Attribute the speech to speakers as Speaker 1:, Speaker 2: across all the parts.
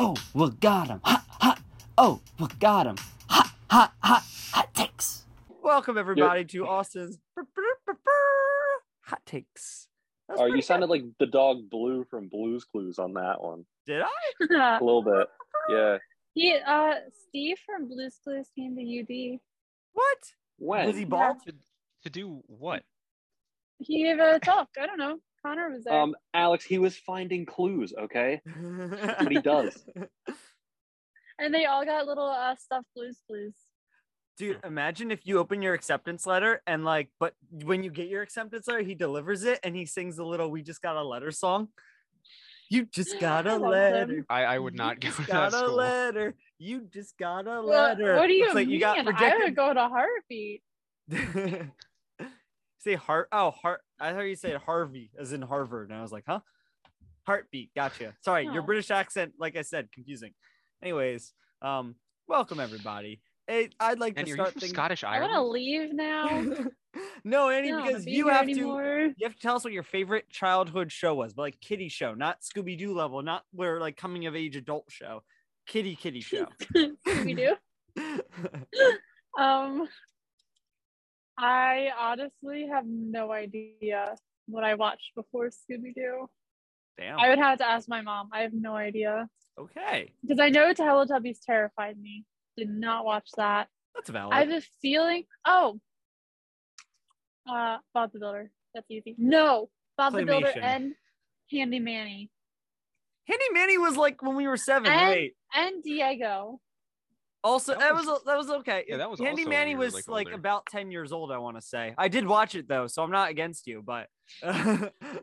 Speaker 1: Oh, we got him. Hot, hot. Oh, we got him. Hot, hot, hot, hot takes.
Speaker 2: Welcome everybody to Austin's brr, brr, brr, brr, hot takes. That was
Speaker 3: Oh,
Speaker 2: pretty
Speaker 3: you
Speaker 2: good.
Speaker 3: sounded like the dog Blue from Blue's Clues on that one.
Speaker 2: Did I?
Speaker 3: A little bit. Yeah.
Speaker 4: He, uh, Steve from Blue's Clues came to UD.
Speaker 2: What? Was he
Speaker 3: When?
Speaker 2: bald?
Speaker 5: to do what?
Speaker 4: He gave a talk. I don't know. Connor was there.
Speaker 3: Um, Alex, he was finding clues, okay?
Speaker 2: what
Speaker 3: he does.
Speaker 4: and they all got little uh, stuffed Blue's Clues.
Speaker 2: Dude, imagine if you open your acceptance letter and like, but when you get your acceptance letter, he delivers it and he sings the little "We Just Got a Letter" song. You just got
Speaker 4: I
Speaker 2: a
Speaker 4: love
Speaker 2: letter.
Speaker 4: them.
Speaker 5: I, I would
Speaker 2: You
Speaker 5: not go
Speaker 2: just
Speaker 5: to
Speaker 2: got
Speaker 5: that
Speaker 2: a
Speaker 5: school.
Speaker 2: letter. You just got a
Speaker 4: Well,
Speaker 2: letter.
Speaker 4: What do you
Speaker 2: Looks like
Speaker 4: mean?
Speaker 2: You got
Speaker 4: I would
Speaker 2: rejected.
Speaker 4: go to Heartbeat.
Speaker 2: Say heart. Oh, heart. I thought you said Harvey, as in Harvard, and I was like, huh? Heartbeat. Gotcha. Sorry, your
Speaker 4: Oh.
Speaker 2: British accent, like I said, confusing. Anyways, um, welcome everybody. Hey, I'd like
Speaker 5: And
Speaker 2: to
Speaker 5: are you
Speaker 2: start
Speaker 5: from
Speaker 2: things.
Speaker 5: Scottish
Speaker 4: I
Speaker 5: Ireland?
Speaker 4: want to leave now.
Speaker 2: no, Annie,
Speaker 4: I don't wanna
Speaker 2: because
Speaker 4: be
Speaker 2: you
Speaker 4: here
Speaker 2: have to.
Speaker 4: anymore.
Speaker 2: You have to tell us what your favorite childhood show was, but like kiddie show, not Scooby Doo level, not where like coming of age adult show, kitty kitty show.
Speaker 4: we do. Um, I honestly have no idea what I watched before Scooby Doo.
Speaker 2: Damn.
Speaker 4: I would have to ask my mom. I have no idea
Speaker 2: okay,
Speaker 4: because I know Teletubbies terrified me. Did not watch that.
Speaker 2: that's valid.
Speaker 4: I have a feeling. Oh, uh, Bob the Builder. That's easy. No, Bob the Builder
Speaker 2: Claymation.
Speaker 4: and Handy Manny
Speaker 2: Handy Manny was like when we were seven
Speaker 4: And-
Speaker 2: or eight.
Speaker 4: and Diego.
Speaker 2: Also,
Speaker 5: That
Speaker 2: that was
Speaker 5: was-
Speaker 2: that was okay.
Speaker 5: Yeah, that was
Speaker 2: Handy
Speaker 5: also when
Speaker 2: Manny
Speaker 5: we were,
Speaker 2: was
Speaker 5: like,
Speaker 2: like,
Speaker 5: older.
Speaker 2: about ten years old. I want to say I did watch it though, so I'm not against you. But
Speaker 4: No,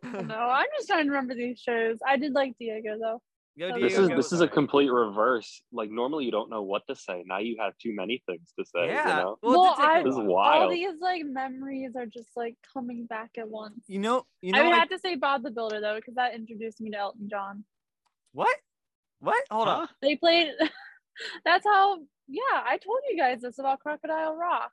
Speaker 4: I'm just trying to remember these shows. I did like Diego though.
Speaker 2: Yo,
Speaker 4: This
Speaker 2: Diego,
Speaker 3: This is
Speaker 2: go.
Speaker 3: this is a complete reverse. Like normally you don't know what to say. Now you have too many things to say.
Speaker 2: yeah.
Speaker 3: You know?
Speaker 2: Well, it did
Speaker 4: Well,
Speaker 2: take a
Speaker 4: I-
Speaker 3: This is
Speaker 2: while.
Speaker 4: All
Speaker 3: wild.
Speaker 4: these like memories are just like coming back at once.
Speaker 2: you know, you know
Speaker 4: I would
Speaker 2: like-
Speaker 4: have to say Bob the Builder though, because that introduced me to Elton John.
Speaker 2: what? What? Hold on.
Speaker 5: Huh?
Speaker 4: They played. That's how. Yeah, I told you guys this about Crocodile Rock.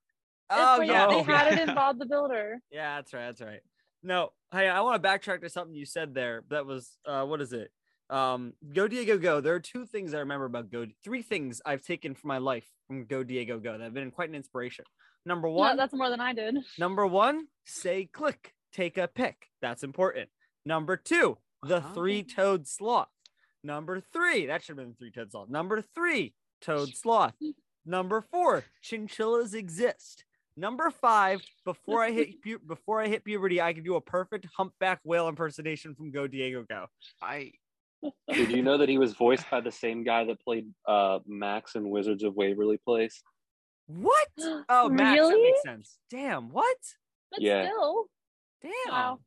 Speaker 4: They
Speaker 2: Oh
Speaker 4: played-
Speaker 2: yeah,
Speaker 4: they
Speaker 5: Oh,
Speaker 4: had it
Speaker 5: yeah.
Speaker 4: in Bob the Builder.
Speaker 2: yeah. That's right. That's right. No, hey, I want to backtrack to something you said there. That was uh, what is it? Um, Go Diego Go. There are two things I remember about Go. Three things I've taken from my life from Go Diego Go that have been quite an inspiration. Number
Speaker 4: Well,
Speaker 2: one,
Speaker 4: that's more than I did.
Speaker 2: Number one, say click, take a pick. That's important. Number two, the
Speaker 5: Huh?
Speaker 2: three toed sloth. Number three, that should have been three toed sloth. Number three, toed sloth. Number four, chinchillas exist. Number five, before I hit pu- before I hit puberty, I could do a perfect humpback whale impersonation from Go Diego Go.
Speaker 5: I
Speaker 3: Did you know that he was voiced by the same guy that played uh, Max in Wizards of Waverly Place?
Speaker 2: What? Oh, Max, that
Speaker 4: Really?
Speaker 2: makes sense. Damn, what?
Speaker 4: But
Speaker 3: Yeah.
Speaker 4: still,
Speaker 2: Damn.
Speaker 4: Wow.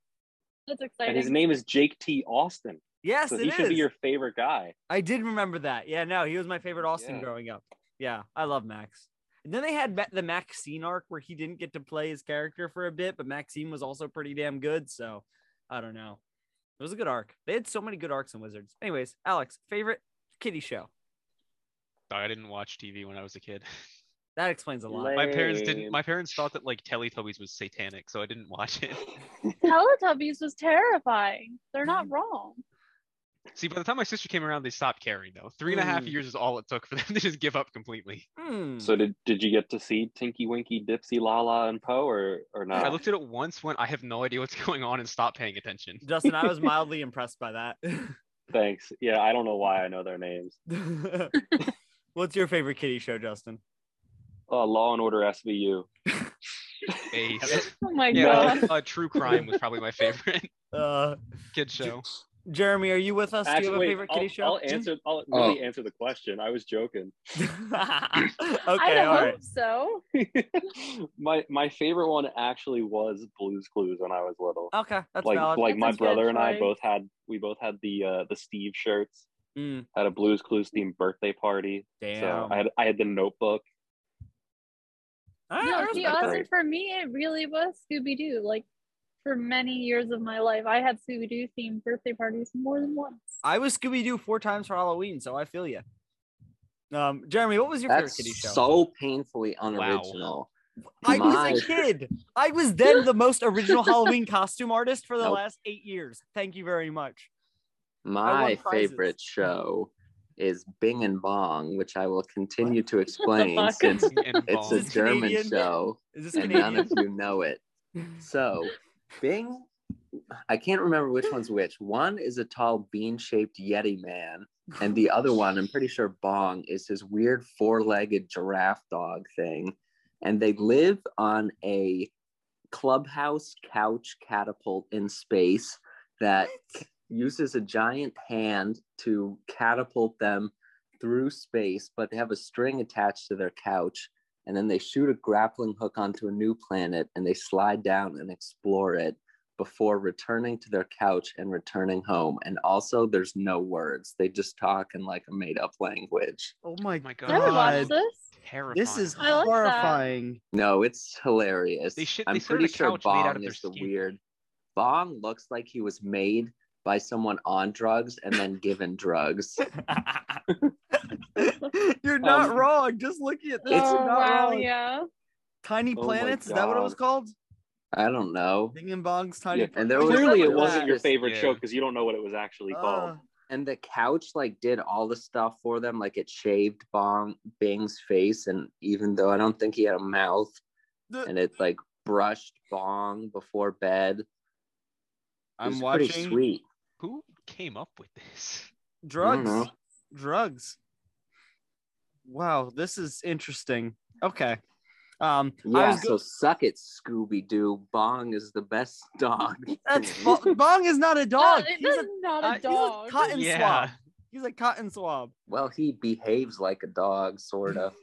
Speaker 4: that's
Speaker 3: And his
Speaker 4: exciting.
Speaker 3: name is Jake T. Austin.
Speaker 2: Yes,
Speaker 3: So
Speaker 2: it
Speaker 3: he should be
Speaker 2: is.
Speaker 3: your favorite guy.
Speaker 2: I did remember that. Yeah, no, he was my favorite Austin
Speaker 3: Yeah.
Speaker 2: growing up. Yeah, I love Max. And then they had Ma- the Maxine arc where he didn't get to play his character for a bit, but Maxine was also pretty damn good. So I don't know. It was a good arc. They had so many good arcs in Wizards. Anyways, Alex, favorite kitty show.
Speaker 5: I didn't watch TV when I was a kid.
Speaker 2: That explains a lot.
Speaker 3: Like-
Speaker 5: My parents didn't.
Speaker 3: Lame.
Speaker 5: My parents thought that like Teletubbies was satanic, so I didn't watch it.
Speaker 4: Teletubbies was terrifying. They're
Speaker 3: Mm.
Speaker 4: not wrong.
Speaker 5: See, by the time my sister came around, they stopped caring though. Three and a half
Speaker 2: Mm.
Speaker 5: years is all it took for them to just give up completely.
Speaker 2: Hmm.
Speaker 3: So did did you get to see Tinky Winky, Dipsy, Lala, and Poe, or or not?
Speaker 5: I looked at it once, went, I have no idea what's going on, and stopped paying attention.
Speaker 2: Justin, I was mildly impressed by that.
Speaker 3: Thanks. Yeah, I don't know why I know their names.
Speaker 2: What's your favorite kitty show, Justin?
Speaker 3: Uh, Law and Order SVU.
Speaker 5: Ace.
Speaker 4: Oh my
Speaker 5: Yeah,
Speaker 4: god.
Speaker 5: uh, True Crime was probably my favorite
Speaker 2: Uh,
Speaker 5: kid show.
Speaker 2: Jeremy, are you with us? Do you have a
Speaker 3: wait,
Speaker 2: favorite
Speaker 3: I'll,
Speaker 2: kitty show?
Speaker 3: I'll answer. I'll really answer the question. I was joking.
Speaker 2: okay,
Speaker 4: I
Speaker 2: all
Speaker 4: hope
Speaker 2: right.
Speaker 4: so.
Speaker 3: my my favorite one actually was Blue's Clues when I was little.
Speaker 2: Okay, Oh, that's
Speaker 3: like
Speaker 2: valid.
Speaker 3: like
Speaker 4: That's
Speaker 3: my
Speaker 4: a good
Speaker 3: brother and I
Speaker 4: choice.
Speaker 3: both had we both had the uh, the Steve shirts
Speaker 2: Mm,
Speaker 3: at a Blue's Clues themed birthday party.
Speaker 2: damn.
Speaker 3: So I had I had the Notebook.
Speaker 2: All right, I
Speaker 4: No,
Speaker 2: respect
Speaker 4: see,
Speaker 2: that.
Speaker 4: honestly, for me, it really was Scooby Doo. Like, for many years of my life, I had Scooby Doo themed birthday parties more than once.
Speaker 2: I was Scooby Doo four times for Halloween, so I feel you. Um, Jeremy, what was your favorite kitty show?
Speaker 6: That's so painfully unoriginal.
Speaker 2: I was a
Speaker 6: my.
Speaker 2: kid. I was then the most original Halloween costume artist for the
Speaker 6: Nope.
Speaker 2: last eight years. Thank you very much. won
Speaker 6: My
Speaker 2: prizes.
Speaker 6: favorite show
Speaker 7: is Bing and Bong, which I will continue to explain
Speaker 4: fuck?
Speaker 7: since
Speaker 5: Bing and
Speaker 7: it's
Speaker 5: Bong.
Speaker 7: a
Speaker 2: This is
Speaker 7: German
Speaker 2: Canadian.
Speaker 7: show
Speaker 2: Is this
Speaker 7: and none
Speaker 2: Canadian?
Speaker 7: of you know it. So, Bing, I can't remember which one's which. One is a tall bean shaped Yeti man, and the other one, I'm pretty sure Bong, is his weird four legged giraffe dog thing. And they live on a clubhouse couch catapult in space that uses a giant hand to catapult them through space, but they have a string attached to their couch. And then they shoot a grappling hook onto a new planet and they slide down and explore it before returning to their couch and returning home. And also, there's no words, they just talk in like a made up language.
Speaker 2: Oh my
Speaker 5: my
Speaker 2: god.
Speaker 4: I would watch
Speaker 5: God.
Speaker 4: this.
Speaker 5: Terrifying.
Speaker 2: This is
Speaker 4: I like that.
Speaker 2: horrifying.
Speaker 7: No, it's hilarious.
Speaker 5: They should-
Speaker 7: I'm
Speaker 5: they started
Speaker 7: pretty
Speaker 5: a
Speaker 7: sure
Speaker 5: couch made out of
Speaker 7: Bong
Speaker 5: their
Speaker 7: is the
Speaker 5: skin.
Speaker 7: weird. Bong looks like he was made by someone on drugs and then given drugs.
Speaker 2: You're not
Speaker 3: Um,
Speaker 2: wrong. Just looking at this,
Speaker 7: It's-
Speaker 2: you're
Speaker 4: oh,
Speaker 2: not
Speaker 4: wow,
Speaker 2: wrong.
Speaker 4: yeah.
Speaker 2: Tiny
Speaker 3: Oh my
Speaker 2: Planets, is that what it was called?
Speaker 7: I don't know.
Speaker 2: Bing and Bong's Tiny
Speaker 3: Yeah,
Speaker 7: and
Speaker 2: Planets.
Speaker 7: there was-
Speaker 3: Clearly, it
Speaker 7: Yeah.
Speaker 3: wasn't your favorite
Speaker 5: Yeah.
Speaker 3: show because you don't know what it was actually
Speaker 2: Uh,
Speaker 3: called.
Speaker 7: and the couch like did all the stuff for them like it shaved bong bing's face and even though i don't think he had a mouth
Speaker 2: The-
Speaker 7: and it like brushed bong before bed It
Speaker 2: I'm
Speaker 7: was
Speaker 2: watching
Speaker 7: pretty sweet
Speaker 5: who came up with this?
Speaker 2: drugs.
Speaker 7: know.
Speaker 2: Drugs. Wow, this is interesting. Okay. Um, I
Speaker 7: yeah
Speaker 2: was go-
Speaker 7: so suck it scooby-doo bong is the best dog
Speaker 2: that's Bo- Bong is not a dog.
Speaker 4: That-
Speaker 2: He's a,
Speaker 4: that's not a
Speaker 5: uh, he's a
Speaker 4: dog.
Speaker 2: cotton
Speaker 5: Yeah.
Speaker 2: swab. He's a cotton swab.
Speaker 7: well he behaves like a dog sort of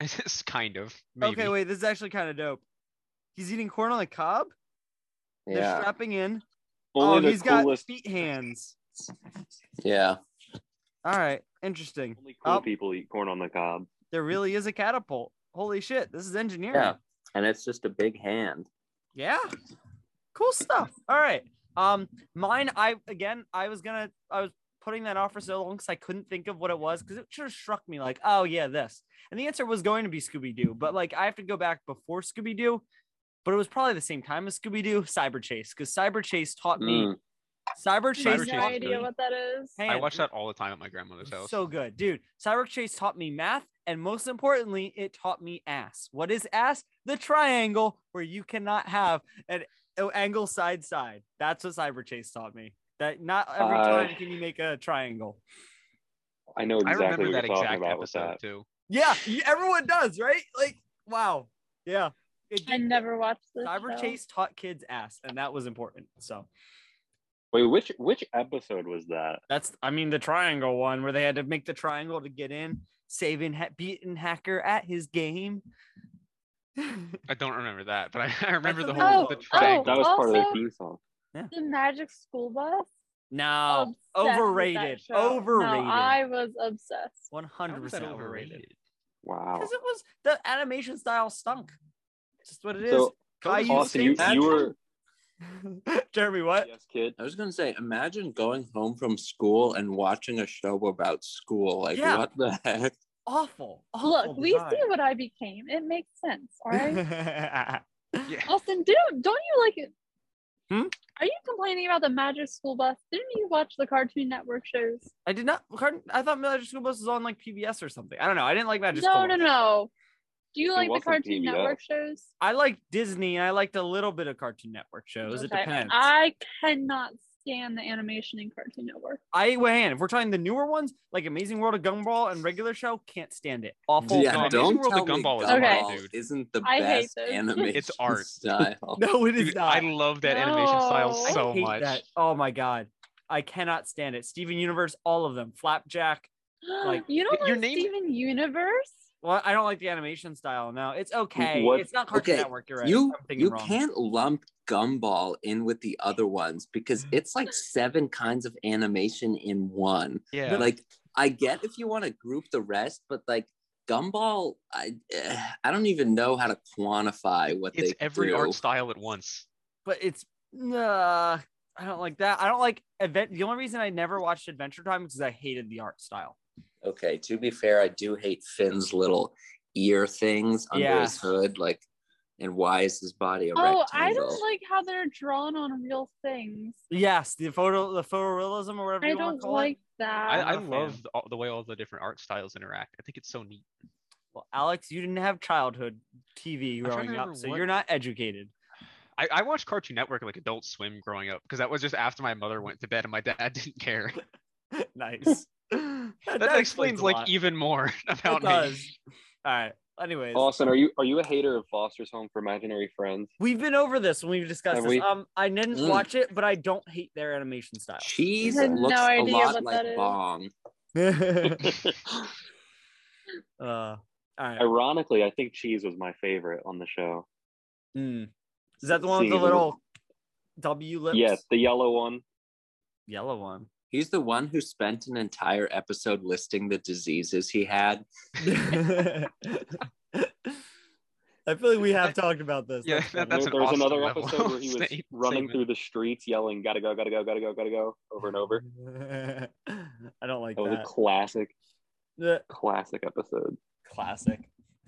Speaker 5: It's kind of maybe.
Speaker 2: Okay, wait, this is actually kind of dope. He's eating corn on the cob. They're
Speaker 7: yeah
Speaker 2: strapping in.
Speaker 3: Only
Speaker 2: oh,
Speaker 3: the
Speaker 2: he's
Speaker 3: coolest,
Speaker 2: got feet hands.
Speaker 7: yeah
Speaker 2: All right, interesting.
Speaker 3: only cool
Speaker 2: Oh.
Speaker 3: people eat corn on the cob.
Speaker 2: There really is a catapult. Holy shit, this is engineering.
Speaker 7: yeah and it's just a big hand
Speaker 2: Yeah. Cool stuff. All right. Um, mine. I again. I was gonna. I was putting that off for so long because I couldn't think of what it was because it should have struck me like, oh yeah, this. And the answer was going to be Scooby Doo, but like I have to go back before Scooby Doo, but it was probably the same time as Scooby Doo. Cyber Chase because Cyber Chase taught me.
Speaker 7: Mm.
Speaker 2: Cyber
Speaker 4: I
Speaker 2: Chase
Speaker 4: have
Speaker 5: Chase
Speaker 4: no
Speaker 5: is
Speaker 2: taught
Speaker 5: good.
Speaker 4: idea what that is.
Speaker 2: Hey,
Speaker 5: I
Speaker 2: man.
Speaker 5: watched that all the time at my grandmother's house.
Speaker 2: so good, dude. Cyber Chase taught me math, and most importantly, it taught me ass. What is ass? The triangle where you cannot have an oh, angle side side. That's what Cyber Chase taught me. That not every
Speaker 3: Uh,
Speaker 2: time can you make a triangle.
Speaker 3: I know
Speaker 5: I
Speaker 3: exactly
Speaker 5: remember
Speaker 3: what
Speaker 5: that
Speaker 3: you're talking
Speaker 5: exact
Speaker 3: about with
Speaker 5: episode
Speaker 3: that.
Speaker 5: too.
Speaker 2: Yeah, y- everyone does, right? Like, wow. Yeah. It
Speaker 4: I
Speaker 2: did-
Speaker 4: never watched this.
Speaker 2: Cyber
Speaker 4: show.
Speaker 2: Chase taught kids ass, and that was important. So
Speaker 3: Wait, which which episode was that?
Speaker 2: that's, I mean, the triangle one where they had to make the triangle to get in, saving ha- beating hacker at his game.
Speaker 5: I don't remember that, but I, I remember the
Speaker 2: the
Speaker 5: whole
Speaker 4: one.
Speaker 5: the
Speaker 4: Oh,
Speaker 5: triangle.
Speaker 3: that was part of their
Speaker 4: also-
Speaker 3: theme song.
Speaker 4: The Magic School Bus. Um,
Speaker 2: No,
Speaker 4: Obsessed with that
Speaker 2: Oh, overrated.
Speaker 4: show. No,
Speaker 2: Overrated.
Speaker 4: I was obsessed.
Speaker 2: one hundred percent overrated.
Speaker 3: Wow.
Speaker 2: Because it was the animation style stunk. Just what it is.
Speaker 3: So,
Speaker 2: Caillou
Speaker 3: Austin, you,
Speaker 2: stinks.
Speaker 3: you were
Speaker 2: Jeremy. What?
Speaker 3: yes, kid.
Speaker 7: I was gonna say, imagine going home from school and watching a show about school. Like,
Speaker 2: Yeah.
Speaker 7: what the heck?
Speaker 2: Awful. awful
Speaker 4: Look, we
Speaker 2: design.
Speaker 4: see what I became. It makes sense, all right?
Speaker 5: Yeah.
Speaker 4: Austin, didn't, don't you like it?
Speaker 2: Hmm?
Speaker 4: Are you complaining about the Magic School Bus? Didn't you watch the Cartoon Network shows?
Speaker 2: I did not. Carton- I thought Magic School Bus was on like PBS or something. I don't know. I didn't like Magic
Speaker 4: no,
Speaker 2: School.
Speaker 4: no,
Speaker 2: Bus.
Speaker 4: no. Do you
Speaker 3: It
Speaker 4: like the
Speaker 3: wasn't
Speaker 4: Cartoon
Speaker 3: PBS.
Speaker 4: Network shows?
Speaker 2: I liked Disney. and I liked a little bit of Cartoon Network shows. It
Speaker 4: Okay.
Speaker 2: depends.
Speaker 4: I cannot stand the animation in Cartoon Network.
Speaker 2: I man, if we're talking the newer ones like Amazing World of Gumball and regular show, can't stand it. Awful.
Speaker 5: Yeah,
Speaker 2: garbage.
Speaker 5: don't tell me
Speaker 4: Gumball
Speaker 5: dude.
Speaker 7: isn't the
Speaker 4: I hate
Speaker 7: best
Speaker 4: this.
Speaker 7: animation.
Speaker 5: It's art.
Speaker 7: style.
Speaker 2: No, it is
Speaker 5: Dude,
Speaker 2: not.
Speaker 5: I love that animation style
Speaker 4: No. I
Speaker 5: so
Speaker 2: hate
Speaker 5: much.
Speaker 2: that. Oh my god, I cannot stand it. Steven Universe, all of them. Flapjack. Like,
Speaker 4: you don't
Speaker 5: your
Speaker 4: like
Speaker 5: name-
Speaker 4: Steven Universe?
Speaker 2: Well, I don't like the animation style. No, it's okay.
Speaker 3: What-
Speaker 2: It's not Cartoon
Speaker 7: okay,
Speaker 2: Network. You're right.
Speaker 7: You
Speaker 2: I'm thinking
Speaker 7: you
Speaker 2: wrong.
Speaker 7: can't lump Gumball in with the other ones because it's like seven kinds of animation in one.
Speaker 5: Yeah.
Speaker 7: Like, I get if you want to group the rest, but like. Gumball, I eh, I don't even know how to quantify what
Speaker 5: it's
Speaker 7: they
Speaker 5: every
Speaker 7: do.
Speaker 5: art style at once.
Speaker 2: But it's nah. I don't like that. I don't like event. The only reason I never watched Adventure Time is because I hated the art style.
Speaker 7: Okay, to be fair, I do hate Finn's little ear things under
Speaker 2: Yeah.
Speaker 7: his hood. Like, and why is his body a
Speaker 4: Oh,
Speaker 7: rectangle?
Speaker 4: I don't like how they're drawn on real things.
Speaker 2: Yes, the photo, the photorealism, or whatever
Speaker 4: I
Speaker 2: you want
Speaker 4: don't
Speaker 2: to call
Speaker 4: like that.
Speaker 5: I, I
Speaker 2: I'm a
Speaker 5: love
Speaker 2: fan.
Speaker 5: the, all- the way all the different art styles interact. I think it's so neat.
Speaker 2: Well, Alex, you didn't have childhood TV
Speaker 5: I'm trying to
Speaker 2: growing up,
Speaker 5: remember
Speaker 2: so
Speaker 5: what-
Speaker 2: you're not educated.
Speaker 5: I, I watched Cartoon Network like Adult Swim growing up because that was just after my mother went to bed and my dad didn't care.
Speaker 2: nice. that,
Speaker 5: That,
Speaker 2: that
Speaker 5: explains
Speaker 2: a
Speaker 5: like
Speaker 2: lot.
Speaker 5: even more
Speaker 2: it
Speaker 5: about me.
Speaker 2: does. All right. Anyways,
Speaker 3: Austin, are you are you a hater of Foster's Home for Imaginary Friends?
Speaker 2: we've been over this when we've discussed
Speaker 3: Have
Speaker 2: this.
Speaker 3: we?
Speaker 2: Um, I didn't
Speaker 6: Mm.
Speaker 2: watch it, but I don't hate their animation style.
Speaker 6: Cheese
Speaker 4: I had no
Speaker 6: looks a
Speaker 4: idea
Speaker 6: lot
Speaker 4: what that
Speaker 6: like
Speaker 4: is.
Speaker 6: bong.
Speaker 2: uh,
Speaker 3: Ironically,
Speaker 2: all right.
Speaker 3: I think Cheese was my favorite on the show.
Speaker 2: Mm. Is that the one with the
Speaker 3: See,
Speaker 2: little W lips?
Speaker 3: Yes, the yellow one.
Speaker 2: Yellow one.
Speaker 6: He's the one who spent an entire episode listing the diseases he had.
Speaker 2: I feel like we have talked about this.
Speaker 5: Yeah,
Speaker 2: That's
Speaker 5: that-
Speaker 2: funny.
Speaker 5: that's
Speaker 3: there
Speaker 5: an
Speaker 3: there was
Speaker 5: Austin
Speaker 3: another
Speaker 5: level
Speaker 3: episode where he was
Speaker 5: state-
Speaker 3: running
Speaker 5: statement.
Speaker 3: through the streets yelling, "Gotta go, gotta go, gotta go, gotta go," over and over.
Speaker 2: I don't like
Speaker 3: That was a
Speaker 2: that.
Speaker 3: classic,
Speaker 2: The
Speaker 3: classic episode.
Speaker 2: classic.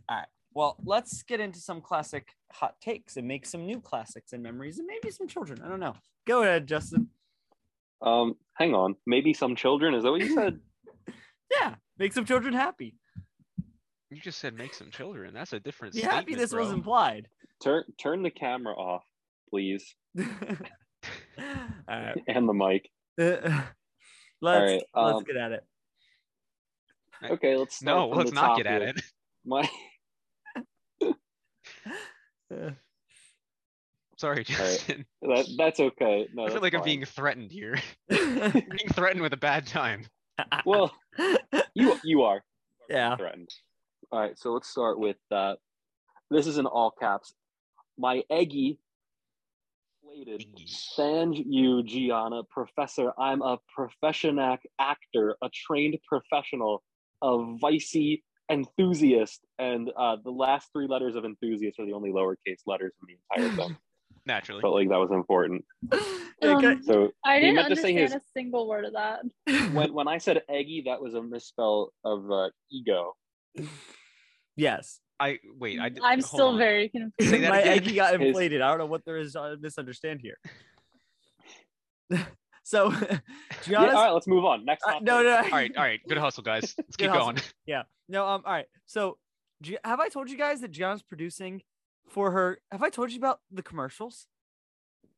Speaker 2: All right. Well, let's get into some classic hot takes and make some new classics and memories and maybe some children. I don't know. Go ahead, Justin.
Speaker 3: Um, hang on, maybe some children. Is that what you said?
Speaker 2: Yeah, make some children happy.
Speaker 5: You just said make some children. That's a different
Speaker 2: Be
Speaker 5: statement.
Speaker 2: happy this
Speaker 5: bro.
Speaker 2: was implied.
Speaker 3: turn turn the camera off, please,
Speaker 2: All right.
Speaker 3: and the mic.
Speaker 2: let's
Speaker 3: right, um,
Speaker 2: let's get at it.
Speaker 3: Okay, let's start
Speaker 5: No,
Speaker 3: from
Speaker 5: let's
Speaker 3: the
Speaker 5: not
Speaker 3: top
Speaker 5: get at
Speaker 3: here.
Speaker 5: it.
Speaker 3: My,
Speaker 2: Uh,
Speaker 5: Sorry, Justin.
Speaker 3: that, that's okay. No,
Speaker 5: I feel
Speaker 3: that's
Speaker 5: like I'm
Speaker 3: fine.
Speaker 5: being threatened here. I'm being threatened with a bad time.
Speaker 3: well. You you are
Speaker 2: yeah.
Speaker 3: threatened. All right, so let's start with uh, this is in all caps. My eggy plated Sanj you Gianna professor. I'm a professionac actor, a trained professional, a vicey enthusiast, and uh, the last three letters of enthusiast are the only lowercase letters in the entire thing.
Speaker 5: Naturally.
Speaker 3: Felt like that was important.
Speaker 2: Yeah, can I-
Speaker 4: Um,
Speaker 3: So
Speaker 4: I
Speaker 3: He
Speaker 4: didn't
Speaker 3: meant to say
Speaker 4: understand
Speaker 3: his-
Speaker 4: a single word of that.
Speaker 3: when when I said eggy, that was a misspell of uh, ego.
Speaker 2: yes.
Speaker 5: I wait. I did-
Speaker 4: I'm
Speaker 5: hold
Speaker 4: still
Speaker 5: on.
Speaker 4: very confused.
Speaker 5: Say that
Speaker 2: My
Speaker 5: again.
Speaker 2: eggy got
Speaker 3: His-
Speaker 2: inflated. I don't know what there is to misunderstand here. so,
Speaker 3: Yeah, all
Speaker 2: Gianna's.
Speaker 3: right, let's move on. Next.
Speaker 2: uh,
Speaker 3: topic.
Speaker 2: no, no.
Speaker 5: All right, all right. Good hustle, guys. Let's
Speaker 2: Good
Speaker 5: keep
Speaker 2: hustle.
Speaker 5: going.
Speaker 2: Yeah. No. Um. All right. So, Gi- have I told you guys that Gianna's producing for her? Have I told you about the commercials?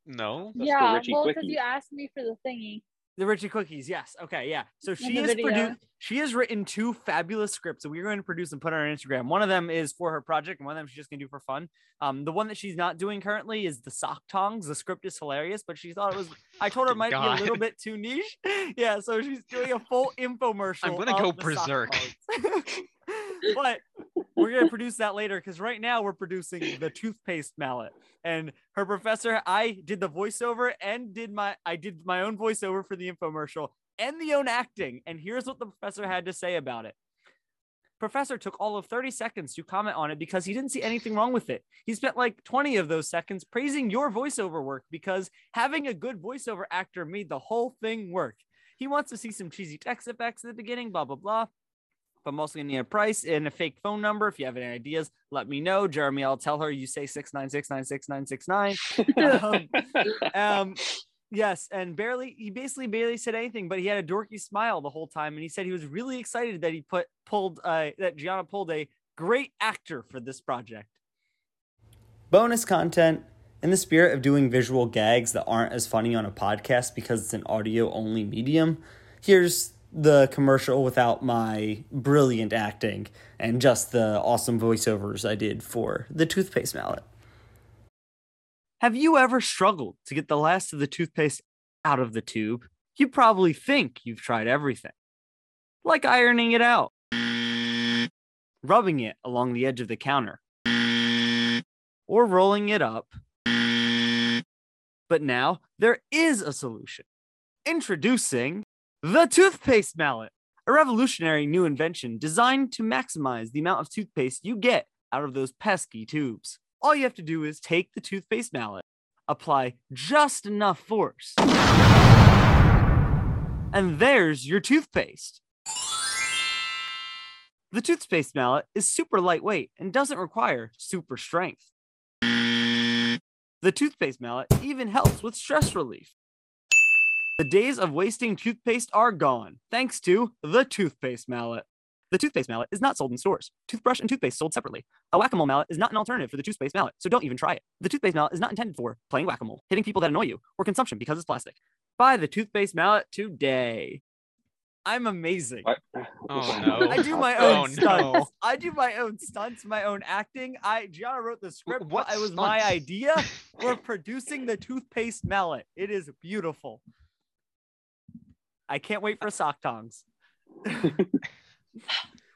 Speaker 5: No.
Speaker 3: the
Speaker 4: yeah,
Speaker 3: Richie
Speaker 4: well, because
Speaker 3: Quickie.
Speaker 4: you asked me for the thingy.
Speaker 2: The Richie Cookies, yes. Okay, yeah. So she
Speaker 4: the
Speaker 2: is
Speaker 4: video.
Speaker 2: produ- she has written two fabulous scripts that we're going to produce and put on our Instagram. One of them is for her project, and one of them she's just gonna do for fun. Um, the one that she's not doing currently is the sock tongs. The script is hilarious, but she thought it was I told her it might
Speaker 5: Fucking
Speaker 2: be a
Speaker 5: God.
Speaker 2: little bit too niche. Yeah, so she's doing a full infomercial.
Speaker 5: I'm gonna
Speaker 2: of
Speaker 5: go
Speaker 2: the sock
Speaker 5: berserk.
Speaker 2: tongs. but we're gonna produce that later because right now we're producing the toothpaste mallet and her professor i did the voiceover and did my i did my own voiceover for the infomercial and the own acting and here's what the professor had to say about it professor took all of 30 seconds to comment on it because he didn't see anything wrong with it he spent like 20 of those seconds praising your voiceover work because having a good voiceover actor made the whole thing work he wants to see some cheesy text effects at the beginning blah blah blah but I'm also gonna need a price and a fake phone number. If you have any ideas, let me know. Jeremy, I'll tell her you say six nine six nine six nine six nine. Um, um, yes, and barely he basically barely said anything, but he had a dorky smile the whole time, and he said he was really excited that he put pulled uh, that Gianna pulled a great actor for this project. Bonus content. In the spirit of doing visual gags that aren't as funny on a podcast because it's an audio only medium, here's the commercial without my brilliant acting and just the awesome voiceovers I did for the toothpaste mallet. Have you ever struggled to get the last of the toothpaste out of the tube? You probably think you've tried everything, like ironing it out, rubbing it along the edge of the counter or rolling it up. But now there is a solution. Introducing the toothpaste mallet, a revolutionary new invention designed to maximize the amount of toothpaste you get out of those pesky tubes. All you have to do is take the toothpaste mallet, apply just enough force, and there's your toothpaste. The toothpaste mallet is super lightweight and doesn't require super strength. The toothpaste mallet even helps with stress relief. The days of wasting toothpaste are gone, thanks to the toothpaste mallet. The toothpaste mallet is not sold in stores. Toothbrush and toothpaste sold separately. A whack-a-mole mallet is not an alternative for the toothpaste mallet, so don't even try it. The toothpaste mallet is not intended for playing whack-a-mole, hitting people that annoy you, or consumption because it's plastic. Buy the toothpaste mallet today. I'm amazing.
Speaker 3: Why-
Speaker 5: Oh, no.
Speaker 2: I do my
Speaker 5: Oh,
Speaker 2: own stunts.
Speaker 5: no.
Speaker 2: I do my own stunts, my own acting. I Gianna wrote the script.
Speaker 5: what
Speaker 2: What it was my
Speaker 5: stunts?
Speaker 2: idea. We're producing the toothpaste mallet. It is beautiful. I can't wait for sock tongs.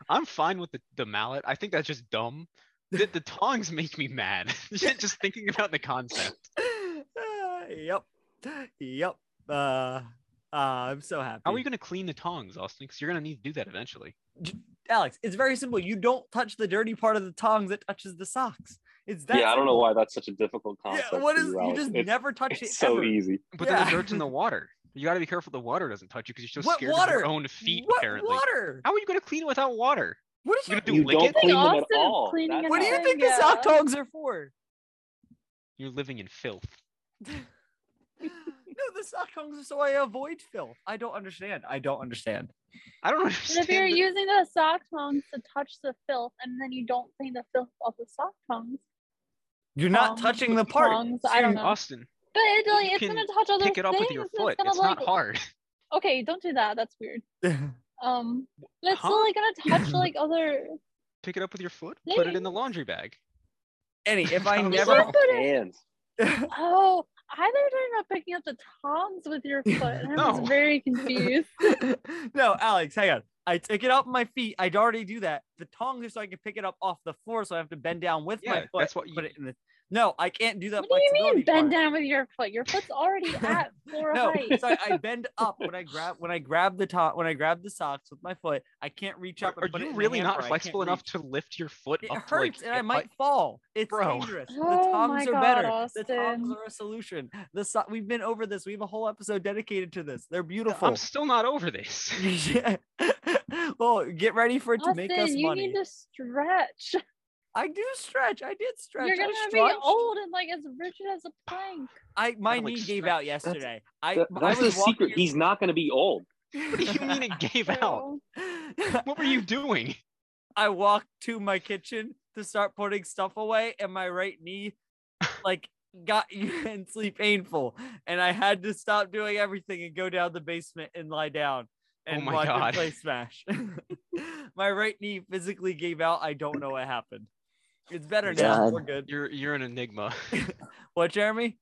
Speaker 5: I'm fine with the, the mallet. I think that's just dumb. The, the tongs make me mad. just thinking about the concept.
Speaker 2: Uh, yep. Yep. Uh, uh, I'm so happy.
Speaker 5: How are you going to clean the tongs, Austin? Because you're going to need to do that eventually.
Speaker 2: Alex, it's very simple. You don't touch the dirty part of the tongs that touches the socks. It's that.
Speaker 3: yeah, I don't know
Speaker 2: simple.
Speaker 3: why that's such a difficult concept.
Speaker 2: Yeah, what
Speaker 3: for
Speaker 2: is you
Speaker 3: Alex.
Speaker 2: just
Speaker 3: It's-
Speaker 2: never touch it
Speaker 3: It's so
Speaker 2: ever.
Speaker 3: easy.
Speaker 5: But
Speaker 2: Yeah.
Speaker 5: then the dirt's in the water. You got to be careful the water doesn't touch you because you're so
Speaker 2: What
Speaker 5: scared of
Speaker 2: water?
Speaker 5: your own feet,
Speaker 2: what
Speaker 5: apparently.
Speaker 2: water?
Speaker 5: How are you going to clean it without water?
Speaker 2: What did
Speaker 5: You're
Speaker 2: you?
Speaker 5: going to do
Speaker 3: You
Speaker 5: lick
Speaker 3: don't
Speaker 5: it?
Speaker 4: I think
Speaker 3: clean them at
Speaker 4: Austin's
Speaker 3: all.
Speaker 4: cleaning
Speaker 3: That's
Speaker 4: it
Speaker 2: What do
Speaker 4: up.
Speaker 2: you
Speaker 3: how-
Speaker 2: think the
Speaker 4: Yeah.
Speaker 2: sock tongs are for?
Speaker 5: You're living in filth.
Speaker 2: no, the sock tongs are so I avoid filth. I don't understand. I don't understand.
Speaker 5: I don't
Speaker 4: But
Speaker 5: understand.
Speaker 4: if you're
Speaker 5: the-
Speaker 4: using the sock tongs to touch the filth and then you don't clean the filth off the sock tongs,
Speaker 2: You're not
Speaker 4: Tongs,
Speaker 2: touching the part.
Speaker 4: tongs, I don't know.
Speaker 5: Austin,
Speaker 4: But it, like,
Speaker 5: You
Speaker 4: it's
Speaker 5: can
Speaker 4: gonna touch other
Speaker 5: pick it up
Speaker 4: things.
Speaker 5: with your
Speaker 4: and
Speaker 5: foot.
Speaker 4: It's, gonna,
Speaker 5: It's
Speaker 4: like,
Speaker 5: not hard.
Speaker 4: Okay, don't do that. That's weird. Um, but it's
Speaker 5: Huh?
Speaker 4: still like gonna touch like other.
Speaker 5: Pick it up with your foot, put it in the
Speaker 4: Thanks.
Speaker 5: laundry bag.
Speaker 2: Any, if I
Speaker 5: Tongs
Speaker 2: never,
Speaker 5: are-
Speaker 3: uh, Hands.
Speaker 4: Oh, I thought you were talking about picking up the tongs with your foot, and I
Speaker 5: No.
Speaker 4: was very confused.
Speaker 2: no, Alex, hang on. I take it off my feet. I'd already do that. The tongs are so I can pick it up off the floor, so I have to bend down with my
Speaker 5: Yeah,
Speaker 2: foot.
Speaker 5: that's what
Speaker 2: Put
Speaker 5: you-
Speaker 2: it in the. No, I can't do that.
Speaker 4: what do you mean
Speaker 2: flexibility
Speaker 4: bend
Speaker 2: part.
Speaker 4: down with your foot? Your foot's already at floor
Speaker 2: no,
Speaker 4: height.
Speaker 2: so I, I bend up when I grab when I grab the top when I grab the socks with my foot. I can't reach
Speaker 5: Are
Speaker 2: up.
Speaker 5: are
Speaker 2: and put it
Speaker 5: you
Speaker 2: in the
Speaker 5: really
Speaker 2: hamper. I
Speaker 5: not
Speaker 2: can't
Speaker 5: flexible enough
Speaker 2: reach.
Speaker 5: to lift your foot
Speaker 2: It
Speaker 5: up
Speaker 2: hurts,
Speaker 5: to like
Speaker 2: and I
Speaker 5: get-
Speaker 2: might fall. It's
Speaker 5: Bro.
Speaker 2: dangerous. The
Speaker 4: Oh
Speaker 2: tongs
Speaker 4: my
Speaker 2: are
Speaker 4: God,
Speaker 2: better. The tongs
Speaker 4: Austin.
Speaker 2: are a solution. The so- we've been over this. We have a whole episode dedicated to this. They're beautiful.
Speaker 5: I'm still not over this.
Speaker 2: Yeah. well, get ready for it to make us
Speaker 4: Austin, you
Speaker 2: money.
Speaker 4: need to stretch.
Speaker 2: I do stretch. I did stretch.
Speaker 4: You're
Speaker 2: I
Speaker 4: gonna be
Speaker 2: stretched.
Speaker 4: old and like as rigid as a plank.
Speaker 2: I my
Speaker 5: Kinda like
Speaker 2: knee gave out
Speaker 5: stretch.
Speaker 3: That's-
Speaker 2: yesterday. I
Speaker 3: That-
Speaker 2: I
Speaker 3: that's the
Speaker 2: was
Speaker 3: secret.
Speaker 2: walking-
Speaker 3: He's not going to be old.
Speaker 5: What do you mean it gave out?
Speaker 4: So,
Speaker 5: What were you doing?
Speaker 2: I walked to my kitchen to start putting stuff away, and my right knee, like, got intensely painful, and I had to stop doing everything and go down the basement and lie down and
Speaker 5: my
Speaker 2: watch
Speaker 5: God.
Speaker 2: him play Smash. my right knee physically gave out. I don't know what happened. It's better now.
Speaker 6: God.
Speaker 2: We're good.
Speaker 5: You're you're an enigma.
Speaker 2: What, Jeremy?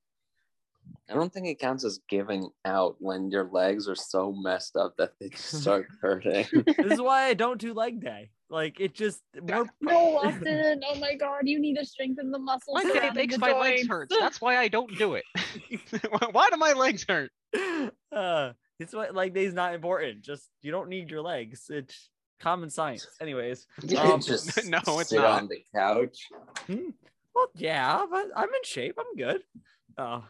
Speaker 6: I don't think it counts as giving out when your legs are so messed up that they just start hurting.
Speaker 2: this is why I don't do leg day. Like it just more
Speaker 4: No, Austin. Oh my God, you need to strengthen the muscles.
Speaker 5: My back
Speaker 4: surrounding
Speaker 5: aches,
Speaker 4: the
Speaker 5: my legs
Speaker 4: joints.
Speaker 5: hurt. That's why I don't do it. Why- why do my legs hurt?
Speaker 2: uh it's what leg day's not important. Just you don't need your legs. It's common science. Anyways.
Speaker 6: You
Speaker 2: Um,
Speaker 6: can just
Speaker 5: no, it's
Speaker 6: sit
Speaker 5: not.
Speaker 6: on the couch.
Speaker 2: Well, yeah, but I'm in shape. I'm good. Oh.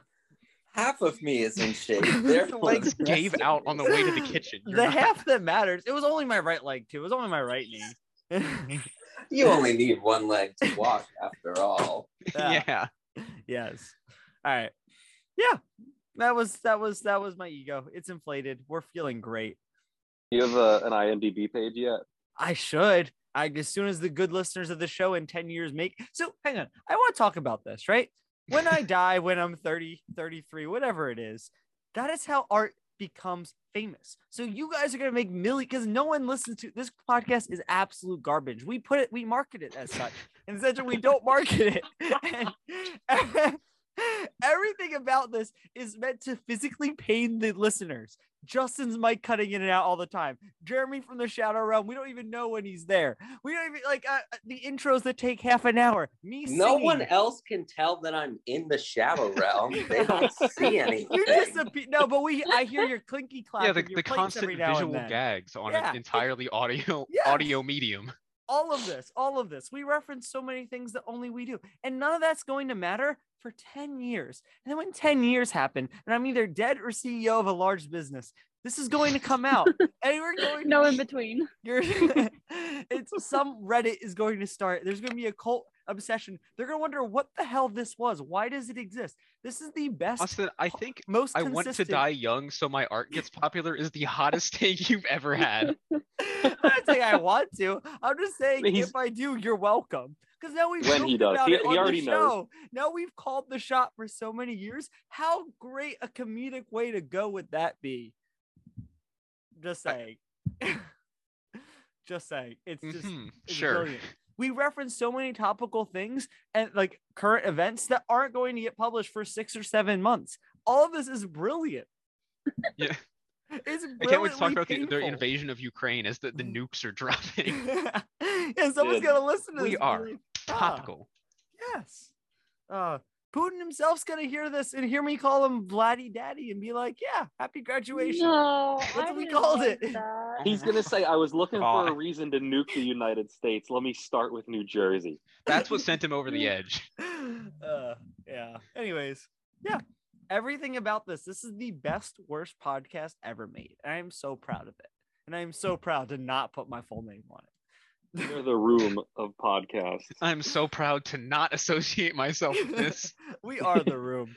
Speaker 6: Half of me is in shape.
Speaker 5: The
Speaker 6: Therefore,
Speaker 5: legs
Speaker 6: the rest
Speaker 5: gave
Speaker 6: of
Speaker 5: out
Speaker 6: me
Speaker 5: on the
Speaker 6: is-
Speaker 5: way to the kitchen. You're
Speaker 2: the
Speaker 5: not-
Speaker 2: half that matters. It was only my right leg too. It was only my right knee.
Speaker 6: You only need one leg to walk, after all.
Speaker 2: Yeah.
Speaker 5: yeah.
Speaker 2: yes. All right. Yeah. That was that was that was my ego. It's inflated. We're feeling great.
Speaker 3: Do you have uh an IMDb page yet?
Speaker 2: I should. I as soon as the good listeners of the show in 10 years make so hang on. I want to talk about this, right? When I die, when I'm 30, 33, whatever it is, that is how art becomes famous. So you guys are gonna make million because no one listens to this podcast is absolute garbage. We put it, we market it as such. And essentially we don't market it. And everything about this is meant to physically pain the listeners. Justin's mic cutting in and out all the time. Jeremy from the Shadow Realm. We don't even know when he's there. We don't even like uh, uh, the intros that take half an hour. Me,
Speaker 6: No
Speaker 2: singing.
Speaker 6: one else can tell that I'm in the shadow realm. They don't see anything.
Speaker 2: You disappear. No, but we. I hear your clinky clap.
Speaker 5: Yeah, the,
Speaker 2: of your
Speaker 5: the
Speaker 2: plates every
Speaker 5: constant
Speaker 2: now and
Speaker 5: visual
Speaker 2: then.
Speaker 5: gags on
Speaker 2: Yeah,
Speaker 5: an
Speaker 2: it-
Speaker 5: entirely audio
Speaker 2: Yes.
Speaker 5: audio medium.
Speaker 2: all of this, all of this. We reference so many things that only we do. And none of that's going to matter for 10 years. And then when 10 years happen, and I'm either dead or CEO of a large business, this is going to come out. and we're going
Speaker 4: No in between.
Speaker 2: you're it's some Reddit is going to start. There's gonna be a cult obsession. They're gonna wonder what the hell this was. Why does it exist? This is the best,
Speaker 5: Austin, I think
Speaker 2: most
Speaker 5: I
Speaker 2: consistent.
Speaker 5: want to die young so my art gets popular is the hottest take you've ever had.
Speaker 2: I'm not saying I want to. I'm just saying
Speaker 3: He's-
Speaker 2: if I do, you're welcome. Because now we've
Speaker 3: When he
Speaker 2: joked
Speaker 3: does.
Speaker 2: about
Speaker 3: He-
Speaker 2: it
Speaker 3: he
Speaker 2: on the
Speaker 3: already knows.
Speaker 2: show. Now we've called the shot for so many years. How great a comedic way to go would that be? Just
Speaker 5: I-
Speaker 2: saying. just saying. It's just
Speaker 5: Mhm,
Speaker 2: it's
Speaker 5: sure.
Speaker 2: brilliant. We reference so many topical things and like current events that aren't going to get published for six or seven months. All of this is brilliant.
Speaker 5: Yeah.
Speaker 2: It's
Speaker 5: I can't wait to talk about
Speaker 2: brilliantly
Speaker 5: the, the
Speaker 2: painful. Mm-hmm.
Speaker 5: invasion of Ukraine as the, the nukes are dropping.
Speaker 2: yeah, someone's
Speaker 3: Dude,
Speaker 2: gonna listen to
Speaker 5: we
Speaker 2: this. and be
Speaker 5: are.
Speaker 2: like, "Ah,
Speaker 5: Topical.
Speaker 2: yes. Uh, Putin himself's gonna hear this and hear me call him Vladdy Daddy and be like, "Yeah, happy graduation."
Speaker 4: No,
Speaker 2: That's
Speaker 4: I
Speaker 2: what we
Speaker 4: didn't
Speaker 2: called
Speaker 4: like
Speaker 2: it.
Speaker 4: that.
Speaker 3: He's gonna say, "I was looking for a
Speaker 5: God.
Speaker 3: reason to nuke the United States. Let me start with New Jersey."
Speaker 5: That's what sent him over the edge.
Speaker 2: Uh, yeah. Anyways, yeah. Everything about this. This is the best worst podcast ever made. I am so proud of it, and I am so proud to not put my full name on it.
Speaker 3: They're the room of podcasts.
Speaker 5: I'm so proud to not associate myself with this.
Speaker 2: We are the room.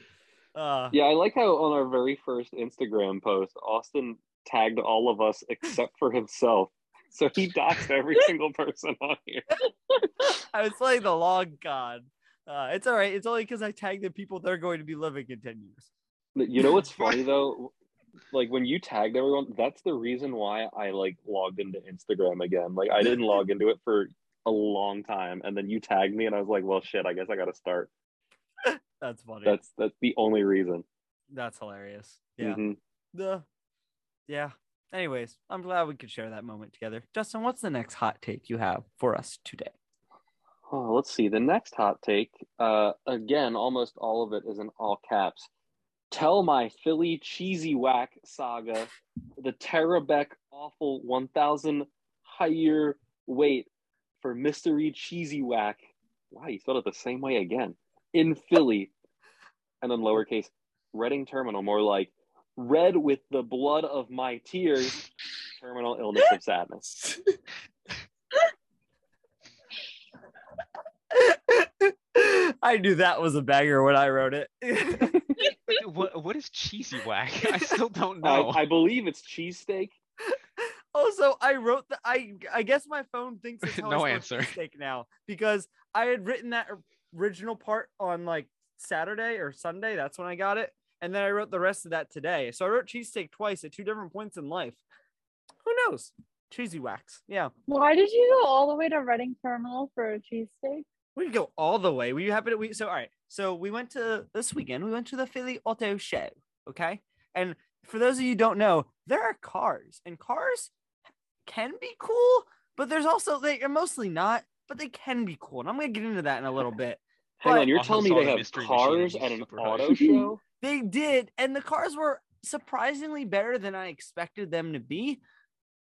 Speaker 2: Uh,
Speaker 3: Yeah, I like how on our very first Instagram post, Austin tagged all of us except for himself. So he doxed every single person on here.
Speaker 2: I was playing the long con. Uh, it's all right. It's only because I tagged the people that are going to be living in 10 years.
Speaker 3: You know what's funny though? Like when you tagged everyone, that's the reason why I like logged into Instagram again. Like I didn't log into it for a long time, and then you tagged me, and I was like, "Well, shit, I guess I got to start."
Speaker 2: That's funny. That's,
Speaker 3: That's that's the only reason.
Speaker 2: hilarious. Yeah.
Speaker 3: Mhm.
Speaker 2: The, yeah. Anyways, I'm glad we could share that moment together. Justin, what's the next hot take you have for us today?
Speaker 3: Oh, let's see. The next hot take, uh, again, almost all of it is in all caps. Tell my Philly cheesy whack saga, the Terabec awful 1000 higher weight for mystery cheesy whack. Wow, you spelled it the same way again. In Philly, and then lowercase, Reading Terminal, more like red with the blood of my tears, terminal illness of sadness.
Speaker 2: I knew that was a banger when I wrote it.
Speaker 5: Like, What, what is cheesy whack? I still don't
Speaker 3: I-
Speaker 5: know.
Speaker 3: I believe it's cheesesteak.
Speaker 2: also, I wrote the I I guess my phone thinks it's how
Speaker 5: No
Speaker 2: I
Speaker 5: answer.
Speaker 2: mistake now because I had written that original part on like Saturday or Sunday. That's when I got it, and then I wrote the rest of that today. So I wrote cheesesteak twice at two different points in life. Who knows? Cheesy wax. Yeah,
Speaker 4: Why did you go all the way to Reading Terminal for a cheesesteak?
Speaker 2: we could go all the way. We happen to we so all right. So we went to this weekend. We went to the Philly Auto Show. Okay, and for those of you who don't know, there are cars, and cars can be cool, but there's also they are mostly not, but they can be cool. And I'm gonna get into that in a little bit.
Speaker 3: Hang
Speaker 2: But-
Speaker 3: on, you're
Speaker 5: Also
Speaker 3: telling me
Speaker 5: saw
Speaker 3: they
Speaker 5: the
Speaker 3: have
Speaker 5: Mystery Machine
Speaker 3: cars
Speaker 5: in
Speaker 3: at an
Speaker 5: Super
Speaker 3: auto
Speaker 5: High.
Speaker 3: show?
Speaker 2: They did, and the cars were surprisingly better than I expected them to be.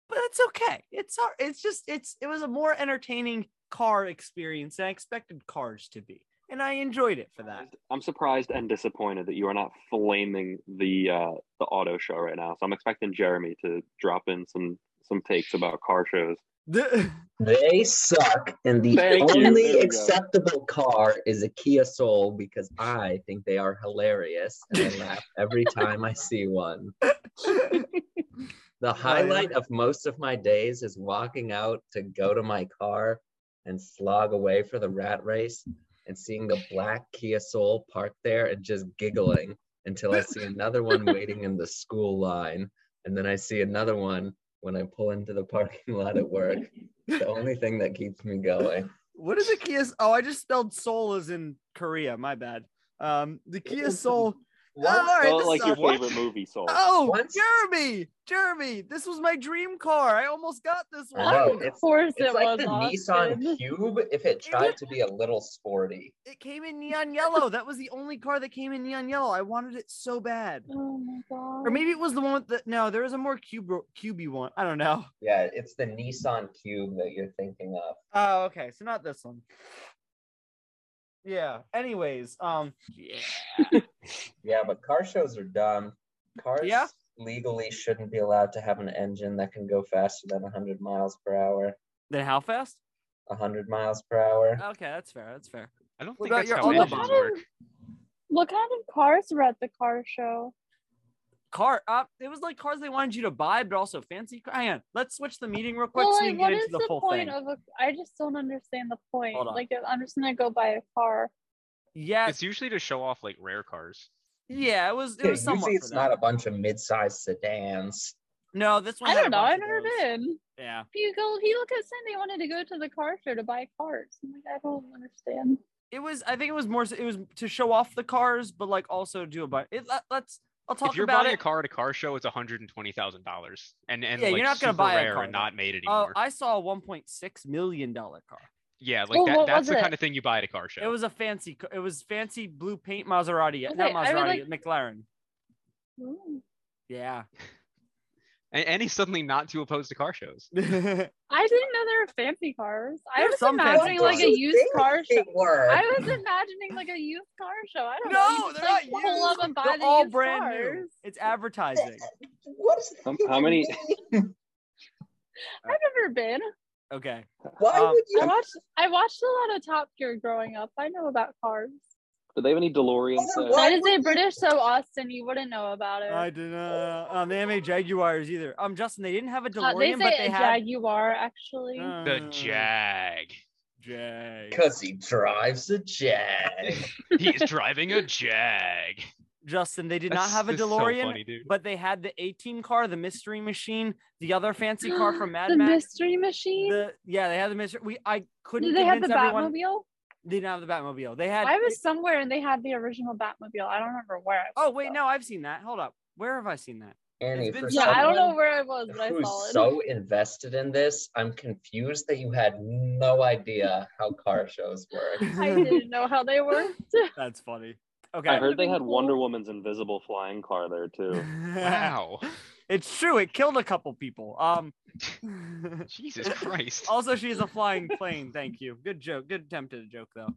Speaker 2: But that's okay. It's all- it's just it's it was a more entertaining car experience than I expected cars to be, and I enjoyed it for that.
Speaker 3: I'm surprised and disappointed that you are not flaming the uh, the auto show right now. So I'm expecting Jeremy to drop in some some takes about car shows.
Speaker 2: The-
Speaker 7: They suck, and the
Speaker 3: Thank you.
Speaker 7: only
Speaker 3: There we go.
Speaker 7: acceptable car is a Kia Soul because I think they are hilarious, and I laugh every time I see one. The highlight of most of my days is walking out to go to my car and slog away for the rat race and seeing the black Kia Soul parked there and just giggling until I see another one waiting in the school line. And then I see another one when I pull into the parking lot at work. The only thing that keeps me going.
Speaker 2: What is a Kia? S- Oh, I just spelled Soul as in Korea. My bad. Um, the Kia Soul.
Speaker 7: Ah,
Speaker 2: Oh, all right,
Speaker 3: Well,
Speaker 2: this
Speaker 3: like your
Speaker 2: sucks.
Speaker 3: favorite movie, Soul.
Speaker 2: Oh,
Speaker 7: Once-
Speaker 2: Jeremy, Jeremy, this was my dream car. I almost got this
Speaker 7: I
Speaker 2: one.
Speaker 7: know,
Speaker 4: Of
Speaker 7: it's-
Speaker 4: course
Speaker 7: It's
Speaker 4: it
Speaker 7: like the
Speaker 4: was
Speaker 7: Nissan
Speaker 4: Austin.
Speaker 7: Cube if it tried to be a little sporty.
Speaker 2: It came in neon yellow. That was the only car that came in neon yellow. I wanted it so bad.
Speaker 4: Oh my god.
Speaker 2: Or maybe it was the one with the no. There was a more cube cubey one. I don't know.
Speaker 7: Yeah, it's the Nissan Cube that you're thinking of.
Speaker 2: Oh, okay. So not this one. Yeah. Anyways, um, yeah.
Speaker 7: Yeah, but car shows are dumb. Cars
Speaker 2: Yeah?
Speaker 7: legally shouldn't be allowed to have an engine that can go faster than 100 miles per hour.
Speaker 2: Then how fast?
Speaker 7: 100 miles per hour.
Speaker 2: Okay, that's fair. That's fair.
Speaker 5: I don't
Speaker 2: What
Speaker 5: think
Speaker 2: about
Speaker 5: that's
Speaker 2: your
Speaker 5: how
Speaker 2: other
Speaker 5: engines
Speaker 2: model?
Speaker 5: work.
Speaker 4: What kind of cars were at the car show?
Speaker 2: Car up. it was like cars they wanted you to buy, but also fancy. car- Hang on, let's switch the meeting real quick
Speaker 4: Well,
Speaker 2: so we
Speaker 4: like,
Speaker 2: can
Speaker 4: what
Speaker 2: get
Speaker 4: is
Speaker 2: into
Speaker 4: the,
Speaker 2: the, full thing.
Speaker 4: point of a? I just don't understand the point.
Speaker 2: Hold on.
Speaker 4: Like, I'm just gonna go buy a car.
Speaker 2: yeah,
Speaker 5: It's usually to show off like rare cars.
Speaker 2: yeah, it was. It
Speaker 7: Yeah,
Speaker 2: was somewhat.
Speaker 7: usually
Speaker 2: for
Speaker 7: it's
Speaker 2: that.
Speaker 7: not a bunch of mid-sized sedans.
Speaker 2: No, this one.
Speaker 4: I
Speaker 2: had a
Speaker 4: don't know.
Speaker 2: bunch
Speaker 4: I
Speaker 2: of
Speaker 4: never
Speaker 2: those.
Speaker 4: been.
Speaker 2: Yeah,
Speaker 4: You go. He looked at saying they wanted to go to the car show to buy cars. I'm like, I don't understand.
Speaker 2: it was. I think it was more. so- It was to show off the cars, but like also do a bunch. It, let, us I'll talk
Speaker 5: if you're
Speaker 2: about
Speaker 5: buying a
Speaker 2: it.
Speaker 5: car at a car show, it's hundred and twenty thousand dollars, and and
Speaker 2: Yeah,
Speaker 5: like
Speaker 2: you're not gonna
Speaker 5: super
Speaker 2: buy a
Speaker 5: rare
Speaker 2: car
Speaker 5: and
Speaker 2: though.
Speaker 5: not made
Speaker 2: Oh,
Speaker 5: anymore.
Speaker 2: I saw a 1.6 million dollar car.
Speaker 5: yeah, like
Speaker 4: Well,
Speaker 5: that,
Speaker 4: what
Speaker 5: that's
Speaker 4: was
Speaker 5: the
Speaker 4: it?
Speaker 5: kind of thing you buy at a car show.
Speaker 2: It was a fancy. ca- It was fancy blue paint Maserati. Not
Speaker 4: Okay, I
Speaker 2: Maserati,
Speaker 4: would
Speaker 2: McLaren.
Speaker 4: Ooh.
Speaker 2: Yeah.
Speaker 5: and, and he's suddenly not too opposed to car shows.
Speaker 4: I didn't know there were fancy cars. I
Speaker 2: There are
Speaker 4: was
Speaker 2: some fancy
Speaker 4: imagining like a
Speaker 2: cars.
Speaker 4: used car show.
Speaker 7: Big word.
Speaker 4: I was imagining like a used car show. I don't know.
Speaker 2: No,
Speaker 4: You
Speaker 2: they're
Speaker 4: just, like,
Speaker 2: not
Speaker 4: pull up and buy
Speaker 2: They're
Speaker 4: the
Speaker 2: all
Speaker 4: used
Speaker 2: brand new.
Speaker 4: cars.
Speaker 2: It's advertising.
Speaker 7: What is that
Speaker 3: How-
Speaker 7: even
Speaker 3: Um, how many-
Speaker 7: mean?
Speaker 4: I've never been.
Speaker 2: Okay.
Speaker 7: Why
Speaker 2: Um,
Speaker 7: would
Speaker 4: I
Speaker 7: you?
Speaker 4: watched I watched a lot of Top Gear growing up. I know about cars.
Speaker 3: Do they have any DeLoreans?
Speaker 7: Oh,
Speaker 3: there?
Speaker 7: Why
Speaker 4: that is
Speaker 7: would
Speaker 4: a
Speaker 7: you-
Speaker 4: British, so Austin, you wouldn't know about it.
Speaker 2: I did not. Um, they didn't have any Jaguars either. Um, Justin, they didn't have a
Speaker 4: Uh,
Speaker 2: DeLorean,
Speaker 4: they
Speaker 2: but
Speaker 4: say
Speaker 2: they
Speaker 4: a
Speaker 2: had
Speaker 4: Jaguar actually.
Speaker 5: The
Speaker 2: Uh,
Speaker 5: Jag.
Speaker 2: Jag.
Speaker 7: Because he drives a Jag.
Speaker 5: He's driving a Jag.
Speaker 2: Justin, they did not
Speaker 5: That's-
Speaker 2: have a
Speaker 5: that's so
Speaker 2: DeLorean,
Speaker 5: funny, dude.
Speaker 2: but they had the A-team car, the Mystery Machine, the other fancy car from Mad
Speaker 4: the
Speaker 2: Max.
Speaker 4: Mystery Machine.
Speaker 2: The, yeah, they had the mystery. We I couldn't.
Speaker 4: Did they have the
Speaker 2: convince everyone-
Speaker 4: Batmobile?
Speaker 2: They didn't have the Batmobile. They had.
Speaker 4: I was somewhere and they had the original Batmobile. I don't remember where. I
Speaker 2: Oh
Speaker 4: was,
Speaker 2: wait,
Speaker 4: though.
Speaker 2: no, I've seen that. Hold up, where have I seen that?
Speaker 7: Annie,
Speaker 2: It's been
Speaker 7: for
Speaker 4: Yeah, I don't know
Speaker 7: someone
Speaker 4: where I was, but I saw
Speaker 7: who's
Speaker 4: it.
Speaker 7: so invested in this, I'm confused that you had no idea how car shows work.
Speaker 4: I didn't know how they worked.
Speaker 2: That's funny. Okay.
Speaker 3: I heard they had
Speaker 4: Cool.
Speaker 3: Wonder Woman's invisible flying car there too.
Speaker 5: Wow.
Speaker 2: It's true. It killed a couple people. Um.
Speaker 5: Jesus Christ.
Speaker 2: also, she is a flying plane. Thank you. Good joke. Good attempt at a joke, though.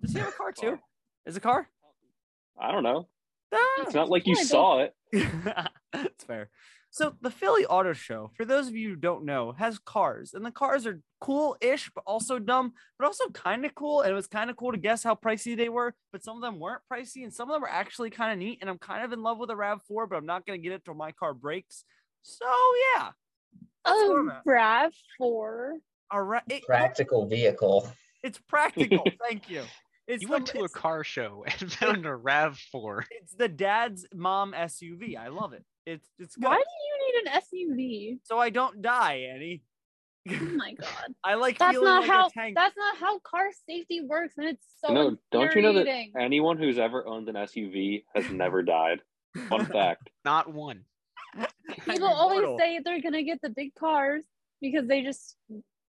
Speaker 2: Does he have a car too? Is a car?
Speaker 3: I don't know.
Speaker 2: Ah!
Speaker 3: It's not like you
Speaker 4: Kind of.
Speaker 3: saw it.
Speaker 2: That's fair. So the Philly Auto Show, for those of you who don't know, has cars, and the cars are cool-ish, but also dumb, but also kind of cool. And it was kind of cool to guess how pricey they were, but some of them weren't pricey, and some of them were actually kind of neat. And I'm kind of in love with a Rav Four, but I'm not gonna get it till my car breaks. So yeah, That's where I'm
Speaker 4: Oh,
Speaker 2: at.
Speaker 4: Brav Four.
Speaker 2: all right, it-
Speaker 7: Practical vehicle.
Speaker 2: it's practical. Thank you. It's
Speaker 5: You
Speaker 2: the-
Speaker 5: went to a
Speaker 2: it's-
Speaker 5: car show and found a RAV4.
Speaker 2: It's the dad's mom SUV. I love it. It's it's good.
Speaker 4: Why do you need an SUV?
Speaker 2: So I don't die, Annie.
Speaker 4: Oh my god,
Speaker 2: I like
Speaker 4: that's
Speaker 2: feeling
Speaker 4: not
Speaker 2: like
Speaker 4: how
Speaker 2: a tank.
Speaker 4: that's not how car safety works, and it's so
Speaker 3: No, don't you know that
Speaker 4: infuriating.
Speaker 3: anyone who's ever owned an SUV has never died. Fun fact.
Speaker 5: Not one.
Speaker 2: I'm
Speaker 4: people always
Speaker 2: immortal.
Speaker 4: say they're gonna get the big cars because they just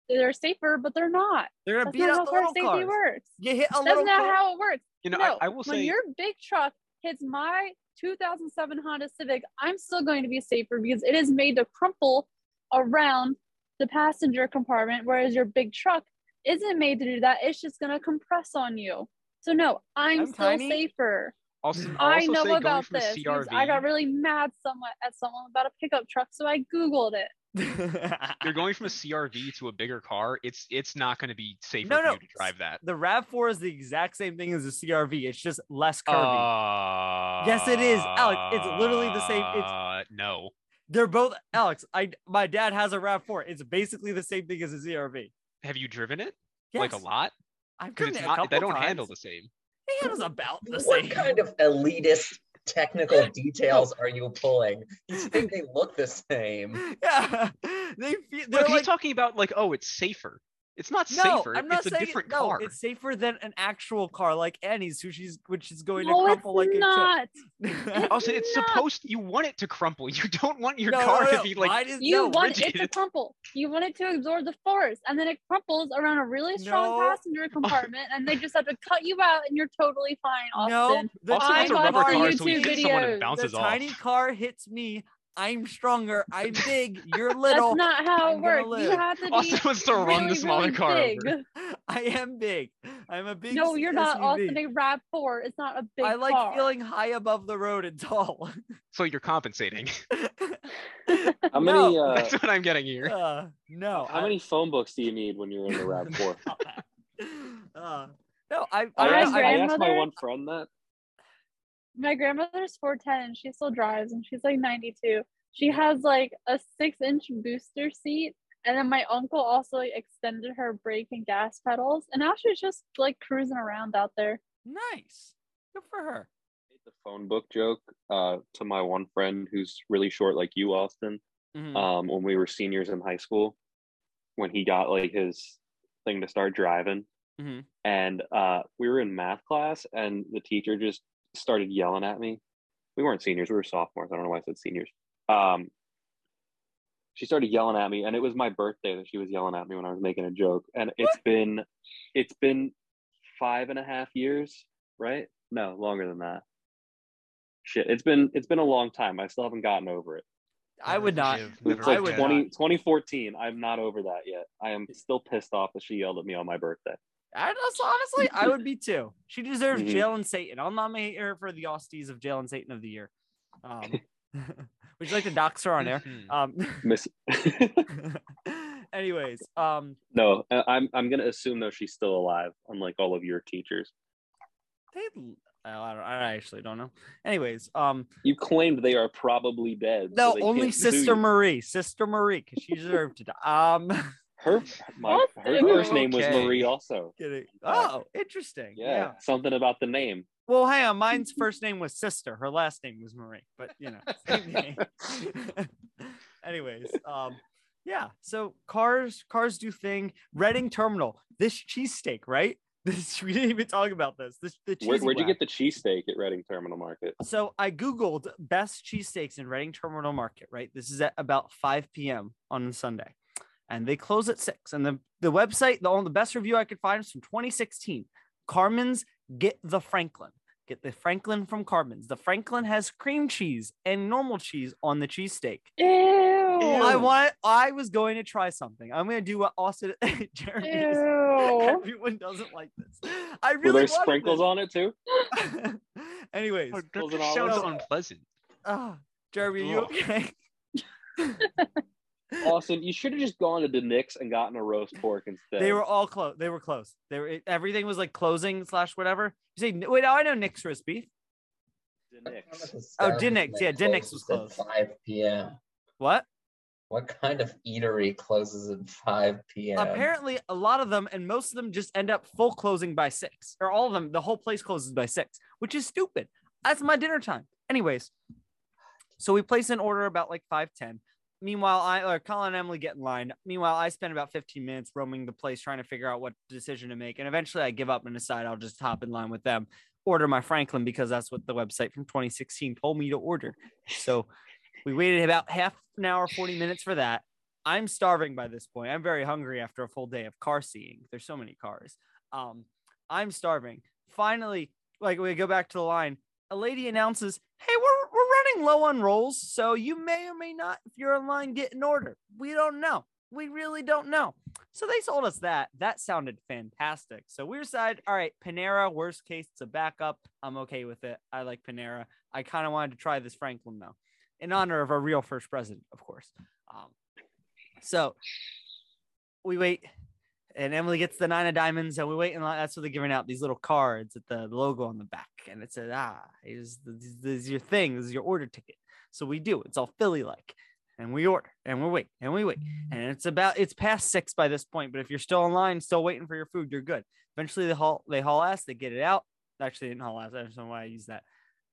Speaker 4: they're safer, but they're not.
Speaker 2: they're gonna
Speaker 4: That's
Speaker 2: beat
Speaker 4: not how
Speaker 2: up the
Speaker 4: car
Speaker 2: little cars.
Speaker 4: safety works.
Speaker 2: You hit a
Speaker 4: That's
Speaker 2: little
Speaker 4: not
Speaker 2: car.
Speaker 4: how it works.
Speaker 5: You know,
Speaker 4: no,
Speaker 5: I, I will
Speaker 4: when
Speaker 5: say
Speaker 4: your big truck hits my 2007 Honda Civic, I'm still going to be safer because it is made to crumple around the passenger compartment, whereas your big truck isn't made to do that. It's just going to compress on you. So no, I'm,
Speaker 2: I'm
Speaker 4: still
Speaker 2: tiny.
Speaker 4: safer.
Speaker 5: also,
Speaker 4: I
Speaker 5: also
Speaker 4: know
Speaker 5: say going
Speaker 4: about
Speaker 5: from
Speaker 4: this. because
Speaker 5: CRV,
Speaker 4: I got really mad someone at someone about a pickup truck, so I googled it.
Speaker 5: you're going from a CRV to a bigger car. It's it's not going to be safer
Speaker 2: No,
Speaker 5: for
Speaker 2: no,
Speaker 5: you to drive that.
Speaker 2: the Rav4 is the exact same thing as a CRV. It's just less curvy.
Speaker 5: Uh,
Speaker 2: Yes, it is, Alex. It's literally the same- it's-
Speaker 5: Uh, no.
Speaker 2: They're both Alex. I my dad has a Rav4. It's basically the same thing as a CRV.
Speaker 5: Have you driven it?
Speaker 2: Yes.
Speaker 5: Like a lot?
Speaker 2: I've
Speaker 5: Because
Speaker 2: driven
Speaker 5: it's
Speaker 2: it a
Speaker 5: not.
Speaker 2: couple
Speaker 5: They don't
Speaker 2: times.
Speaker 5: handle the same.
Speaker 2: It handles about the
Speaker 7: what
Speaker 2: same.
Speaker 7: kind of elitist technical details are you pulling? You think they look the same?
Speaker 2: yeah, they feel.
Speaker 5: No,
Speaker 2: They're
Speaker 5: 'cause
Speaker 2: like
Speaker 5: he's talking about like, oh, it's safer. It's not
Speaker 2: no.
Speaker 5: safer.
Speaker 2: I'm not
Speaker 5: it's a
Speaker 2: saying
Speaker 5: different
Speaker 2: it, no.
Speaker 5: car.
Speaker 2: It's safer than an actual car like Annie's, who she's which is going
Speaker 4: no,
Speaker 2: to
Speaker 4: Oh, it's
Speaker 2: crumple like
Speaker 4: not.
Speaker 2: a chip.
Speaker 5: Also, it's
Speaker 4: not.
Speaker 5: supposed you want it to crumple. You don't want your
Speaker 2: No, no,
Speaker 5: car
Speaker 2: no,
Speaker 5: to be like
Speaker 2: mine is-
Speaker 4: You
Speaker 2: no,
Speaker 4: want it to
Speaker 5: rigid.
Speaker 4: crumple. You want it to absorb the force, and then it crumples around a really strong
Speaker 2: No.
Speaker 4: passenger compartment, and they just have to cut you out, and you're totally fine,
Speaker 2: No,
Speaker 4: Austin.
Speaker 2: the
Speaker 5: also
Speaker 4: I
Speaker 5: it's a
Speaker 4: watch
Speaker 5: rubber
Speaker 4: the
Speaker 5: car, so we
Speaker 4: YouTube
Speaker 5: hit someone
Speaker 4: videos.
Speaker 5: and
Speaker 2: the
Speaker 5: bounces off.
Speaker 2: tiny car hits me. I'm stronger. I'm big. You're
Speaker 4: That's
Speaker 2: little.
Speaker 4: not how
Speaker 2: I'm gonna
Speaker 4: it works.
Speaker 2: live.
Speaker 4: You have to be
Speaker 5: Austin wants to run
Speaker 4: really,
Speaker 5: the smaller
Speaker 4: really
Speaker 5: car
Speaker 4: big.
Speaker 5: over.
Speaker 2: I am big. I'm a big.
Speaker 4: No, you're not.
Speaker 2: SUV.
Speaker 4: Austin, a Rav Four is not a big
Speaker 2: I like
Speaker 4: car.
Speaker 2: feeling high above the road and tall.
Speaker 5: So you're compensating.
Speaker 3: How many?
Speaker 2: No.
Speaker 3: Uh,
Speaker 5: That's what I'm getting here.
Speaker 2: Uh, no.
Speaker 3: how
Speaker 2: I-
Speaker 3: many phone books do you need when you're in the Rav Four?
Speaker 2: uh, no, I. I,
Speaker 3: I
Speaker 4: My
Speaker 3: asked, I asked my
Speaker 4: grandmother-
Speaker 3: one friend that.
Speaker 4: My grandmother's four ten, and she still drives, and she's like ninety two. She has like a six inch booster seat, and then my uncle also like, extended her brake and gas pedals, and now she's just like cruising around out there.
Speaker 2: nice. Good for her.
Speaker 3: made the phone book joke uh, to my one friend who's really short, like you, Austin.
Speaker 5: Mm-hmm.
Speaker 2: Mhm.
Speaker 3: Um, when we were seniors in high school, when he got like his thing to start driving,
Speaker 2: Mhm.
Speaker 3: and uh, we were in math class, and the teacher just started yelling at me. We weren't seniors; we were sophomores. I don't know why I said seniors. Um, she started yelling at me, and it was my birthday that she was yelling at me when I was making a joke. And it's been, it's been five and a half years, right? No, longer than that shit it's been it's been a long time i still haven't gotten over it
Speaker 2: I would not.
Speaker 5: Forgive,
Speaker 3: it's
Speaker 5: never
Speaker 2: I
Speaker 3: like
Speaker 2: would
Speaker 5: forget.
Speaker 3: 20, 2014 i'm not over that yet i am still pissed off that she yelled at me on my birthday
Speaker 2: I just, honestly, I would be too. She deserves
Speaker 3: Mhm.
Speaker 2: Jail and Satan. I'll nominate her for the Austies of Jail and Satan of the year. Um, would you like to dox her on air?
Speaker 5: Mhm.
Speaker 2: Um,
Speaker 3: miss
Speaker 2: anyways, um,
Speaker 3: no I- i'm i'm gonna assume though she's still alive unlike all of your teachers
Speaker 2: they, oh, I, don't, I actually don't know. Anyways, um,
Speaker 3: you claimed they are probably dead so
Speaker 2: no,
Speaker 3: they
Speaker 2: only
Speaker 3: can't sue
Speaker 2: Sister
Speaker 3: you.
Speaker 2: Marie, Sister Marie, because she deserved to die. Um,
Speaker 3: her my her
Speaker 4: Austin.
Speaker 3: first name was
Speaker 5: Okay.
Speaker 3: marie also
Speaker 2: kidding.
Speaker 3: Uh,
Speaker 2: Oh, interesting.
Speaker 3: yeah, something about the name
Speaker 2: Well, hang on. Mine's first name was Sister. Her last name was Marie, but you know, same name. Anyways, um, yeah. So cars, cars do thing. Reading Terminal. This cheesesteak, right? This we didn't even talk about this. This the
Speaker 3: Where,
Speaker 2: cheesy
Speaker 3: where'd you
Speaker 2: whack.
Speaker 3: get the cheesesteak at reading terminal market
Speaker 2: So I Googled best cheesesteaks in Reading Terminal Market, right? This is at about 5 p.m. on Sunday. And they close at six. And the, the website, the only the best review I could find is from 2016. Carmen's Get the Franklin. Get the Franklin from Carmen's. The Franklin has cream cheese and normal cheese on the cheesesteak.
Speaker 4: Ew!
Speaker 2: I want I was going to try something. I'm gonna do what Austin Jeremy is.
Speaker 4: Ew!
Speaker 2: Everyone doesn't like this. I
Speaker 3: were
Speaker 2: really
Speaker 3: there
Speaker 2: wanted
Speaker 3: sprinkles on it too
Speaker 2: this. Anyways,
Speaker 5: Oh, that
Speaker 3: Those are
Speaker 5: just
Speaker 3: all-
Speaker 5: sounds unpleasant.
Speaker 2: Ah, Jeremy, you
Speaker 5: Ugh.
Speaker 2: okay?
Speaker 3: austin you should have just gone to the Knicks and gotten a roast pork instead
Speaker 2: They were all close. They were close. They were everything was like closing slash whatever. You say wait, now I know Nick's roast beef.
Speaker 3: the Knicks.
Speaker 2: Oh, Dinnix. Yeah, Dinnix was
Speaker 7: closed
Speaker 2: closed.
Speaker 7: at 5 p.m.
Speaker 2: What?
Speaker 7: What kind of eatery closes at 5 p.m.?
Speaker 2: Apparently, a lot of them and most of them just end up full closing by six, or all of them. The whole place closes by six, which is stupid. That's my dinner time. Anyways, so we place an order about like five ten. Meanwhile, I or Colin and Emily get in line. Meanwhile, I spend about 15 minutes roaming the place trying to figure out what decision to make. And eventually I give up and decide I'll just hop in line with them, order my Franklin because that's what the website from 2016 told me to order. So we waited about half an hour, 40 minutes for that. I'm starving by this point. I'm very hungry after a full day of car seeing. There's so many cars. Um, I'm starving. Finally, like we go back to the line, a lady announces, "Hey, we're we're running low on rolls, so you may or may not, if you're in line, get an order. We don't know. We really don't know." So they sold us that. That sounded fantastic. So we decided, all right, Panera. Worst case, it's a backup. I'm okay with it. I like Panera. I kind of wanted to try this Franklin though, in honor of our real first president, of course. Um, so we wait, and Emily gets the nine of diamonds, and we wait, and that's what they're giving out these little cards at the logo on the back, and it says, "Ah, here's the, this this is your thing. This is your order ticket." So we do. It's all Philly like, and we order, and we wait, and we wait, and it's about it's past six by this point. But if you're still in line, still waiting for your food, you're good. Eventually, they haul they haul ass, they get it out. Actually, they didn't haul ass. I don't know why I use that.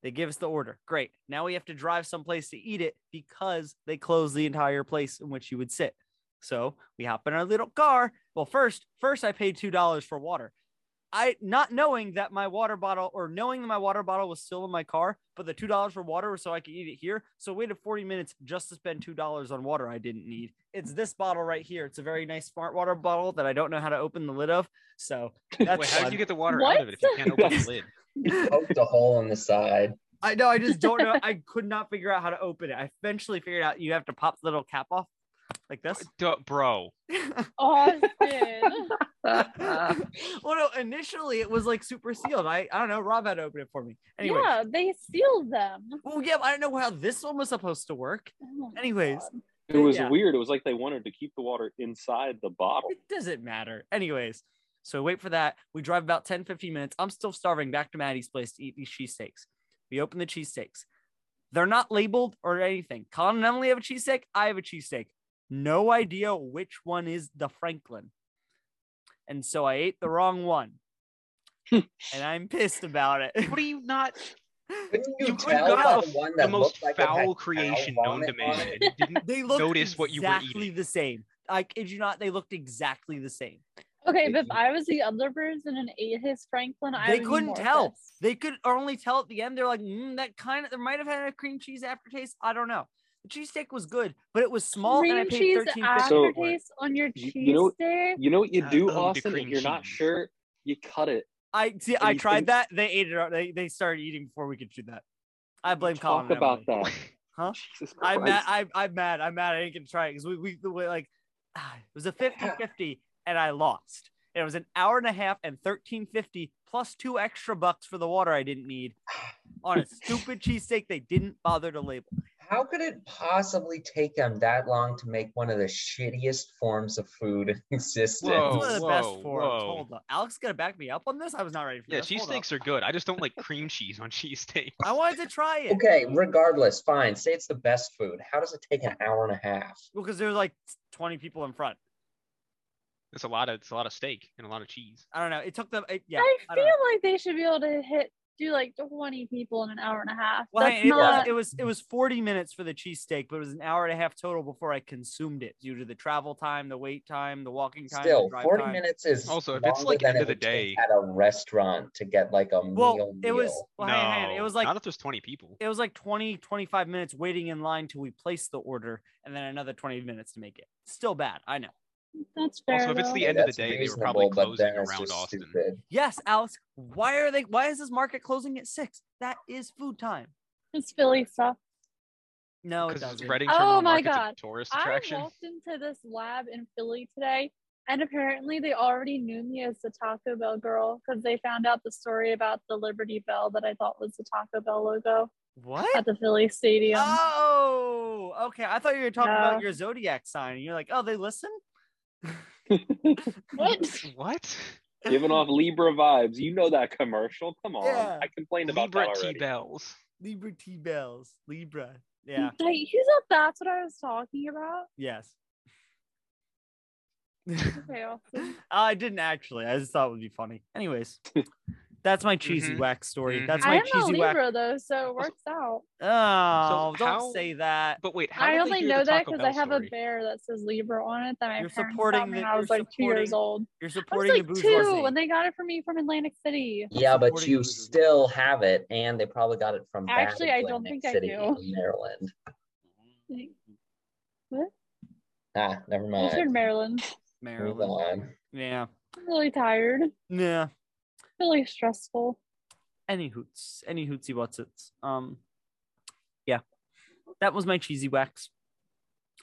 Speaker 2: They give us the order. Great. Now we have to drive someplace to eat it because they close the entire place in which you would sit. So we hop in our little car. Well, first, first I paid two dollars for water. I not knowing that my water bottle or knowing that my water bottle was still in my car, but the two dollars for water was so I could eat it here. So I waited 40 minutes just to spend two dollars on water I didn't need. It's this bottle right here. It's a very nice smart water bottle that I don't know how to open the lid of. So that's
Speaker 5: Wait, how did
Speaker 2: fun.
Speaker 5: you get the water out of it if you
Speaker 4: What?
Speaker 5: can't open the lid?
Speaker 7: Poked a hole in the side.
Speaker 2: I know. I just don't know. I could not figure out how to open it. I eventually figured out you have to pop the little cap off like this.
Speaker 5: Duh, bro.
Speaker 4: Austin,
Speaker 2: well, no, initially it was like super sealed. I, I don't know. Rob had to open it for me. Anyway.
Speaker 4: Yeah, they sealed them.
Speaker 2: Well, yeah, but I don't know how this one was supposed to work.
Speaker 4: Oh my
Speaker 2: Anyways.
Speaker 4: God.
Speaker 3: It was
Speaker 2: Yeah.
Speaker 3: weird. It was like they wanted to keep the water inside the bottle.
Speaker 2: It doesn't matter. Anyways, so wait for that. We drive about 10, 15 minutes. I'm still starving back to Maddie's place to eat these cheesesteaks. We open the cheesesteaks. They're not labeled or anything. Colin and Emily have a cheesesteak. I have a cheesesteak. No idea which one is the Franklin. And so I ate the wrong one. and I'm pissed about it.
Speaker 5: What are you not?
Speaker 7: Couldn't you,
Speaker 5: You could
Speaker 7: tell
Speaker 5: not
Speaker 7: by
Speaker 5: have
Speaker 7: the one that
Speaker 5: The most
Speaker 7: looked like it had cow
Speaker 5: foul creation known to
Speaker 7: vomit on
Speaker 5: man. and
Speaker 7: it?
Speaker 5: you didn't
Speaker 2: They looked
Speaker 5: notice what you were
Speaker 2: exactly
Speaker 5: eating.
Speaker 2: the same. I kid you not, they looked exactly the same.
Speaker 4: Okay,
Speaker 7: Did
Speaker 4: but if
Speaker 7: you-
Speaker 4: I was the other person and ate his Franklin, I
Speaker 2: They
Speaker 4: would be
Speaker 2: couldn't
Speaker 4: more
Speaker 2: tell.
Speaker 4: pissed.
Speaker 2: They could only tell at the end. They're like, mm, that kind of. There might have had a cream cheese aftertaste. I don't know. The cheesesteak was good, but it was small,
Speaker 4: cream
Speaker 2: and I paid
Speaker 4: cheese
Speaker 2: thirteen fifty
Speaker 3: So-
Speaker 2: for it.
Speaker 4: aftertaste on your
Speaker 3: You-
Speaker 4: cheese
Speaker 3: you know-
Speaker 4: steak.
Speaker 3: You know what you
Speaker 5: Uh,
Speaker 3: do,
Speaker 5: oh, the
Speaker 3: Austin? If
Speaker 5: cream
Speaker 3: you're not
Speaker 5: cheese.
Speaker 3: sure, you cut it.
Speaker 2: I see.
Speaker 3: And
Speaker 2: I
Speaker 3: you
Speaker 2: tried
Speaker 3: think-
Speaker 2: that. They ate it. They, they started eating before we could do that. I blame Colin.
Speaker 3: Talk
Speaker 2: and
Speaker 3: about
Speaker 2: Emily.
Speaker 3: that.
Speaker 2: Huh?
Speaker 3: Jesus Christ.
Speaker 2: I'm mad. I, I'm mad. I'm mad. I didn't get to try it because we, we, the way like ah, it was a 50-50 and I lost. And it was an hour and a half and thirteen fifty plus two extra bucks for the water I didn't need on a stupid cheesesteak they didn't bother to label.
Speaker 7: How could it possibly take them that long to make one of the shittiest forms of food in existence?
Speaker 5: Whoa,
Speaker 2: It's one of the
Speaker 5: Oh, whoa,
Speaker 2: best forums.
Speaker 5: whoa.
Speaker 2: Hold up. Alex gonna back me up on this? I was not ready for
Speaker 5: Yeah,
Speaker 2: this. Hold up.
Speaker 5: cheesesteaks are good. I just don't like cream cheese on cheesesteaks.
Speaker 2: I wanted to try it.
Speaker 7: Okay, regardless, fine. Say it's the best food. How does it take an hour and a half?
Speaker 2: Well, because there's like 20 people in front.
Speaker 5: It's a lot of it's a lot of steak and a lot of cheese.
Speaker 2: I don't know. It took them it, yeah.
Speaker 4: I
Speaker 2: I
Speaker 4: feel
Speaker 2: don't know.
Speaker 4: like they should be able to hit do like 20 people in an hour and a half.
Speaker 2: Well,
Speaker 4: That's
Speaker 2: hey, it,
Speaker 4: not.
Speaker 2: was, it was it was 40 minutes for the cheesesteak, but it was an hour and a half total before I consumed it due to the travel time, the wait time, the walking time,
Speaker 7: Still,
Speaker 2: the drive
Speaker 7: 40
Speaker 2: time.
Speaker 7: minutes is
Speaker 5: Also, if it's,
Speaker 7: longer
Speaker 5: like,
Speaker 7: than
Speaker 5: end
Speaker 7: it
Speaker 5: of the
Speaker 7: would
Speaker 5: day-
Speaker 7: take at a restaurant to get like a meal
Speaker 2: Well, it was
Speaker 7: meal.
Speaker 2: well,
Speaker 5: no,
Speaker 2: hang on, hang on. it was like
Speaker 5: not if there's 20 people.
Speaker 2: it was like 20 25 minutes waiting in line till we placed the order and then another 20 minutes to make it. Still bad, I know.
Speaker 4: That's fair.
Speaker 5: Also, if it's
Speaker 4: though.
Speaker 5: the end of the
Speaker 7: That's
Speaker 5: day, they were probably
Speaker 7: reasonable, but
Speaker 5: closing
Speaker 7: then it's
Speaker 5: around
Speaker 7: just
Speaker 5: Austin.
Speaker 7: stupid.
Speaker 2: Yes, Alex, why are they why is this market closing at 6? That is food time.
Speaker 4: It's Philly stuff.
Speaker 2: No, it
Speaker 5: Because it's
Speaker 2: doesn't.
Speaker 5: spreading
Speaker 4: Oh
Speaker 5: terminal
Speaker 4: my
Speaker 5: markets a
Speaker 4: God.
Speaker 5: tourist
Speaker 4: I
Speaker 5: attraction.
Speaker 4: walked into this lab in Philly today, and apparently they already knew me as the Taco Bell girl because they found out the story about the Liberty Bell that I thought was the Taco Bell logo
Speaker 2: What?
Speaker 4: at the Philly Stadium.
Speaker 2: Ah. Oh, okay. I thought you were talking
Speaker 4: No.
Speaker 2: about your zodiac sign. and You're like, oh, they listen.
Speaker 4: what?
Speaker 5: What?
Speaker 3: Giving off Libra vibes. You know that commercial. Come on.
Speaker 2: Yeah.
Speaker 3: I complained about
Speaker 5: Libra
Speaker 3: that
Speaker 5: T
Speaker 3: already.
Speaker 5: bells.
Speaker 2: Libra T bells, Libra. Yeah.
Speaker 4: Like, you thought that's what I was talking about?
Speaker 2: yes.
Speaker 4: Okay, awesome.
Speaker 2: I didn't actually. I just thought it would be funny. Anyways, that's my cheesy
Speaker 5: Mhm.
Speaker 2: whack story. That's
Speaker 5: Mhm.
Speaker 4: I
Speaker 2: my
Speaker 4: am a
Speaker 2: cheesy whack.
Speaker 4: Libra though, so it works out.
Speaker 2: Oh,
Speaker 5: So
Speaker 2: don't
Speaker 5: how-
Speaker 2: say that.
Speaker 5: But wait, how
Speaker 4: I
Speaker 5: did they
Speaker 4: only
Speaker 5: hear
Speaker 4: know
Speaker 5: the
Speaker 4: that
Speaker 5: Taco
Speaker 4: because I
Speaker 5: Bell
Speaker 4: have a
Speaker 5: story?
Speaker 4: bear that says Libra on it that my
Speaker 2: You're
Speaker 4: parents
Speaker 2: supporting
Speaker 4: got me when
Speaker 2: the-
Speaker 4: I
Speaker 2: you're
Speaker 4: was like two years
Speaker 2: supporting-
Speaker 4: old.
Speaker 2: You're
Speaker 4: I was
Speaker 2: supporting
Speaker 4: like
Speaker 2: the
Speaker 4: two
Speaker 2: bourgeoisie.
Speaker 4: when they got it for me from Atlantic City.
Speaker 7: Yeah, but
Speaker 2: supporting
Speaker 7: you
Speaker 2: the business.
Speaker 7: still have it, and they probably got it from back
Speaker 4: Actually, I don't
Speaker 7: Atlantic
Speaker 4: think I
Speaker 7: City
Speaker 4: do.
Speaker 7: in Maryland.
Speaker 4: Like,
Speaker 7: Ah, never
Speaker 4: I
Speaker 7: mind.
Speaker 4: turned Maryland.
Speaker 7: Move
Speaker 2: Maryland.
Speaker 7: on.
Speaker 2: Yeah.
Speaker 4: I'm really tired.
Speaker 2: Yeah.
Speaker 4: Really stressful.
Speaker 2: Any hoots. Any hootsy what's it's. Um. Yeah. That was my cheesy wax.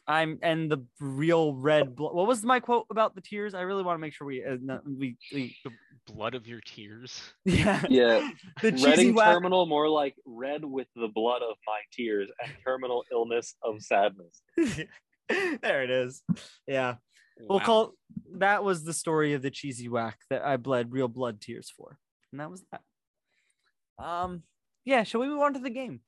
Speaker 2: I'm and the real red. Blo- what was my quote about the tears? I really want to make sure we uh, no, we, we
Speaker 5: Blood of your tears.
Speaker 2: yeah
Speaker 3: Yeah.
Speaker 2: the cheesy
Speaker 3: Reading
Speaker 2: wax.
Speaker 3: terminal more like red with the blood of my tears and terminal illness of sadness.
Speaker 2: there it is. Yeah. We'll
Speaker 5: Wow.
Speaker 2: call that was the story of the cheesy whack that I bled real blood tears for. And that was that. Um yeah, shall we move on to the game?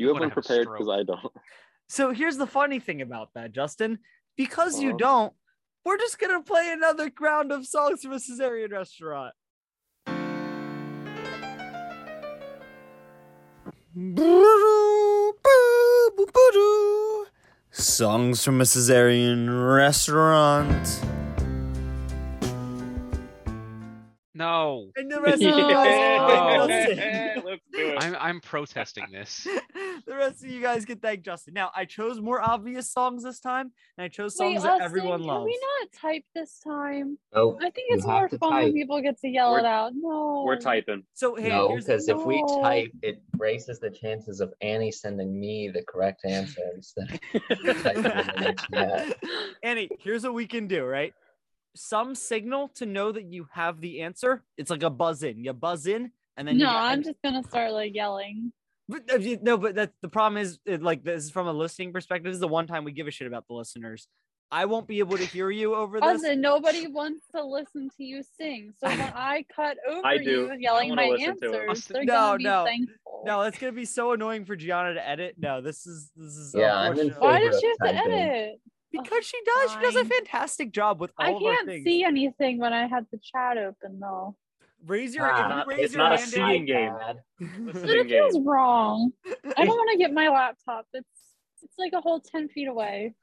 Speaker 3: You
Speaker 5: I'm gonna
Speaker 3: haven't
Speaker 5: have a
Speaker 3: prepared
Speaker 5: stroke.
Speaker 3: because I don't.
Speaker 2: So here's the funny thing about that, Justin. Because you
Speaker 3: Uh-huh.
Speaker 2: don't, we're just gonna play another round of songs from a Caesarean restaurant. Songs from a Caesarean restaurant.
Speaker 5: No.
Speaker 2: And the rest of you guys can go sing.
Speaker 3: Yeah, Let's do it.
Speaker 5: I'm I'm protesting this.
Speaker 2: the rest of you guys can thank Justin. Now I chose more obvious songs this time, and I chose songs that
Speaker 4: Austin,
Speaker 2: everyone
Speaker 4: can
Speaker 2: loves.
Speaker 4: we not type this time?
Speaker 7: Oh,
Speaker 4: I think
Speaker 7: You
Speaker 4: it's
Speaker 7: have
Speaker 4: more
Speaker 7: to
Speaker 4: fun when
Speaker 7: type.
Speaker 4: people get to yell it
Speaker 3: We're-
Speaker 4: out. No.
Speaker 3: We're typing.
Speaker 2: So hey,
Speaker 7: no,
Speaker 2: here's
Speaker 7: because if we
Speaker 4: no.
Speaker 7: type, it raises the chances of Annie sending me the correct answer instead of typing it in the chat.
Speaker 2: Annie, here's what we can do, right? some signal to know that you have the answer. It's like a buzz in. You buzz in, and then
Speaker 4: No,
Speaker 2: you get-
Speaker 4: I'm just gonna start like yelling.
Speaker 2: But uh, you- no, but that the problem is it, like this is from a listening perspective. This is the one time we give a shit about the listeners. I won't be able to hear you over this.
Speaker 4: Also, nobody wants to listen to you sing. So when I cut over
Speaker 3: I do.
Speaker 4: you yelling
Speaker 3: wanna
Speaker 4: my
Speaker 3: listen to it.
Speaker 4: answers, they're
Speaker 2: No,
Speaker 4: gonna be
Speaker 2: no,
Speaker 4: thankful.
Speaker 2: No, it's gonna be so annoying for Gianna to edit. No, this is this is
Speaker 7: Yeah, I'm in
Speaker 2: unfortunate.
Speaker 7: favor
Speaker 4: Why does
Speaker 7: of
Speaker 4: she have to
Speaker 7: typing.
Speaker 4: edit?
Speaker 2: because she does. She does a
Speaker 4: Fine.
Speaker 2: fantastic job with all
Speaker 4: I
Speaker 2: of our
Speaker 4: can't
Speaker 2: things.
Speaker 4: see anything when I have the chat open though.
Speaker 2: Raise your
Speaker 7: Ah,
Speaker 2: if you raise
Speaker 3: it's
Speaker 2: your
Speaker 3: not a
Speaker 2: hand
Speaker 3: seeing
Speaker 2: in,
Speaker 3: game.
Speaker 7: God.
Speaker 4: But it
Speaker 3: Listening game.
Speaker 4: feels wrong. I don't want to get my laptop. It's it's like a whole ten feet away.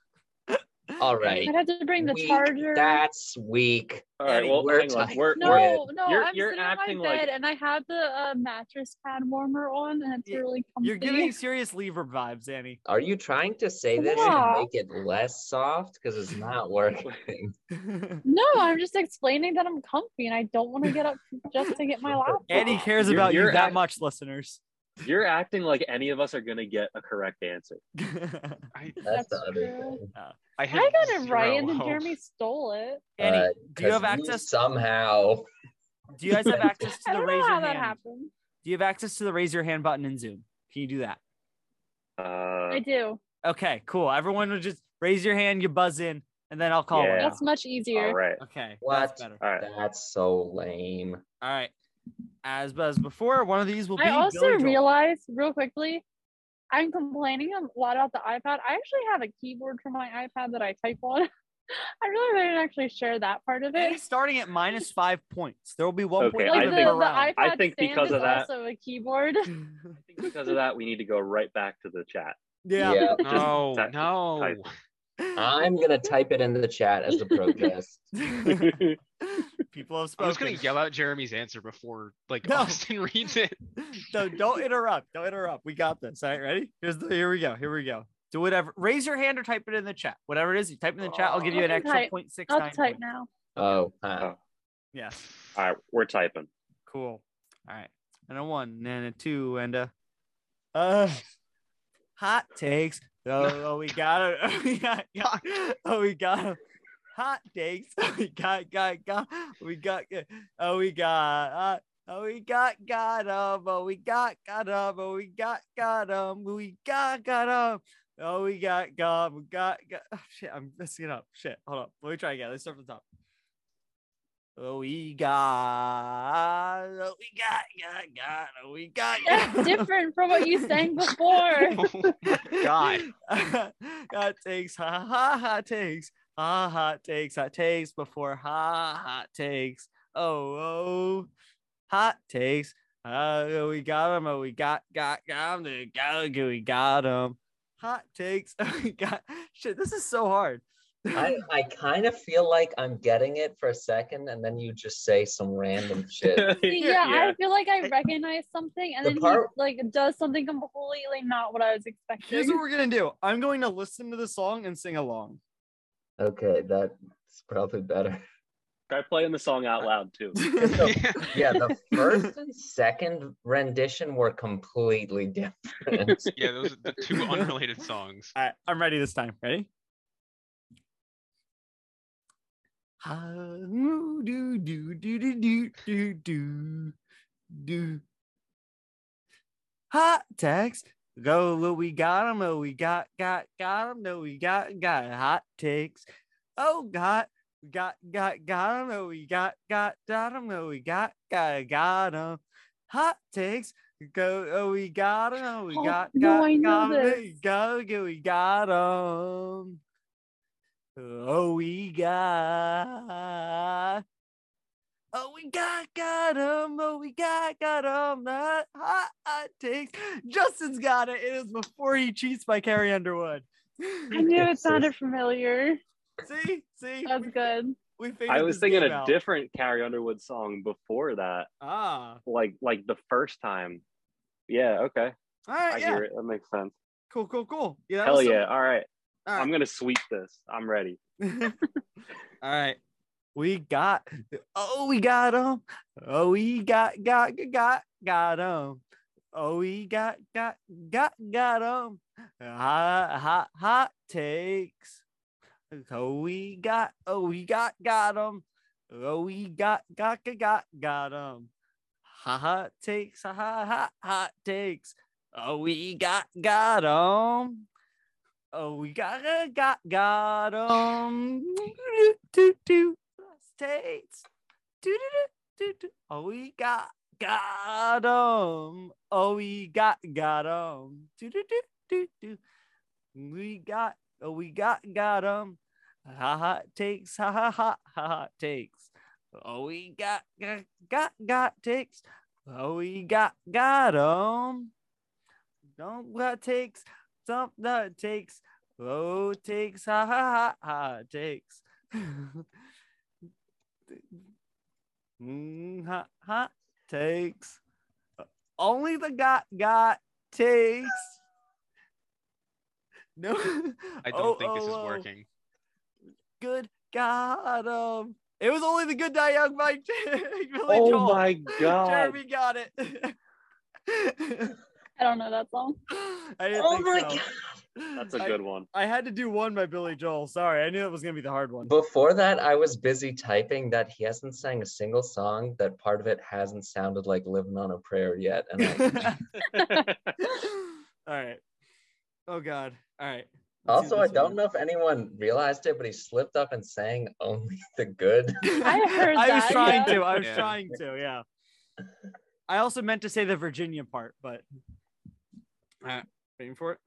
Speaker 7: All right.
Speaker 4: I'd have to bring the
Speaker 7: Weak,
Speaker 4: charger.
Speaker 7: That's weak.
Speaker 3: All right, well,
Speaker 7: We're
Speaker 3: hang on.
Speaker 7: tight.
Speaker 3: We're,
Speaker 4: no,
Speaker 3: we're
Speaker 4: no,
Speaker 3: You're-
Speaker 4: I'm
Speaker 3: you're
Speaker 4: sitting on my bed
Speaker 3: acting like-
Speaker 4: and I have the uh, mattress pad warmer on, and it's
Speaker 2: Yeah,
Speaker 4: really comfy.
Speaker 2: You're giving serious lever vibes, Annie.
Speaker 7: Are you trying to say this
Speaker 4: Yeah.
Speaker 7: and make it less soft? Because it's not working.
Speaker 4: No, I'm just explaining that I'm comfy and I don't want to get up just to get my laptop.
Speaker 2: Annie cares
Speaker 3: You're-
Speaker 2: about you
Speaker 3: you're
Speaker 2: that
Speaker 3: act-
Speaker 2: much, listeners.
Speaker 3: you're acting like any of us are gonna get a correct answer.
Speaker 4: Uh,
Speaker 2: Annie,
Speaker 5: I,
Speaker 7: That's, the
Speaker 4: That's
Speaker 7: other
Speaker 4: true.
Speaker 7: thing.
Speaker 5: I,
Speaker 4: I
Speaker 5: had
Speaker 4: got it right,
Speaker 5: zero
Speaker 4: and then
Speaker 5: hope.
Speaker 4: Jeremy stole it.
Speaker 7: Uh,
Speaker 2: do you
Speaker 7: 'cause
Speaker 2: have access?
Speaker 7: somehow?
Speaker 2: Do you guys have access to
Speaker 4: I
Speaker 2: the
Speaker 4: don't
Speaker 2: raise
Speaker 4: know
Speaker 2: your
Speaker 4: how that
Speaker 2: hand?
Speaker 4: happened.
Speaker 2: Do you have access to the raise your hand button in Zoom? Can you do that?
Speaker 3: Uh,
Speaker 4: I do.
Speaker 2: Okay, cool. Everyone will just raise your hand, you buzz in, and then I'll call
Speaker 3: Yeah.
Speaker 2: it.
Speaker 4: That's much
Speaker 3: all
Speaker 4: easier.
Speaker 3: right,
Speaker 2: Okay,
Speaker 7: What?
Speaker 2: that's better.
Speaker 3: all right.
Speaker 7: That's so lame.
Speaker 2: All right. As as before, one of these will be.
Speaker 4: I also
Speaker 2: Billy Joel.
Speaker 4: realized real quickly, I'm complaining a lot about the iPad. I actually have a keyboard for my iPad that I type on. I really didn't actually share that part of
Speaker 2: Annie's
Speaker 4: it.
Speaker 2: starting at minus five points. There will be one
Speaker 3: Okay,
Speaker 2: point.
Speaker 3: I
Speaker 4: Like
Speaker 2: given
Speaker 4: the,
Speaker 2: per
Speaker 3: think-
Speaker 4: the
Speaker 2: round.
Speaker 4: iPad
Speaker 3: I think
Speaker 4: stand
Speaker 3: because
Speaker 4: is
Speaker 3: of that-
Speaker 4: also a keyboard.
Speaker 3: I think because of that, we need to go right back to the chat.
Speaker 2: yeah.
Speaker 7: Yeah.
Speaker 5: No,
Speaker 3: type-
Speaker 5: no.
Speaker 7: I'm gonna type it in the chat as a protest.
Speaker 2: People have spoken.
Speaker 5: I'm just gonna yell out Jeremy's answer before like
Speaker 2: No.
Speaker 5: Austin reads it.
Speaker 2: no, don't interrupt. Don't interrupt. We got this. All right, ready? Here's the here we go. Here we go. Do whatever. Raise your hand or type it in the chat. Whatever it is, you type it in the chat. I'll give you an
Speaker 4: I'll
Speaker 2: extra
Speaker 4: type.
Speaker 2: point six
Speaker 4: I'll
Speaker 2: nine.
Speaker 4: type now.
Speaker 7: Oh, huh.
Speaker 2: Yes.
Speaker 3: all right, we're typing.
Speaker 2: Cool. All right. And a one, and a two, and a uh hot takes. Oh, oh, we got it. We got, got- oh, we got 'em. hot takes. Oh, we got, got, got. We got. Oh, we got. Uh, oh, we got, got 'em. Oh, we got, got 'em. Oh, we got, got 'em. We got, got 'em. Oh, we got, got 'em. We got, got. Oh, shit, I'm messing it up. Shit, hold up. Let me try again. Let's start from the top. Oh, we got. Oh, we got, got, got. Oh, we got.
Speaker 4: That's
Speaker 2: got 'em.
Speaker 4: different from what you sang before.
Speaker 5: Oh my God.
Speaker 2: hot takes, ha ha hot takes, ha hot takes, hot takes before ha hot takes. Oh oh, hot takes. Uh, we got him. Oh, we got got got him. We got we got him. Hot takes. oh, we got shit. This is so hard.
Speaker 7: I, I kind of feel like I'm getting it for a second, and then you just say some random shit.
Speaker 4: See, yeah, I feel like I recognize something, and
Speaker 7: The
Speaker 4: then
Speaker 7: part-
Speaker 4: he like does something completely not what I was
Speaker 2: Here's what
Speaker 4: expecting.
Speaker 2: we're gonna do. I'm going to listen to the song and sing along.
Speaker 7: Okay, that's probably better.
Speaker 3: Try playing the song out loud too.
Speaker 7: So, yeah, the first and second rendition were completely different.
Speaker 5: yeah, those are the two unrelated songs.
Speaker 2: All right, I'm ready this time. Ready? Ha- oo, do do do do do do do do. Hot takes. Go, well, we got 'em, Oh, we got got got 'em, No, we got got hot takes. Oh, got got got got 'em, Oh, we got got got 'em, No, we got got got 'em. Hot takes. Go, oh, we got 'em, Oh, we
Speaker 4: Oh,
Speaker 2: got
Speaker 4: no,
Speaker 2: got
Speaker 4: I know
Speaker 2: got 'em,
Speaker 4: this.
Speaker 2: Go, go, we got 'em. Oh, we got. Oh, we got got 'em. Oh, we got got 'em. That hot, hot takes. Justin's got it. It is before he cheats by Carrie Underwood.
Speaker 4: I knew it sounded familiar.
Speaker 2: see, see,
Speaker 4: That was
Speaker 2: we,
Speaker 4: good.
Speaker 2: we figured
Speaker 3: I was
Speaker 2: this
Speaker 3: thinking
Speaker 2: game
Speaker 3: a
Speaker 2: out.
Speaker 3: different Carrie Underwood song before that,
Speaker 2: Ah,
Speaker 3: like like the first time. Yeah, okay,
Speaker 2: all right,
Speaker 3: I
Speaker 2: yeah,
Speaker 3: hear it. That makes sense.
Speaker 2: cool, cool, cool. Yeah, that
Speaker 3: Hell
Speaker 2: was some-
Speaker 3: yeah! All right,
Speaker 2: All right.
Speaker 3: I'm gonna sweep this. I'm ready.
Speaker 2: All right. We got oh we got 'em. Oh we got got got got 'em. Oh we got got got got 'em. Hot hot hot takes. Oh, we got, oh, we got, got him. Oh, we got, got, got, got, got him. Ha hot takes, ha ha hot, hot takes. Oh, we got, got him. Oh, we got, got, got, got him. Doot, doot, doot. Last takes. Doot, doot, doot, doot. Oh, we got, got him. Oh, we got, got him. Doot, doot, doot, doot, doot. We got, oh, we got, got him. Ha ha takes, ha ha ha ha ha takes. Oh, we got got got, got takes. Oh, we got got 'em. Don't got takes, dump that takes. Oh, takes, ha ha ha ha takes. mm, ha ha takes. Only the got got takes. No,
Speaker 5: I
Speaker 2: Oh,
Speaker 5: don't think this is working.
Speaker 2: good got him. It was only the good die young by Billy
Speaker 3: oh
Speaker 2: Joel.
Speaker 3: my god.
Speaker 2: Jeremy got it.
Speaker 4: I don't know that song.
Speaker 2: I didn't
Speaker 7: Oh
Speaker 2: think
Speaker 7: my
Speaker 2: so.
Speaker 7: God.
Speaker 3: That's a
Speaker 2: I-
Speaker 3: good one.
Speaker 2: I, had to do one by Billy Joel. Sorry, I knew it was gonna be the hard one.
Speaker 7: Before that, I was busy typing that he hasn't sang a single song, that part of it hasn't sounded like Living on a Prayer yet. And I,
Speaker 2: All right. Oh God. All right. Let's see
Speaker 7: also, I
Speaker 2: this
Speaker 7: don't
Speaker 2: one.
Speaker 7: know if anyone realized it, but he slipped up and sang Only the Good.
Speaker 4: I heard
Speaker 2: I was
Speaker 4: that,
Speaker 2: trying
Speaker 4: yeah.
Speaker 2: to. I was
Speaker 5: Yeah.
Speaker 2: trying to. Yeah. I also meant to say the Virginia part, but. All right. Waiting for it.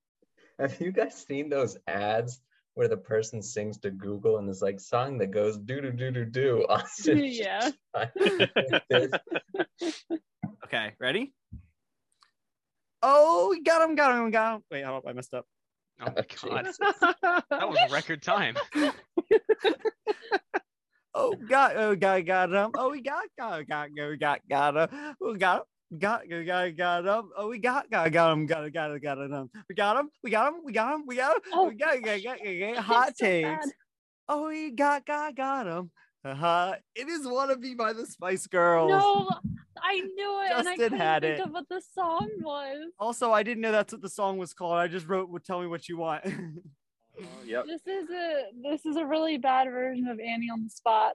Speaker 7: Have you guys seen those ads where the person sings to Google and there's like song that goes do do do do do? Austin
Speaker 4: Yeah.
Speaker 7: There's
Speaker 2: Okay, ready? Oh, we got him, got him, got him. Wait, hold up, I messed up.
Speaker 5: Oh my
Speaker 7: Oh,
Speaker 5: god,
Speaker 7: Jesus.
Speaker 5: that was record time.
Speaker 2: Oh, got, oh, got, got him. Oh, we got, got, got, got, got, got him. Oh, got him. Got, got, got, got him. Oh, we got, got, got him. Got, got, got him. We got him. We got him. We got him. We got him.
Speaker 4: Oh,
Speaker 2: We got, got, got, got, got.
Speaker 4: it's
Speaker 2: Hot
Speaker 4: so bad.
Speaker 2: takes. Oh, we got, got, got him. Uh-huh. It is "Wannabe" by the Spice Girls.
Speaker 4: No, I knew it, and I
Speaker 2: Justin
Speaker 4: couldn't
Speaker 2: had
Speaker 4: think
Speaker 2: it.
Speaker 4: of what the song was.
Speaker 2: Also, I didn't know that's what the song was called. I just wrote, "Tell me what you want."
Speaker 3: Oh, Yep.
Speaker 4: This is a this is a really bad version of Annie on the Spot.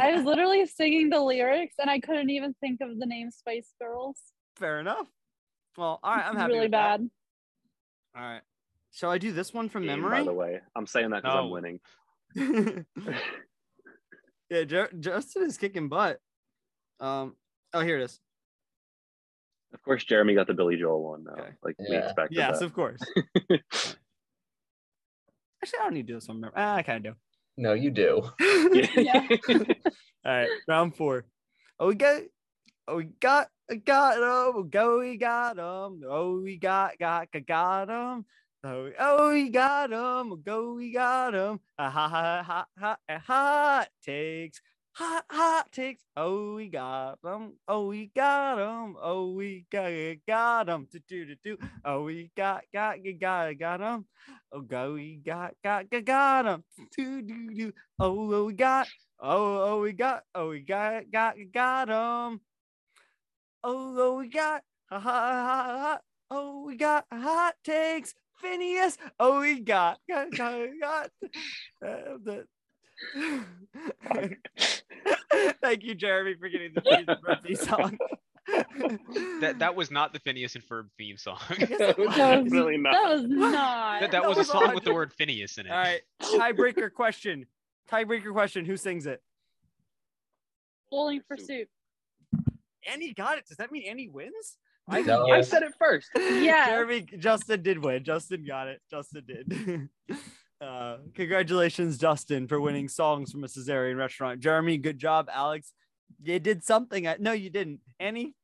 Speaker 4: I was literally singing the lyrics, and I couldn't even think of the name Spice Girls.
Speaker 2: Fair enough. Well, all right, I'm
Speaker 4: It's
Speaker 2: happy.
Speaker 4: really
Speaker 2: with that.
Speaker 4: bad.
Speaker 2: All right. Shall I do this one from
Speaker 3: Game,
Speaker 2: memory?
Speaker 3: By the way, I'm saying that because I'm
Speaker 5: No.
Speaker 3: winning.
Speaker 2: yeah, Jer- Justin is kicking butt. Um. Oh, here it is.
Speaker 3: Of course, Jeremy got the Billy Joel one though.
Speaker 2: Okay.
Speaker 3: Like we
Speaker 7: Yeah.
Speaker 3: expected
Speaker 2: yes,
Speaker 3: that.
Speaker 2: of course. Actually, I don't need to do this one. Remember? Ah, I kind of
Speaker 7: no, you do.
Speaker 2: do.
Speaker 3: Yeah.
Speaker 2: All right, round four. Oh, we got. Oh, we got. Got him. Oh, go, we got him. Oh, we got. Got. Got. Got him. Oh, we- oh, we got him. Oh, go, we got him. Ah, ha, ha, ha, ha, ah, hot takes. Hot, hot takes. Oh, we got him. Oh, we got him. Oh, we got, got him. Do, do, do, do. Oh, we got, got, got, got him. Oh, go, we got, got, got, got him. Do, do, do. Oh, oh, we got, Oh, oh, we got, oh, we got, got, got him. Oh, oh, we got, ha, ha, ha, ha, ha. Oh, we got hot takes, Phineas. Oh, we got, got, got, got. Uh, the... Thank you, Jeremy, for getting the Phineas and Ferb song.
Speaker 5: That that was not the Phineas and Ferb theme song.
Speaker 3: That was
Speaker 4: That was-
Speaker 3: really not.
Speaker 4: That was not.
Speaker 5: that,
Speaker 2: That
Speaker 5: that was a
Speaker 2: was
Speaker 5: song with the
Speaker 2: 100
Speaker 5: word Phineas in it.
Speaker 2: All right, tiebreaker question. Tiebreaker question. Who sings it?
Speaker 4: Bowling for soup.
Speaker 2: Annie got it. Does that mean Annie wins?
Speaker 7: No.
Speaker 3: I said it first.
Speaker 4: Yes.
Speaker 2: Jeremy Justin did win. Justin got it. Justin did. uh, congratulations, Justin, for winning songs from a Caesarean restaurant. Jeremy, good job. Alex, you did something. I, no, you didn't. Annie,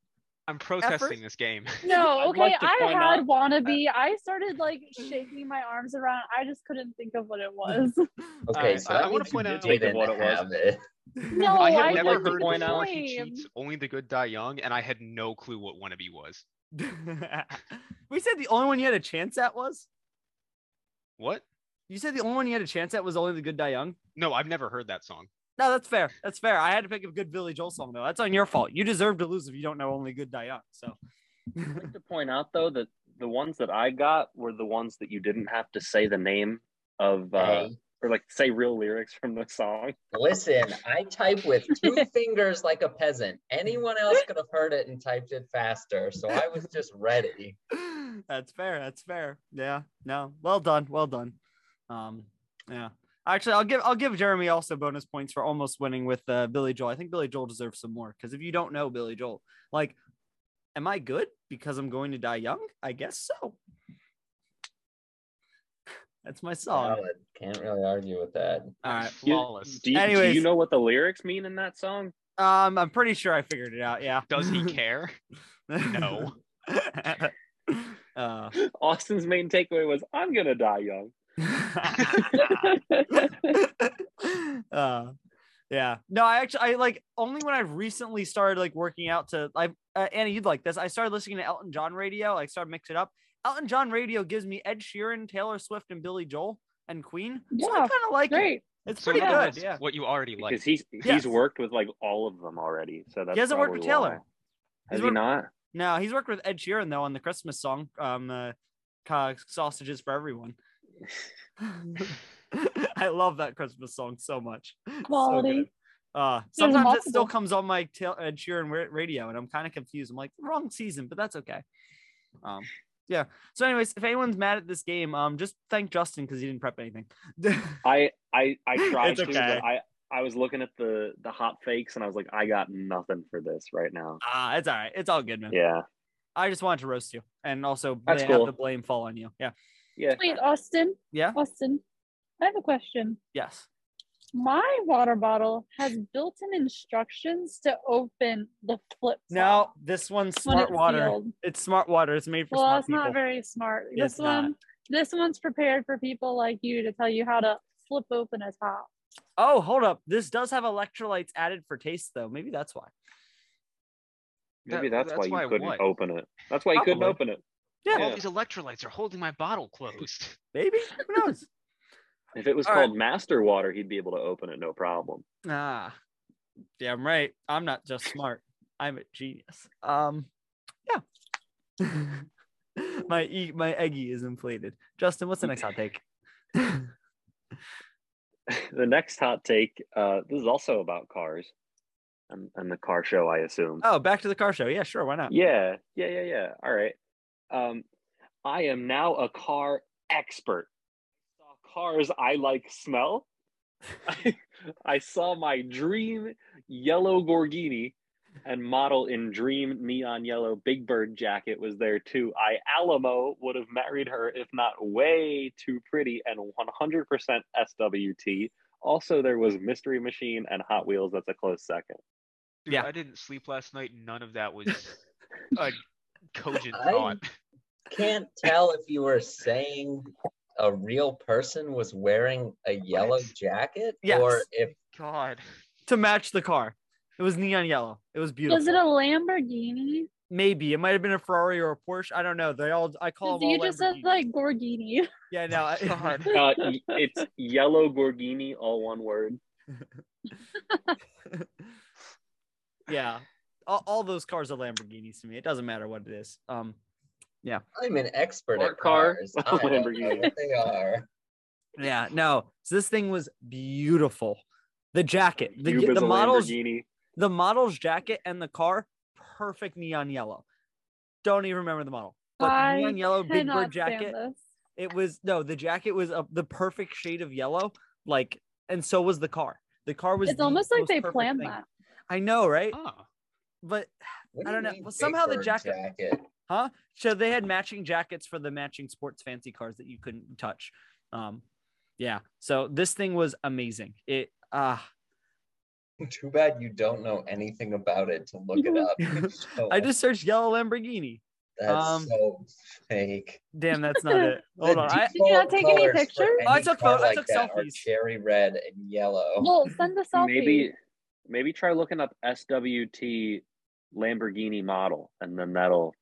Speaker 5: I'm protesting this game.
Speaker 4: No,
Speaker 3: I'd
Speaker 4: okay.
Speaker 3: like to
Speaker 4: I
Speaker 3: point
Speaker 4: had
Speaker 3: out-
Speaker 4: wannabe. I started like shaking my arms around. I just couldn't think of what it was.
Speaker 7: Okay,
Speaker 2: Alright,
Speaker 5: I-
Speaker 7: so that
Speaker 5: I wanna
Speaker 7: means
Speaker 5: point
Speaker 7: you
Speaker 5: out-
Speaker 7: didn't
Speaker 3: What it was.
Speaker 7: have it.
Speaker 4: No,
Speaker 2: Oh,
Speaker 5: I
Speaker 4: I
Speaker 5: have
Speaker 3: would like
Speaker 4: like
Speaker 5: never
Speaker 3: to
Speaker 5: heard
Speaker 3: point
Speaker 5: before
Speaker 3: out-
Speaker 5: he cheats. Only the good die young, and I had no clue what wannabe was.
Speaker 2: we said the only one you had a chance at was.
Speaker 5: What?
Speaker 2: You said the only one you had a chance at was only the good die young.
Speaker 5: No, I've never heard that song.
Speaker 2: No, that's fair. That's fair. I had to pick a good Billy Joel song though. That's on your fault. You deserve to lose if you don't know only good die young. So.
Speaker 3: I'd like to point out though that the ones that I got were the ones that you didn't have to say the name of uh,
Speaker 7: Hey,
Speaker 3: or like say real lyrics from the song?
Speaker 7: Listen, I type with two fingers like a peasant. Anyone else could have heard it and typed it faster. So I was just ready.
Speaker 2: that's fair. That's fair. Yeah. No. Well done. Well done. Um. Yeah. Actually, I'll give I'll give Jeremy also bonus points for almost winning with uh, Billy Joel. I think Billy Joel deserves some more because if you don't know Billy Joel, like, am I good because I'm going to die young? I guess so. That's my song.
Speaker 7: Solid. Can't really argue with that.
Speaker 2: All right.
Speaker 3: You-
Speaker 5: Flawless.
Speaker 3: Do you, do you
Speaker 2: Anyways.
Speaker 3: know what the lyrics mean in that song?
Speaker 2: Um, I'm pretty sure I figured it out. Yeah.
Speaker 5: Does he care? No.
Speaker 2: uh,
Speaker 3: Austin's main takeaway was, "I'm gonna die young."
Speaker 2: uh, yeah. No, I actually, I like only when I've recently started like working out to, I, uh, Annie, you'd like this. I started listening to Elton John radio. I started mixing it up. Elton John radio gives me Ed Sheeran, Taylor Swift, and Billy Joel and Queen. So I
Speaker 4: Yeah,
Speaker 2: kind of like it.
Speaker 4: Great.
Speaker 2: It's
Speaker 5: So
Speaker 2: pretty
Speaker 5: in other
Speaker 2: good.
Speaker 5: words,
Speaker 2: Yeah.
Speaker 5: What you already
Speaker 3: Because
Speaker 5: like.
Speaker 3: he's
Speaker 2: Yes.
Speaker 3: he's worked with like all of them already, so that's
Speaker 2: hasn't worked with
Speaker 3: probably
Speaker 2: Taylor. He's
Speaker 3: why. Has he
Speaker 2: worked-
Speaker 3: not?
Speaker 2: No, he's worked with Ed Sheeran though on the Christmas song, um, uh, ca- sausages for everyone. I love that Christmas song so much. So
Speaker 4: Quality.
Speaker 2: good. uh, sometimes it still
Speaker 4: multiple.
Speaker 2: comes on my tail Ed Sheeran ra- radio, and I'm kind of confused. I'm like wrong season, but that's okay. Um, yeah. So, anyways, if anyone's mad at this game, um, just thank Justin because he didn't prep anything.
Speaker 3: I I I tried
Speaker 2: It's
Speaker 3: to,
Speaker 2: okay.
Speaker 3: but I I was looking at the the hot fakes and I was like, I got nothing for this right now.
Speaker 2: Ah, it's all right. It's all good, man.
Speaker 3: Yeah,
Speaker 2: I just wanted to roast you and also
Speaker 3: That's
Speaker 2: have
Speaker 3: cool.
Speaker 2: the blame fall on you. Yeah.
Speaker 3: yeah.
Speaker 4: Wait, Austin.
Speaker 2: Yeah.
Speaker 4: Austin, I have a question.
Speaker 2: Yes.
Speaker 4: My water bottle has built-in instructions to open the flip.
Speaker 2: Now
Speaker 4: flop
Speaker 2: this one's
Speaker 4: when
Speaker 2: smart
Speaker 4: it's
Speaker 2: water.
Speaker 4: sealed.
Speaker 2: It's smart water. It's made for
Speaker 4: Well,
Speaker 2: smart
Speaker 4: it's not
Speaker 2: people.
Speaker 4: very smart.
Speaker 2: It's
Speaker 4: this one, this one's prepared for people like you to tell you how to flip open a top.
Speaker 2: Oh, hold up. This does have electrolytes added for taste, though. Maybe that's why.
Speaker 3: Maybe
Speaker 5: That-
Speaker 3: that's, why
Speaker 5: that's
Speaker 3: you
Speaker 5: why
Speaker 3: couldn't
Speaker 5: what?
Speaker 3: open it. That's why you couldn't
Speaker 2: Probably.
Speaker 3: open it.
Speaker 2: Yeah,
Speaker 5: All
Speaker 3: Yeah.
Speaker 5: these electrolytes are holding my bottle closed.
Speaker 2: maybe. Who knows?
Speaker 3: If it was
Speaker 2: All right.
Speaker 3: called Master Water, he'd be able to open it no problem.
Speaker 2: ah, damn right. I'm not just smart. I'm a genius. Um, yeah. my e- my eggy is inflated. Justin, what's the next hot take?
Speaker 3: the next hot take. Uh, this is also about cars, and, and the car show, I assume.
Speaker 2: Oh, back to the car show. Yeah, sure. Why not?
Speaker 3: Yeah, yeah, yeah, yeah. All right. Um, I am now a car expert. Saw cars I like smell. I, I saw my dream yellow Gorgini and model in dream neon yellow Big Bird jacket was there too. I Alamo would have married her if not way too pretty and 100% SWT. Also, there was Mystery Machine and Hot Wheels. That's a close second.
Speaker 5: Dude,
Speaker 2: Yeah.
Speaker 5: I didn't sleep last night. None of that was a cogent
Speaker 7: I-
Speaker 5: thought.
Speaker 7: Can't tell if you were saying a real person was wearing a yellow
Speaker 5: What?
Speaker 7: jacket
Speaker 2: Yes.
Speaker 7: or if
Speaker 5: God.
Speaker 2: To match the car. It was neon yellow. It was beautiful.
Speaker 4: Was it a Lamborghini?
Speaker 2: Maybe it might have been a Ferrari or a Porsche. I don't know. They all I call them all.
Speaker 4: You just said
Speaker 2: Lamborghinis.
Speaker 4: like Gorgini.
Speaker 2: yeah, no, I-
Speaker 5: God.
Speaker 3: Uh, y- it's yellow Gorgini, all one word.
Speaker 2: yeah all, all those cars are lamborghinis to me it doesn't matter what it is um
Speaker 7: I'm an expert
Speaker 3: Smart
Speaker 7: at
Speaker 3: car,
Speaker 7: cars. I don't know
Speaker 3: Lamborghini.
Speaker 7: what they are.
Speaker 2: yeah no so this thing was beautiful the jacket the,
Speaker 3: Cuba's
Speaker 2: the
Speaker 3: a
Speaker 2: models
Speaker 3: Lamborghini.
Speaker 2: the model's jacket and the car perfect neon yellow don't even remember the model but
Speaker 4: I
Speaker 2: neon yellow big bird
Speaker 4: Cannot stand
Speaker 2: jacket
Speaker 4: this.
Speaker 2: it was no the jacket was a, the perfect shade of yellow like and so was the car the car was
Speaker 4: It's
Speaker 2: the
Speaker 4: almost like
Speaker 2: most
Speaker 4: they
Speaker 2: perfect
Speaker 4: planned
Speaker 2: thing.
Speaker 4: that.
Speaker 2: i know right
Speaker 5: Oh.
Speaker 2: but
Speaker 7: What
Speaker 2: I
Speaker 7: do
Speaker 2: don't
Speaker 7: you
Speaker 2: know.
Speaker 7: mean
Speaker 2: Well,
Speaker 7: Big
Speaker 2: somehow the
Speaker 7: Bird
Speaker 2: jacket-
Speaker 7: jacket.
Speaker 2: huh? So they had matching jackets for the matching sports fancy cars that you couldn't touch. Um, yeah. So this thing was amazing. It ah,
Speaker 7: Too bad you don't know anything about it to look it up. So
Speaker 2: I just searched yellow Lamborghini.
Speaker 7: That's
Speaker 2: Um,
Speaker 7: so fake.
Speaker 2: Damn, that's not it. Hold
Speaker 7: The
Speaker 2: on. I,
Speaker 4: Did you not
Speaker 7: default
Speaker 4: take any
Speaker 7: colors for
Speaker 4: pictures?
Speaker 2: Oh, I
Speaker 7: any
Speaker 2: took
Speaker 7: car
Speaker 2: photo- I took
Speaker 7: that are
Speaker 2: selfies.
Speaker 7: Cherry red and yellow.
Speaker 4: Well, send a selfie.
Speaker 3: Maybe, maybe try looking up SWT Lamborghini model, and then that'll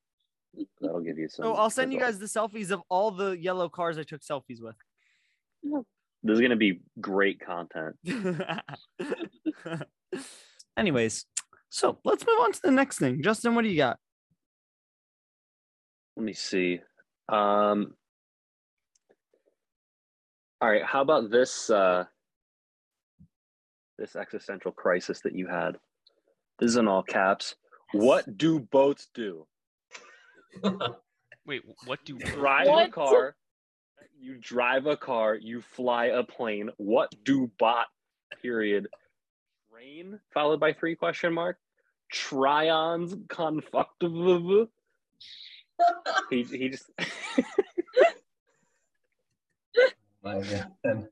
Speaker 3: that'll give you some.
Speaker 2: so Oh, I'll send you
Speaker 3: results.
Speaker 2: guys the selfies of all the yellow cars I took selfies with.
Speaker 3: This is gonna be great content.
Speaker 2: Anyways, so let's move on to the next thing. Justin, what do you got?
Speaker 3: Let me see. Um, All right. How about this? Uh, this existential crisis that you had. This is in all caps. What do boats do?
Speaker 5: Wait, wh- what do
Speaker 3: Drive a
Speaker 4: What?
Speaker 3: car. You drive a car. You fly a plane. What do bot? Period. Train followed by three question mark. Tryons confuctive. He he just
Speaker 7: My God.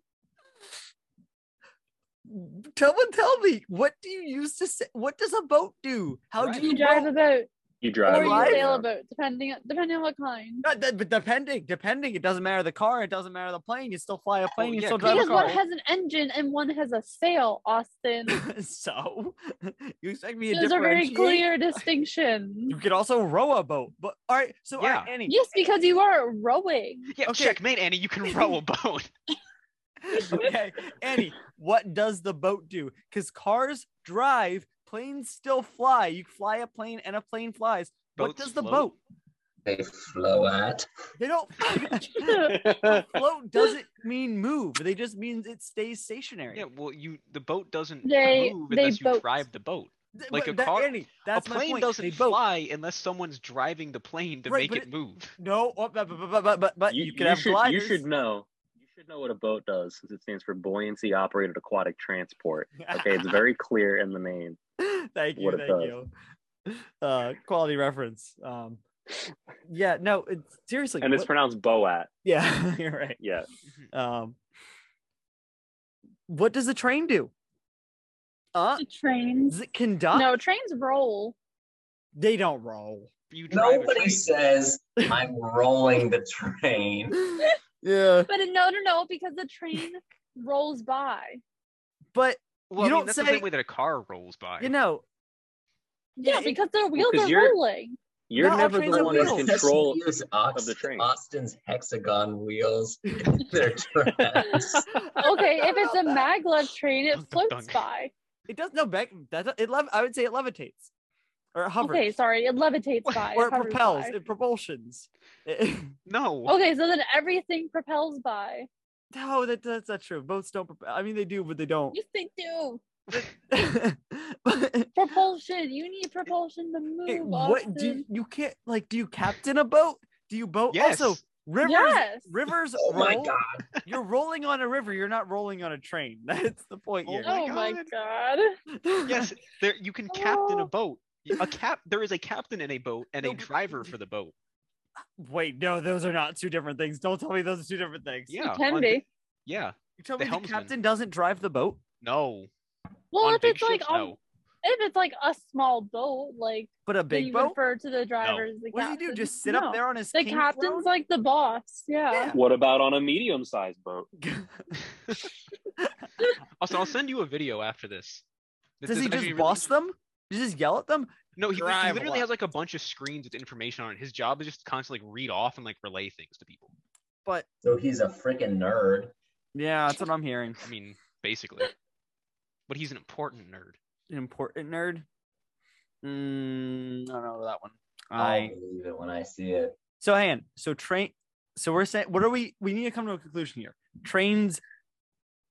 Speaker 2: Someone tell me, what do you use to say? What does a boat do? How do
Speaker 5: Right.
Speaker 2: you
Speaker 4: You drive a
Speaker 2: boat?
Speaker 4: boat
Speaker 3: you
Speaker 4: or
Speaker 3: drive.
Speaker 4: you
Speaker 2: Drive?
Speaker 4: sail a boat, depending depending on what kind.
Speaker 2: No, that- but depending, depending, it doesn't matter the car, it doesn't matter the plane. You still
Speaker 4: Oh,
Speaker 2: fly a plane, you
Speaker 5: yeah,
Speaker 2: still drive a
Speaker 4: Because
Speaker 2: car.
Speaker 4: one has an engine and one has a sail, Austin.
Speaker 2: so you expect me to
Speaker 4: There's a very
Speaker 2: differentiate?
Speaker 4: clear
Speaker 2: You
Speaker 4: distinction.
Speaker 2: could also row a boat, but all right. So all right, Annie,
Speaker 4: Yes, because you are rowing.
Speaker 5: Yeah,
Speaker 2: Okay.
Speaker 5: checkmate, Annie. You can row a boat.
Speaker 2: okay, Annie, what does the boat do? Because cars drive, planes still fly. You fly a plane and a plane flies. what
Speaker 5: Boats
Speaker 2: does the
Speaker 5: float?
Speaker 2: boat?
Speaker 7: They flow at.
Speaker 2: They don't float doesn't mean move. They just means it stays stationary.
Speaker 5: Yeah, well, you the boat doesn't
Speaker 4: They-
Speaker 5: move
Speaker 4: they
Speaker 5: unless
Speaker 4: boat.
Speaker 5: you drive the boat.
Speaker 2: Th-
Speaker 5: Like
Speaker 2: but
Speaker 5: a
Speaker 2: that-
Speaker 5: car-
Speaker 2: Annie, that's
Speaker 5: a
Speaker 2: my
Speaker 5: plane
Speaker 2: point.
Speaker 5: doesn't
Speaker 2: they boat.
Speaker 5: fly unless someone's driving the plane to
Speaker 2: Right,
Speaker 5: make
Speaker 2: but
Speaker 5: it,
Speaker 2: it-
Speaker 5: move.
Speaker 2: No, oh, but, but, but, but, but, but you, can have
Speaker 3: should,
Speaker 2: gliders.
Speaker 3: You should know. You should know what a boat does, since it stands for buoyancy operated aquatic transport. Okay, it's very clear in the name.
Speaker 2: thank you,
Speaker 3: what it
Speaker 2: thank you. Uh, quality reference. Um, yeah, no, it's seriously.
Speaker 3: and it's
Speaker 2: what-
Speaker 3: pronounced boat.
Speaker 2: yeah, you're right.
Speaker 3: Yeah,
Speaker 2: Um, what does the train do? Uh,
Speaker 4: The trains.
Speaker 2: does it conduct?
Speaker 4: No, trains roll.
Speaker 2: they don't roll.
Speaker 5: You drive a
Speaker 7: Nobody
Speaker 5: train.
Speaker 7: says I'm rolling the train.
Speaker 2: yeah,
Speaker 4: But no, no, no, because the train rolls by.
Speaker 2: but
Speaker 5: Well, I mean,
Speaker 2: don't
Speaker 5: that's the
Speaker 2: say-
Speaker 5: same way that a car rolls by.
Speaker 2: you know,
Speaker 4: Yeah,
Speaker 2: it-
Speaker 4: because their wheels
Speaker 3: because
Speaker 4: are
Speaker 3: you're-
Speaker 4: rolling.
Speaker 3: you're
Speaker 2: No, all
Speaker 3: never
Speaker 2: trains
Speaker 3: the
Speaker 2: have
Speaker 3: one in
Speaker 2: wheels.
Speaker 3: control.
Speaker 7: Use
Speaker 3: of the train.
Speaker 7: Austin's hexagon wheels. They're traps.
Speaker 4: Okay, if it's a
Speaker 2: About that.
Speaker 4: maglev train, it
Speaker 5: Dunk, dunk,
Speaker 4: floats
Speaker 5: dunk.
Speaker 4: by.
Speaker 2: it does no back. That it lev- I would say it levitates or it hovers
Speaker 4: Okay, sorry, it levitates by.
Speaker 2: or it
Speaker 4: hovers
Speaker 2: propels.
Speaker 4: by.
Speaker 2: It propulsions.
Speaker 5: No.
Speaker 4: Okay, so then everything propels by.
Speaker 2: no, that, that's not true. Boats don't propel. I mean, they do, but they don't.
Speaker 4: Yes, they do.
Speaker 2: But-
Speaker 4: Propulsion. You need propulsion to move.
Speaker 2: Hey, what do you,
Speaker 4: Austin.
Speaker 2: you can't like? Do you captain a boat? Do you
Speaker 4: Oh,
Speaker 2: boat?
Speaker 5: Yes.
Speaker 2: Also, rivers.
Speaker 4: Yes.
Speaker 2: Rivers
Speaker 7: oh my
Speaker 2: roll.
Speaker 7: god.
Speaker 2: You're rolling on a river. You're not rolling on a train. That's the point here.
Speaker 5: my
Speaker 4: Oh my
Speaker 5: God.
Speaker 4: god.
Speaker 5: Yes, there you can captain a
Speaker 4: Oh.
Speaker 5: boat. A cap. There is a captain in a boat and
Speaker 2: No,
Speaker 5: a
Speaker 2: but-
Speaker 5: driver for the boat.
Speaker 2: Wait, no, those are not two different things. Don't tell me those are two different things.
Speaker 5: Yeah.
Speaker 4: Can
Speaker 5: on
Speaker 4: be.
Speaker 5: di- yeah.
Speaker 2: You tell me
Speaker 5: The
Speaker 2: the
Speaker 5: helmsman.
Speaker 2: captain doesn't drive the boat.
Speaker 5: No.
Speaker 4: Well,
Speaker 5: on
Speaker 4: if
Speaker 5: big
Speaker 4: it's like
Speaker 5: ships,
Speaker 4: a,
Speaker 5: no.
Speaker 4: if it's like a small boat, like
Speaker 2: But a
Speaker 4: then
Speaker 2: big
Speaker 4: you
Speaker 2: boat.
Speaker 4: refer to the driver as the
Speaker 2: What do
Speaker 4: captain.
Speaker 2: you do? Just sit
Speaker 4: No.
Speaker 2: up there on his
Speaker 4: The
Speaker 2: king
Speaker 4: captain's
Speaker 2: throne?
Speaker 4: like the boss. Yeah.
Speaker 3: What about on a medium-sized boat?
Speaker 5: Also, I'll send you a video after this. This
Speaker 2: Does
Speaker 5: is
Speaker 2: he
Speaker 5: actually
Speaker 2: just
Speaker 5: really-
Speaker 2: boss them? Does he just yell at them?
Speaker 5: No, he, he
Speaker 2: drive
Speaker 5: literally
Speaker 2: left?
Speaker 5: has like a bunch of screens with information on it. His job is just to constantly like, read off and like relay things to people.
Speaker 2: But
Speaker 7: So he's a freaking nerd.
Speaker 2: yeah, that's what I'm hearing.
Speaker 5: I mean, basically. but he's an important nerd.
Speaker 2: Important nerd. Mm, I don't know that one.
Speaker 7: I
Speaker 2: I
Speaker 7: believe it when I see it.
Speaker 2: So hang on. So train. So we're saying, what are we? We need to come to a conclusion here. Trains.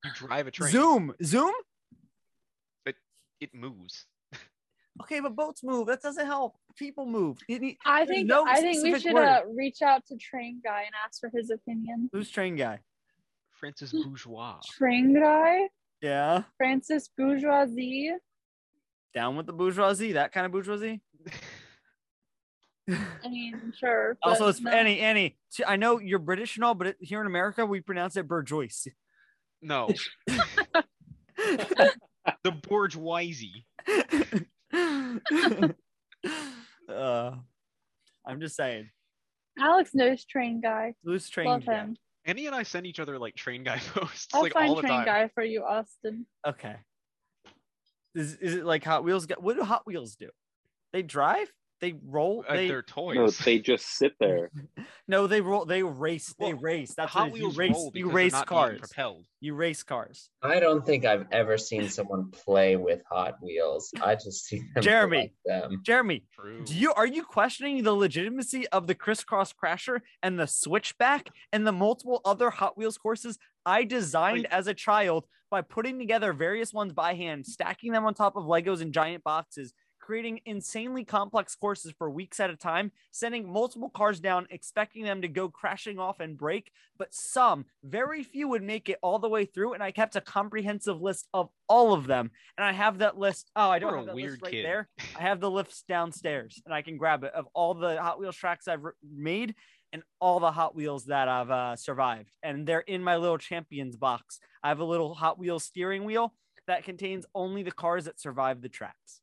Speaker 5: You drive a train.
Speaker 2: Zoom. Zoom.
Speaker 5: It moves.
Speaker 2: Okay, but boats move. That doesn't help. People move. It need,
Speaker 4: I
Speaker 2: There's
Speaker 4: think
Speaker 2: no
Speaker 4: I think we
Speaker 2: specific
Speaker 4: should
Speaker 2: word. Oh.
Speaker 4: uh, reach out to Train Guy and ask for his opinion.
Speaker 2: who's train guy?
Speaker 5: Francis Bourgeois.
Speaker 4: Train Guy,
Speaker 2: Yeah.
Speaker 4: Francis Bourgeoisie.
Speaker 2: Down with the bourgeoisie. That kind of bourgeoisie.
Speaker 4: I mean, sure. but
Speaker 2: also, it's
Speaker 4: no.
Speaker 2: Annie. Annie. t- I know you're British and all, but it, here in America, we pronounce it bourgeois.
Speaker 5: No, the bourgeoisie.
Speaker 2: uh, I'm just saying.
Speaker 4: Alex knows Train Guy.
Speaker 2: Who's train
Speaker 4: Love
Speaker 2: guy?
Speaker 4: him.
Speaker 5: Annie and I send each other like train guy posts
Speaker 4: I'll
Speaker 5: like all
Speaker 4: find
Speaker 5: the
Speaker 4: Train
Speaker 5: time.
Speaker 4: Guy for you, Austin.
Speaker 2: Okay. Is is it like Hot Wheels? Got, what do Hot Wheels do? They drive. They roll.
Speaker 5: Uh,
Speaker 2: they
Speaker 5: They're toys.
Speaker 3: No, they just sit there.
Speaker 2: no. They roll. They race. They
Speaker 5: Well,
Speaker 2: race. That's
Speaker 5: Hot
Speaker 2: what it is.
Speaker 5: Wheels
Speaker 2: you race.
Speaker 5: roll because
Speaker 2: You
Speaker 5: they're
Speaker 2: race
Speaker 5: not being
Speaker 2: cars.
Speaker 5: propelled.
Speaker 2: You race cars.
Speaker 7: I don't think I've ever seen someone play with Hot Wheels. I just see them
Speaker 2: Jeremy.
Speaker 7: collect them.
Speaker 2: Jeremy,
Speaker 5: True.
Speaker 2: do you are you questioning the legitimacy of the crisscross crasher and the switchback and the multiple other Hot Wheels courses I designed as a child by putting together various ones by hand, stacking them on top of Legos and giant boxes, creating insanely complex courses for weeks at a time, sending multiple cars down, expecting them to go crashing off and break. But some, very few, would make it all the way through. And I kept a comprehensive list of all of them. And I have that list. Oh, I don't
Speaker 5: You're a
Speaker 2: have that list
Speaker 5: weird
Speaker 2: right
Speaker 5: kid.
Speaker 2: there. I have the list downstairs, and I can grab it of all the Hot Wheels tracks I've re- made and all the Hot Wheels that I've uh, survived. And they're in my little champions box. I have a little Hot Wheels steering wheel that contains only the cars that survived the tracks.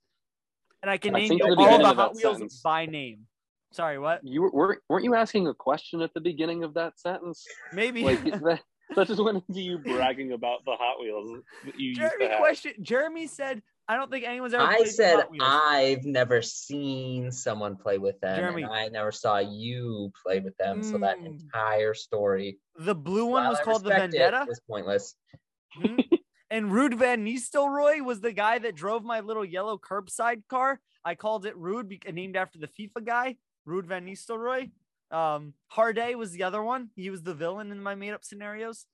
Speaker 2: And I can
Speaker 3: I
Speaker 2: name
Speaker 3: think
Speaker 2: you
Speaker 3: the
Speaker 2: all
Speaker 3: beginning
Speaker 2: the
Speaker 3: of that
Speaker 2: Hot Wheels
Speaker 3: sentence-
Speaker 2: by name. Sorry, what?
Speaker 3: You were- were weren't you asking a question at the beginning of that sentence?
Speaker 2: Maybe
Speaker 3: Like that, that just went into you bragging about the Hot Wheels that you used to
Speaker 2: Jeremy
Speaker 3: have.
Speaker 2: question. Jeremy said, "I don't think anyone's ever."
Speaker 7: I
Speaker 2: played with
Speaker 7: said
Speaker 2: Hot Wheels."
Speaker 7: I've never seen someone play with them,
Speaker 2: Jeremy.
Speaker 7: and I never saw you play with them. So that
Speaker 2: Mm.
Speaker 7: entire story,
Speaker 2: the blue one
Speaker 7: while
Speaker 2: was
Speaker 7: I
Speaker 2: called the
Speaker 7: respect it,
Speaker 2: Vendetta.
Speaker 7: was pointless.
Speaker 2: Hmm? and Rude Van Nistelrooy was the guy that drove my little yellow curbside car. I called it Rude, be- named after the FIFA guy, Rude Van Nistelrooy. Um, Harday was the other one. He was the villain in my made-up scenarios.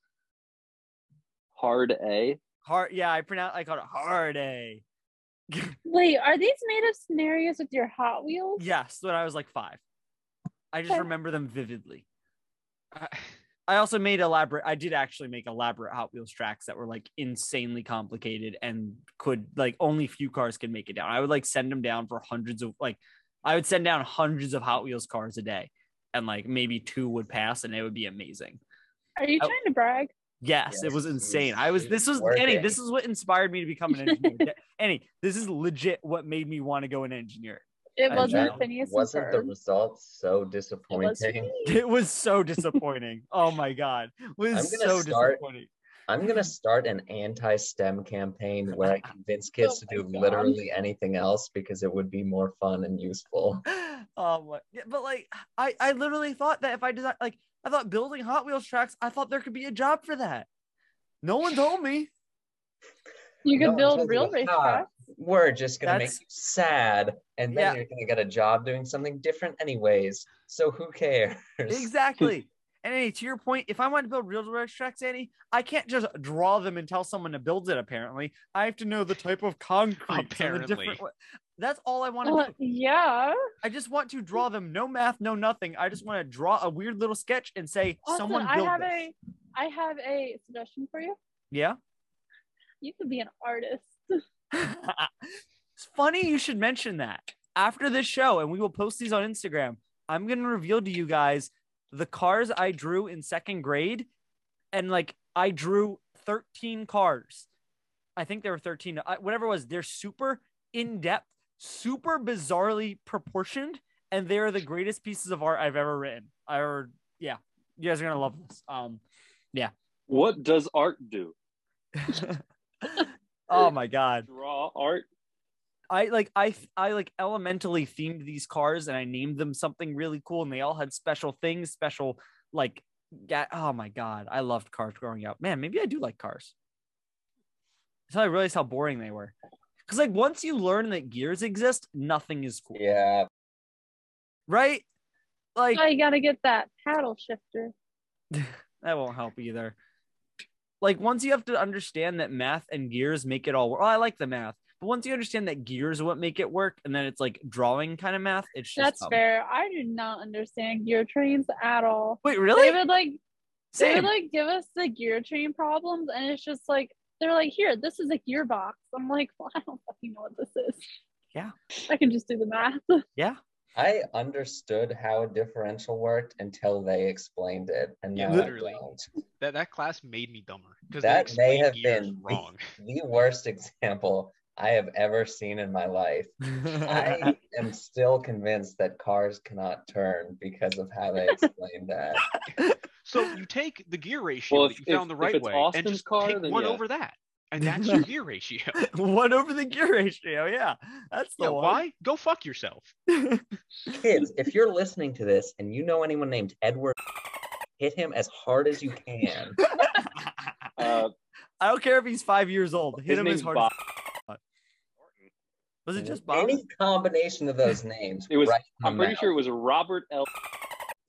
Speaker 3: Hard A.
Speaker 2: Hard, yeah, I pronounce. I called it Harday.
Speaker 4: Wait, are these made up scenarios with your Hot Wheels?
Speaker 2: Yes, when I was like five, I just
Speaker 4: Okay.
Speaker 2: remember them vividly.
Speaker 5: I-
Speaker 2: I also made elaborate. I did actually make elaborate Hot Wheels tracks that were like insanely complicated and could like only few cars could make it down. I would like send them down for hundreds of like, I would send down hundreds of Hot Wheels cars a day, and like maybe two would pass, and it would be amazing.
Speaker 4: Are you
Speaker 2: Oh.
Speaker 4: trying to brag?
Speaker 2: Yes, it was
Speaker 7: Yes, it
Speaker 2: insane.
Speaker 7: was-
Speaker 2: I was.
Speaker 7: it
Speaker 2: This
Speaker 7: was
Speaker 2: was
Speaker 7: worth
Speaker 2: Annie.
Speaker 7: it.
Speaker 2: This is what inspired me to become an engineer. Annie, this is legit what made me want to go an engineer.
Speaker 4: It
Speaker 2: I
Speaker 4: wasn't
Speaker 2: know.
Speaker 4: Phineas and
Speaker 7: Wasn't the
Speaker 4: Ferb.
Speaker 7: result so
Speaker 4: It was
Speaker 7: disappointing?
Speaker 2: It was so disappointing. oh my god, it was
Speaker 7: I'm gonna
Speaker 2: so
Speaker 7: start-
Speaker 2: disappointing.
Speaker 7: I'm gonna start an anti-STEM campaign where I convince kids
Speaker 4: Oh
Speaker 7: to do
Speaker 4: my God.
Speaker 7: literally anything else because it would be more fun and useful.
Speaker 2: um like- yeah, but like i i literally thought that if i design like i thought building hot wheels tracks i thought there could be a job for that no one told me
Speaker 4: You
Speaker 7: No
Speaker 4: could
Speaker 7: one
Speaker 4: build
Speaker 7: told you
Speaker 4: real
Speaker 7: to
Speaker 4: race
Speaker 7: stop. We're just gonna
Speaker 2: That's-
Speaker 7: make you sad, and then
Speaker 2: Yeah.
Speaker 7: you're gonna get a job doing something different anyways. So who cares?
Speaker 2: exactly and annie to your point if i want to build real race tracks annie i can't just draw them and tell someone to build it apparently i have to know the type of concrete and the
Speaker 5: Apparently.
Speaker 2: different wa- that's all i want to
Speaker 4: Well,
Speaker 2: do
Speaker 4: yeah.
Speaker 2: i just want to draw them no math no nothing i just want to draw a weird little sketch and say
Speaker 4: Also,
Speaker 2: someone
Speaker 4: I
Speaker 2: build
Speaker 4: have
Speaker 2: this
Speaker 4: a I have a suggestion for you.
Speaker 2: yeah
Speaker 4: You could be an artist.
Speaker 2: it's funny you should mention that. After this show, and we will post these on Instagram, I'm going to reveal to you guys the cars I drew in second grade. And like, I drew 13 cars. I think there were 13, I- whatever it was. They're super in depth, super bizarrely proportioned. And they are the greatest pieces of art I've ever written. I or yeah, you guys are gonna love this. Um,
Speaker 3: What does art do?
Speaker 2: Um, oh my god,
Speaker 3: Draw art.
Speaker 2: I like I th- I like elementally themed these cars and I named them something really cool and they all had special things, special like yeah, oh my god, I loved cars growing up. Man, maybe I do like cars. Until I realized how boring they were. Cuz like once you learn that gears exist, nothing is cool.
Speaker 7: yeah.
Speaker 2: Right? Like
Speaker 4: I gotta get that paddle shifter.
Speaker 2: that won't help either. Like once you have to understand that math and gears make it all work. Oh, I like the math. But once you understand that gears are what make it work and then it's like drawing kind of math, it's just
Speaker 4: That's
Speaker 2: dumb.
Speaker 4: fair. I do not understand gear trains at all.
Speaker 2: Wait, really?
Speaker 4: They would like they
Speaker 2: Same.
Speaker 4: would like give us the gear train problems, and it's just like they're like, here, this is a gearbox. I'm like, well, I don't fucking know what this is.
Speaker 2: Yeah.
Speaker 4: I can just do the math.
Speaker 7: I understood how a differential worked until they explained it, and
Speaker 5: Yeah,
Speaker 7: now
Speaker 5: literally.
Speaker 7: I don't.
Speaker 5: that that class made me dumber because
Speaker 7: That may have
Speaker 5: gears
Speaker 7: been-
Speaker 5: wrong.
Speaker 7: The worst example I have ever seen in my life. I am still convinced that cars cannot turn because of how they explained that.
Speaker 5: So you take the gear ratio
Speaker 3: Well,
Speaker 5: that
Speaker 3: if-
Speaker 5: you
Speaker 3: if-
Speaker 5: found the
Speaker 3: if
Speaker 5: right
Speaker 3: it's
Speaker 5: way and
Speaker 3: Austin's
Speaker 5: just
Speaker 3: car,
Speaker 5: take
Speaker 3: then
Speaker 5: one
Speaker 3: yeah.
Speaker 5: over that, and that's your gear ratio.
Speaker 2: one over the gear ratio. Yeah, that's the
Speaker 5: Yeah,
Speaker 2: one.
Speaker 5: why? Go fuck yourself.
Speaker 7: Kids, if you're listening to this and you know anyone named Edward, hit him as hard as you can.
Speaker 3: Uh,
Speaker 2: I don't care if he's five years old. Hit
Speaker 3: his
Speaker 2: him as
Speaker 3: name's
Speaker 2: hard.
Speaker 3: Bob.
Speaker 2: As, was it just Bob?
Speaker 7: Any combination of those names.
Speaker 3: It was-
Speaker 7: right in the
Speaker 3: I'm pretty
Speaker 7: mouth.
Speaker 3: sure it was Robert L.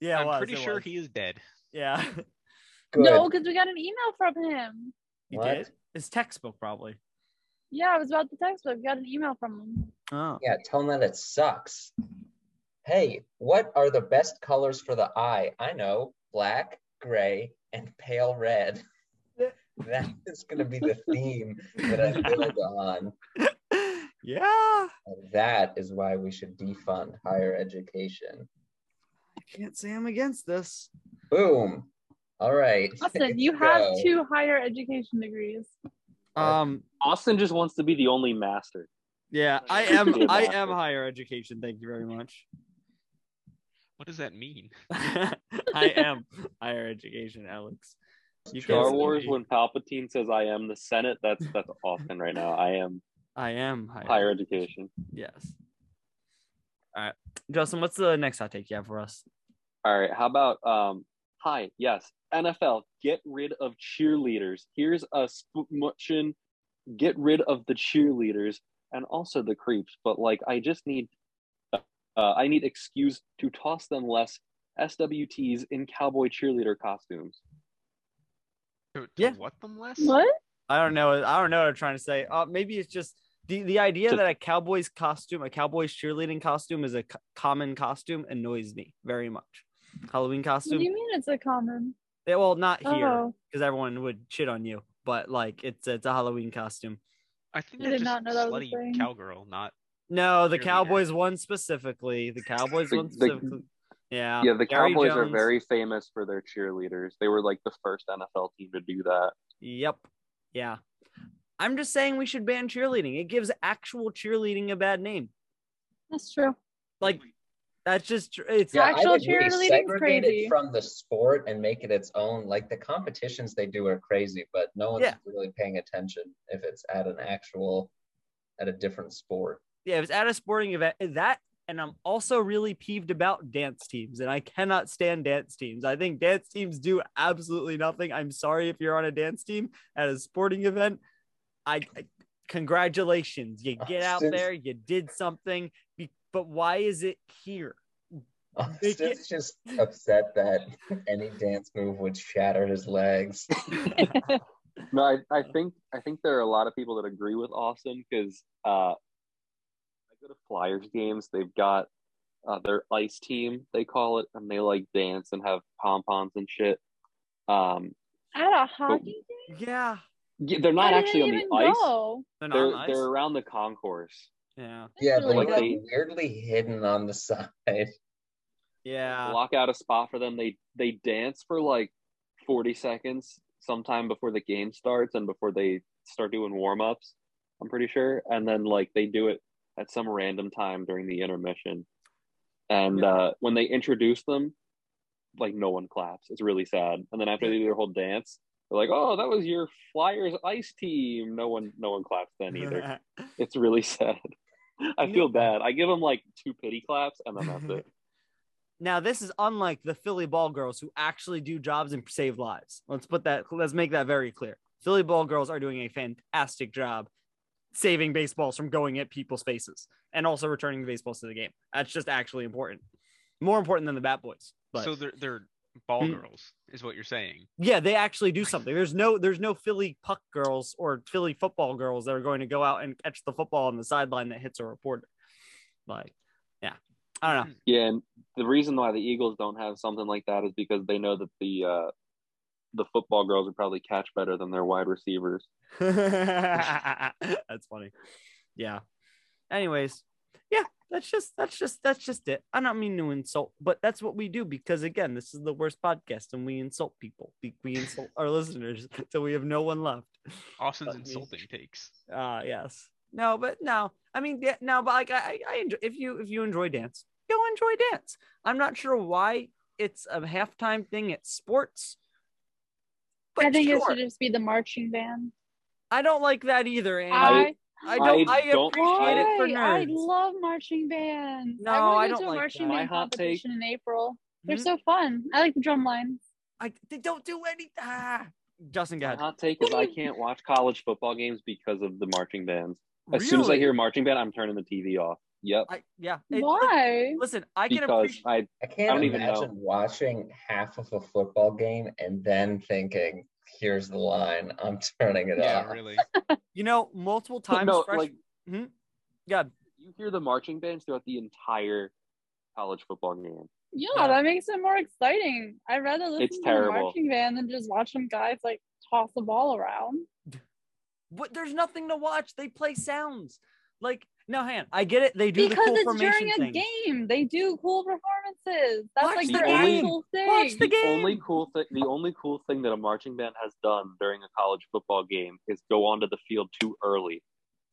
Speaker 2: Yeah, it
Speaker 5: I'm
Speaker 2: was,
Speaker 5: pretty
Speaker 2: it
Speaker 5: sure
Speaker 2: was.
Speaker 5: he is dead.
Speaker 2: Yeah.
Speaker 7: Good.
Speaker 4: No, because we got an email from him.
Speaker 2: You
Speaker 7: What?
Speaker 2: did? His textbook probably.
Speaker 4: Yeah, it was about the textbook. We got an email from him.
Speaker 2: Oh.
Speaker 7: Yeah, tell him that it sucks. Hey, what are the best colors for the eye? I know black, gray, and pale red. that is going to be the theme that I build on.
Speaker 2: yeah.
Speaker 7: And that is why we should defund higher education.
Speaker 2: I can't say I'm against this.
Speaker 7: Boom. All right.
Speaker 4: Austin, you
Speaker 7: Go.
Speaker 4: have two higher education degrees.
Speaker 2: Um
Speaker 3: Austin just wants to be the only master.
Speaker 2: yeah, I am I am higher education. Thank you very much.
Speaker 5: What does that mean?
Speaker 2: I am higher education, Alex. You
Speaker 3: Star
Speaker 2: can't-
Speaker 3: Wars when Palpatine says I am the Senate, that's that's Austin right now. I am
Speaker 2: I am higher.
Speaker 3: higher education.
Speaker 2: Yes. All right. Justin, what's the next hot take you have for us?
Speaker 3: All right, how about um hi, yes, NFL, get rid of cheerleaders. Here's a sp- motion get rid of the cheerleaders and also the creeps, but like I just need uh, I need excuse to toss them less SWTs in cowboy cheerleader costumes.
Speaker 5: To, to
Speaker 2: Yeah.
Speaker 5: what them less?
Speaker 4: What?
Speaker 2: I don't know. I don't know what I'm trying to say. Uh, maybe it's just the, the idea
Speaker 3: Just-
Speaker 2: that a Cowboys costume, a Cowboys cheerleading costume is a co- common costume annoys me very much. Halloween
Speaker 4: What do
Speaker 2: costume.
Speaker 4: you mean it's a common?
Speaker 2: Yeah, well, not here
Speaker 4: Oh,
Speaker 2: because everyone would shit on you, but like it's it's a Halloween costume.
Speaker 5: I think
Speaker 4: I
Speaker 5: they're
Speaker 4: did
Speaker 5: just
Speaker 4: not know that was a
Speaker 5: slutty
Speaker 4: thing.
Speaker 5: cowgirl, not
Speaker 2: No, the
Speaker 5: Cheerleader.
Speaker 2: Cowboys one specifically. The Cowboys
Speaker 3: The-
Speaker 2: one
Speaker 3: the-
Speaker 2: specifically. Yeah.
Speaker 3: yeah, the
Speaker 2: Uh, Jerry
Speaker 3: Cowboys are
Speaker 2: Jones.
Speaker 3: very famous for their cheerleaders. They were like the first NFL team to do that.
Speaker 2: Yep. Yeah. I'm just saying we should ban cheerleading. It gives actual cheerleading a bad name.
Speaker 4: that's true.
Speaker 2: Like that's just tr- it's
Speaker 4: Yeah.
Speaker 2: yeah.
Speaker 4: Actual
Speaker 7: would really
Speaker 4: cheerleading's
Speaker 7: segregate
Speaker 4: crazy.
Speaker 7: it from the sport and make it its own. Like the competitions they do are crazy, but no one's
Speaker 2: Yeah.
Speaker 7: really paying attention if it's at an actual, at a different sport.
Speaker 2: yeah, it was at a sporting event. That and I'm also really peeved about dance teams and I cannot stand dance teams. I think dance teams do absolutely nothing. I'm sorry if you're on a dance team at a sporting event. I, I- congratulations. You get out
Speaker 7: Austin.
Speaker 2: there, you did something. Be, but why is it here? Make it-
Speaker 7: Austin's just upset that any dance move would shatter his legs.
Speaker 3: No, I, I think I think there are a lot of people that agree with Austin because uh, I go to Flyers games. They've got uh, their ice team, they call it, and they like dance and have pom poms and shit. Um,
Speaker 4: At a hockey game?
Speaker 2: Yeah.
Speaker 3: yeah, they're not
Speaker 4: I
Speaker 3: actually on
Speaker 4: didn't
Speaker 3: the
Speaker 4: even
Speaker 3: ice.
Speaker 4: Go.
Speaker 2: They're not
Speaker 3: They're
Speaker 2: on ice.
Speaker 3: they're around the concourse.
Speaker 2: Yeah.
Speaker 7: Yeah,
Speaker 4: That's
Speaker 7: they're
Speaker 4: really
Speaker 7: like
Speaker 4: dumb.
Speaker 7: weirdly hidden on the side.
Speaker 2: Yeah.
Speaker 3: Block out a spot for them. They they dance for like forty seconds sometime before the game starts and before they start doing warm ups. I'm pretty sure, and then like they do it at some random time during the intermission. And
Speaker 2: Yeah.
Speaker 3: uh, when they introduce them, like no one claps. It's really sad. And then after they do their whole dance, they're like, "Oh, that was your Flyers ice team." No one, no one claps then either. it's really sad. I feel bad. I give them like two pity claps, and then that's it.
Speaker 2: now this is unlike the Philly ball girls who actually do jobs and save lives. Let's put that let's make that very clear. Philly ball girls are doing a fantastic job saving baseballs from going at people's faces and also returning the baseballs to the game. That's just actually important. More important than the bat boys. But
Speaker 5: So they're they're ball
Speaker 2: Hmm.
Speaker 5: girls, is what you're saying.
Speaker 2: yeah, they actually do something. There's no there's no Philly puck girls or Philly football girls that are going to go out and catch the football on the sideline that hits a reporter. Like, yeah. I don't know.
Speaker 3: Yeah, and the reason why the Eagles don't have something like that is because they know that the uh, the football girls would probably catch better than their wide receivers.
Speaker 2: that's funny. Yeah. Anyways, yeah, that's just that's just that's just it. I don't mean to insult, but that's what we do because again, this is the worst podcast, and we insult people. We, we insult our listeners, so we have no one left.
Speaker 5: Hmm, Austin's
Speaker 2: Fuck me.
Speaker 5: insulting takes.
Speaker 2: Uh yes. No, but no. I mean, yeah, no, but like I, I I enjoy if you if you enjoy dance, go enjoy dance. I'm not sure why it's a halftime thing at sports. But
Speaker 4: I think
Speaker 2: sure.
Speaker 4: it should just be the marching band.
Speaker 2: I don't like that either, Andy.
Speaker 4: I,
Speaker 2: I don't. I,
Speaker 3: I don't-
Speaker 2: appreciate it for
Speaker 4: Why?
Speaker 2: nerds.
Speaker 4: I love marching bands.
Speaker 2: No,
Speaker 4: I, wanna
Speaker 2: I
Speaker 4: go
Speaker 2: don't
Speaker 4: to a
Speaker 2: like
Speaker 4: marching
Speaker 2: that.
Speaker 3: My
Speaker 4: band
Speaker 3: hot take-
Speaker 4: competition in April. They're
Speaker 2: Mhm.
Speaker 4: so fun. I like the drum lines.
Speaker 2: I they don't do any. Ah. Justin, go
Speaker 3: My
Speaker 2: ahead.
Speaker 3: Uh, hot take is I can't watch college football games because of the marching bands. As soon as I
Speaker 2: Really?
Speaker 3: hear marching band, I'm turning the TV off. Yep.
Speaker 2: I, yeah. It-
Speaker 4: Why?
Speaker 2: Listen, I can
Speaker 3: because
Speaker 2: appreciate.
Speaker 3: I
Speaker 7: I can't
Speaker 3: I don't even
Speaker 7: imagine
Speaker 3: know.
Speaker 7: watching half of a football game and then thinking, "Here's the line. I'm turning it
Speaker 5: Yeah,
Speaker 7: off."
Speaker 5: really.
Speaker 2: You know, multiple times.
Speaker 3: no,
Speaker 2: fresh-
Speaker 3: like
Speaker 2: Hmm? Yeah.
Speaker 3: you hear the marching bands throughout the entire college football game.
Speaker 4: Yeah,
Speaker 2: Yeah.
Speaker 4: that makes it more exciting. I'd rather listen
Speaker 3: It's
Speaker 4: to
Speaker 3: terrible.
Speaker 4: a marching band than just watch them guys like toss the ball around.
Speaker 2: but there's nothing to watch. They play sounds. Like no, hand. I get it. They do
Speaker 4: because
Speaker 2: the cool
Speaker 4: it's during
Speaker 2: formation
Speaker 4: a
Speaker 2: thing.
Speaker 4: game. They do cool performances. That's
Speaker 2: Watch
Speaker 4: like
Speaker 2: the
Speaker 4: their
Speaker 3: game.
Speaker 4: actual thing.
Speaker 2: Watch the game.
Speaker 3: Only cool thing, the only cool thing that a marching band has done during a college football game is go onto the field too early.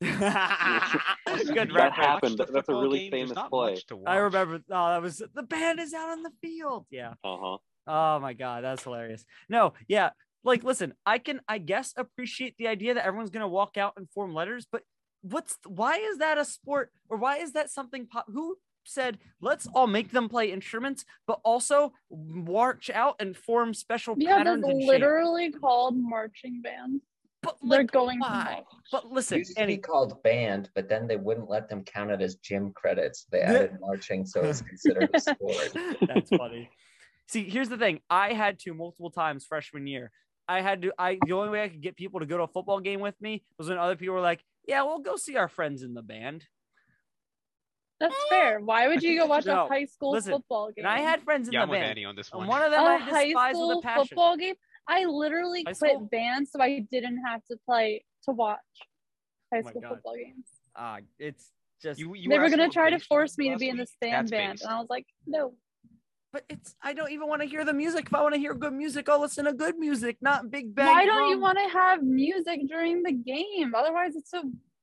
Speaker 2: Good
Speaker 3: That
Speaker 2: reference.
Speaker 5: Watch
Speaker 3: happened.
Speaker 5: the
Speaker 3: That's a
Speaker 5: football
Speaker 3: really
Speaker 5: game, there's
Speaker 3: famous
Speaker 5: not
Speaker 3: play.
Speaker 5: much to
Speaker 2: I
Speaker 5: watch.
Speaker 2: remember. Oh, that was the band is out on the field. Yeah.
Speaker 3: Uh huh.
Speaker 2: Oh my god, that's hilarious. No, yeah. Like, listen, I can, I guess, appreciate the idea that everyone's gonna walk out and form letters, but what's why is that a sport or why is that something pop? Who said let's all make them play instruments, but also march out and form special
Speaker 4: Yeah, that's
Speaker 2: patterns and shapes?
Speaker 4: literally called marching band.
Speaker 2: But
Speaker 4: They're
Speaker 2: like,
Speaker 4: going
Speaker 2: why?
Speaker 4: to
Speaker 2: But
Speaker 7: It
Speaker 2: listen,
Speaker 7: used to be
Speaker 2: Annie,
Speaker 7: called band, but then they wouldn't let them count it as gym credits. They
Speaker 2: Yeah.
Speaker 7: added marching, so it's considered a sport.
Speaker 2: That's funny. See, here's the thing. I had to multiple times freshman year. I had to. I the only way I could get people to go to a football game with me was when other people were like, "Yeah, we'll go see our friends in the band."
Speaker 4: That's fair. Why would you go watch
Speaker 2: No,
Speaker 4: a high school
Speaker 2: listen,
Speaker 4: football game?
Speaker 2: And I had friends in
Speaker 5: Yeah, I'm
Speaker 2: the
Speaker 5: with
Speaker 2: band,
Speaker 5: Annie on this
Speaker 2: and
Speaker 5: one.
Speaker 2: one of
Speaker 4: a
Speaker 2: them I
Speaker 4: Oh, high
Speaker 2: despised with
Speaker 4: school
Speaker 2: a passion.
Speaker 4: football game. I literally
Speaker 2: High
Speaker 4: quit
Speaker 2: school?
Speaker 4: band so I didn't have to play to watch high
Speaker 2: Oh my
Speaker 4: school
Speaker 2: God.
Speaker 4: football games.
Speaker 2: Ah, it's just.
Speaker 5: You- you
Speaker 4: they were
Speaker 5: asked
Speaker 4: gonna
Speaker 5: what
Speaker 4: try to
Speaker 5: bass you
Speaker 4: force
Speaker 5: liked
Speaker 4: me to
Speaker 5: last
Speaker 4: be in
Speaker 5: week?
Speaker 4: this band
Speaker 5: That's
Speaker 4: band,
Speaker 5: bass.
Speaker 4: and I was like, no.
Speaker 2: but it's. I don't even want to hear the music. If I want to hear good music, I'll listen to good music, not big bang.
Speaker 4: Why don't you
Speaker 2: drum.
Speaker 4: want to have music during the game? Otherwise, it's so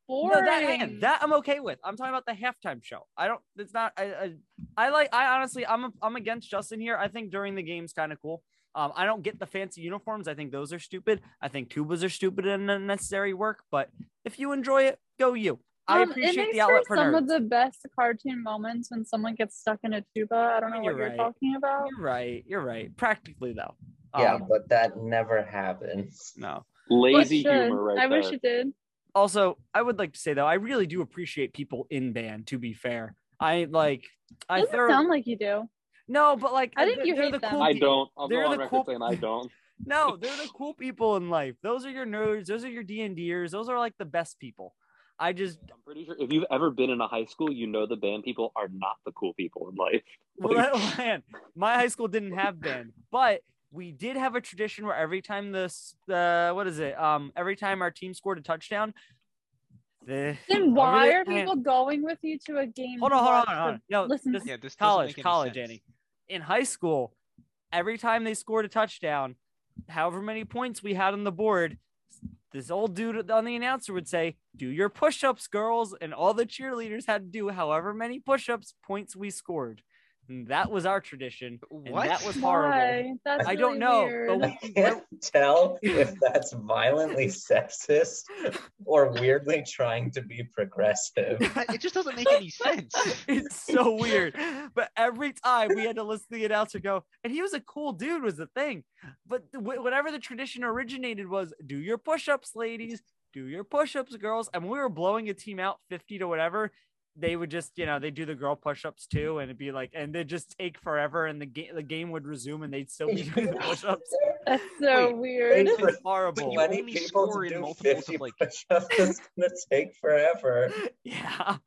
Speaker 4: boring.
Speaker 2: No, that hand, that I'm okay with. I'm talking about the halftime show. I don't. It's not. I. I, I like. I honestly, I'm. I'm against Justin here. I think during the game's kind of cool. Um, I don't get the fancy uniforms. I think those are stupid. I think tubas are stupid and unnecessary work. But if you enjoy it, go you. I
Speaker 4: Um, it
Speaker 2: appreciate
Speaker 4: makes
Speaker 2: the outlet for
Speaker 4: for some of
Speaker 2: nerds.
Speaker 4: the best cartoon moments when someone gets stuck in a tuba. I don't know
Speaker 2: You're
Speaker 4: what you're
Speaker 2: right.
Speaker 4: talking about.
Speaker 2: You're right. You're right. Practically though.
Speaker 7: yeah,
Speaker 2: Um,
Speaker 7: but that never happens.
Speaker 2: no.
Speaker 4: But
Speaker 3: Lazy
Speaker 4: should.
Speaker 3: humor, right
Speaker 4: I
Speaker 3: there.
Speaker 4: wish it did.
Speaker 2: Also, I would like to say though, I really do appreciate people in band. To be fair, I like. I
Speaker 4: Doesn't
Speaker 2: thor-
Speaker 4: sound like you do.
Speaker 2: no, but like
Speaker 4: I think
Speaker 2: they're-
Speaker 4: you
Speaker 2: they're
Speaker 4: hate
Speaker 2: the
Speaker 4: them.
Speaker 2: cool
Speaker 3: I
Speaker 2: people.
Speaker 3: don't. I'll
Speaker 2: They're
Speaker 3: go
Speaker 2: the
Speaker 3: on record
Speaker 2: cool-
Speaker 3: saying I don't.
Speaker 2: No, they're the cool people in life. Those are your nerds. Those are your D and Ders. Those are like the best people. I just
Speaker 3: I'm pretty sure if you've ever been in a high school, you know the band people are not the cool people in life.
Speaker 2: well, that- man, my high school didn't have band, but we did have a tradition where every time this uh, what is it? Um, every time our team scored a touchdown, the
Speaker 4: Then why
Speaker 2: over
Speaker 4: are
Speaker 2: the-
Speaker 4: people going with you to a game?
Speaker 2: Hold
Speaker 4: to
Speaker 2: on, hold on,
Speaker 4: watch
Speaker 2: hold on.
Speaker 4: the-
Speaker 2: No,
Speaker 4: listen.
Speaker 2: this-
Speaker 5: Yeah, this doesn't
Speaker 2: college,
Speaker 5: make any
Speaker 2: college,
Speaker 5: sense.
Speaker 2: Annie. In high school, every time they scored a touchdown, however many points we had on the board, this old dude on the announcer would say, "Do your push-ups, girls," and all the cheerleaders had to do however many push-ups points we scored. And that was our tradition. And
Speaker 5: What?
Speaker 2: that was horrible.
Speaker 4: Why? That's
Speaker 2: I
Speaker 4: really
Speaker 2: don't know,
Speaker 4: Weird.
Speaker 2: but
Speaker 7: I can't tell if that's violently sexist or weirdly trying to be progressive.
Speaker 5: it just doesn't make any sense.
Speaker 2: It's so weird. But every time we had to listen to the announcer go, and he was a cool dude, was the thing. But w- whatever the tradition originated was do your push ups, ladies, do your push ups, girls. And when we were blowing a team out 50 to whatever, they would just, you know, they do the girl push ups too. And it'd be like, and they'd just take forever and the, ga- the game would resume and they'd still be doing the push ups.
Speaker 4: That's so
Speaker 5: Wait,
Speaker 4: weird.
Speaker 7: But
Speaker 2: It's
Speaker 7: you
Speaker 2: horrible.
Speaker 5: But
Speaker 7: Twenty
Speaker 5: only
Speaker 7: people
Speaker 5: score
Speaker 7: to
Speaker 5: in
Speaker 7: do
Speaker 5: multiples of,
Speaker 7: fifty
Speaker 5: like-
Speaker 7: push-ups is gonna take forever.
Speaker 2: Yeah.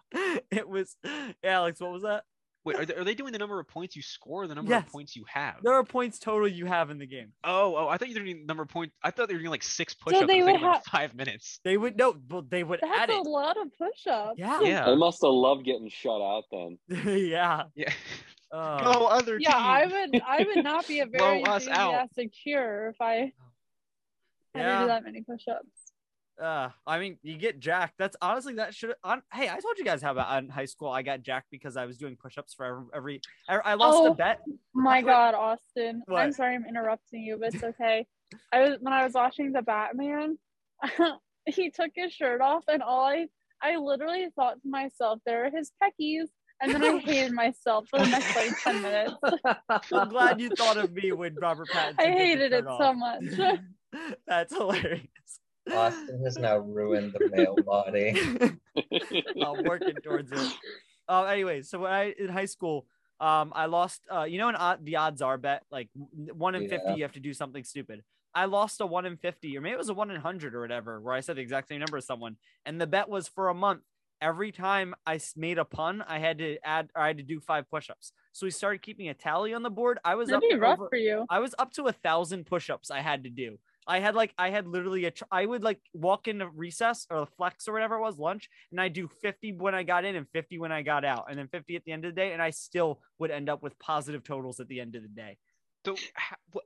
Speaker 2: It was, Alex, what was that?
Speaker 5: Wait, are they, are they doing the number of points you score or the number
Speaker 2: Yes.
Speaker 5: of points you have?
Speaker 2: There are points total you have in the game.
Speaker 5: Oh, oh, I thought you were doing number of points. I thought they were doing like six push-ups
Speaker 4: they
Speaker 5: in
Speaker 4: would
Speaker 5: like
Speaker 4: have-
Speaker 5: five minutes.
Speaker 2: They would, no, but they would add
Speaker 4: That's a
Speaker 2: it.
Speaker 4: lot of push-ups.
Speaker 2: Yeah.
Speaker 3: I
Speaker 5: Yeah.
Speaker 3: must have loved getting shut out then.
Speaker 2: yeah.
Speaker 5: Yeah.
Speaker 2: Uh,
Speaker 5: No other
Speaker 4: Yeah, I
Speaker 5: team.
Speaker 4: would. I would not be a
Speaker 5: Blow
Speaker 4: very
Speaker 5: us out.
Speaker 4: enthusiastic cheer if I had to
Speaker 2: Yeah.
Speaker 4: do that many push-ups.
Speaker 2: uh, I mean, you get jacked. That's honestly that should. On hey, I told you guys how about in high school I got jacked because I was doing push-ups for every. every er, I, I lost a
Speaker 4: Oh.
Speaker 2: bet.
Speaker 4: My
Speaker 2: What?
Speaker 4: God, Austin. I'm
Speaker 2: What?
Speaker 4: sorry I'm interrupting you, but it's okay. I was when I was watching the Batman, he took his shirt off, and all I I literally thought to myself, "There are his peckies," and then I hated myself for the next like ten minutes.
Speaker 2: I'm glad you thought of me when Robert Pattinson.
Speaker 4: I
Speaker 2: took his
Speaker 4: hated it
Speaker 2: shirt off.
Speaker 4: so much.
Speaker 2: That's hilarious.
Speaker 7: Austin has now ruined the male body.
Speaker 2: I'm working towards it. Uh, anyway, so when I in high school, um, I lost. Uh, you know, an odd, the odds are bet like w- one in fifty,
Speaker 7: Yeah.
Speaker 2: you have to do something stupid. I lost a one in fifty, or maybe it was a one in hundred or whatever, where I said the exact same number as someone, and the bet was for a month. Every time I s- made a pun, I had to add, or I had to do five push-ups. So we started keeping a tally on the board. I was
Speaker 4: That'd
Speaker 2: up
Speaker 4: be rough
Speaker 2: over-
Speaker 4: for you.
Speaker 2: I was up to a thousand push-ups I had to do. I had like I had literally a tr- I would like walk into recess or flex or whatever it was lunch, and I do fifty when I got in and fifty when I got out, and then fifty at the end of the day, and I still would end up with positive totals at the end of the day.
Speaker 5: So, ha- what?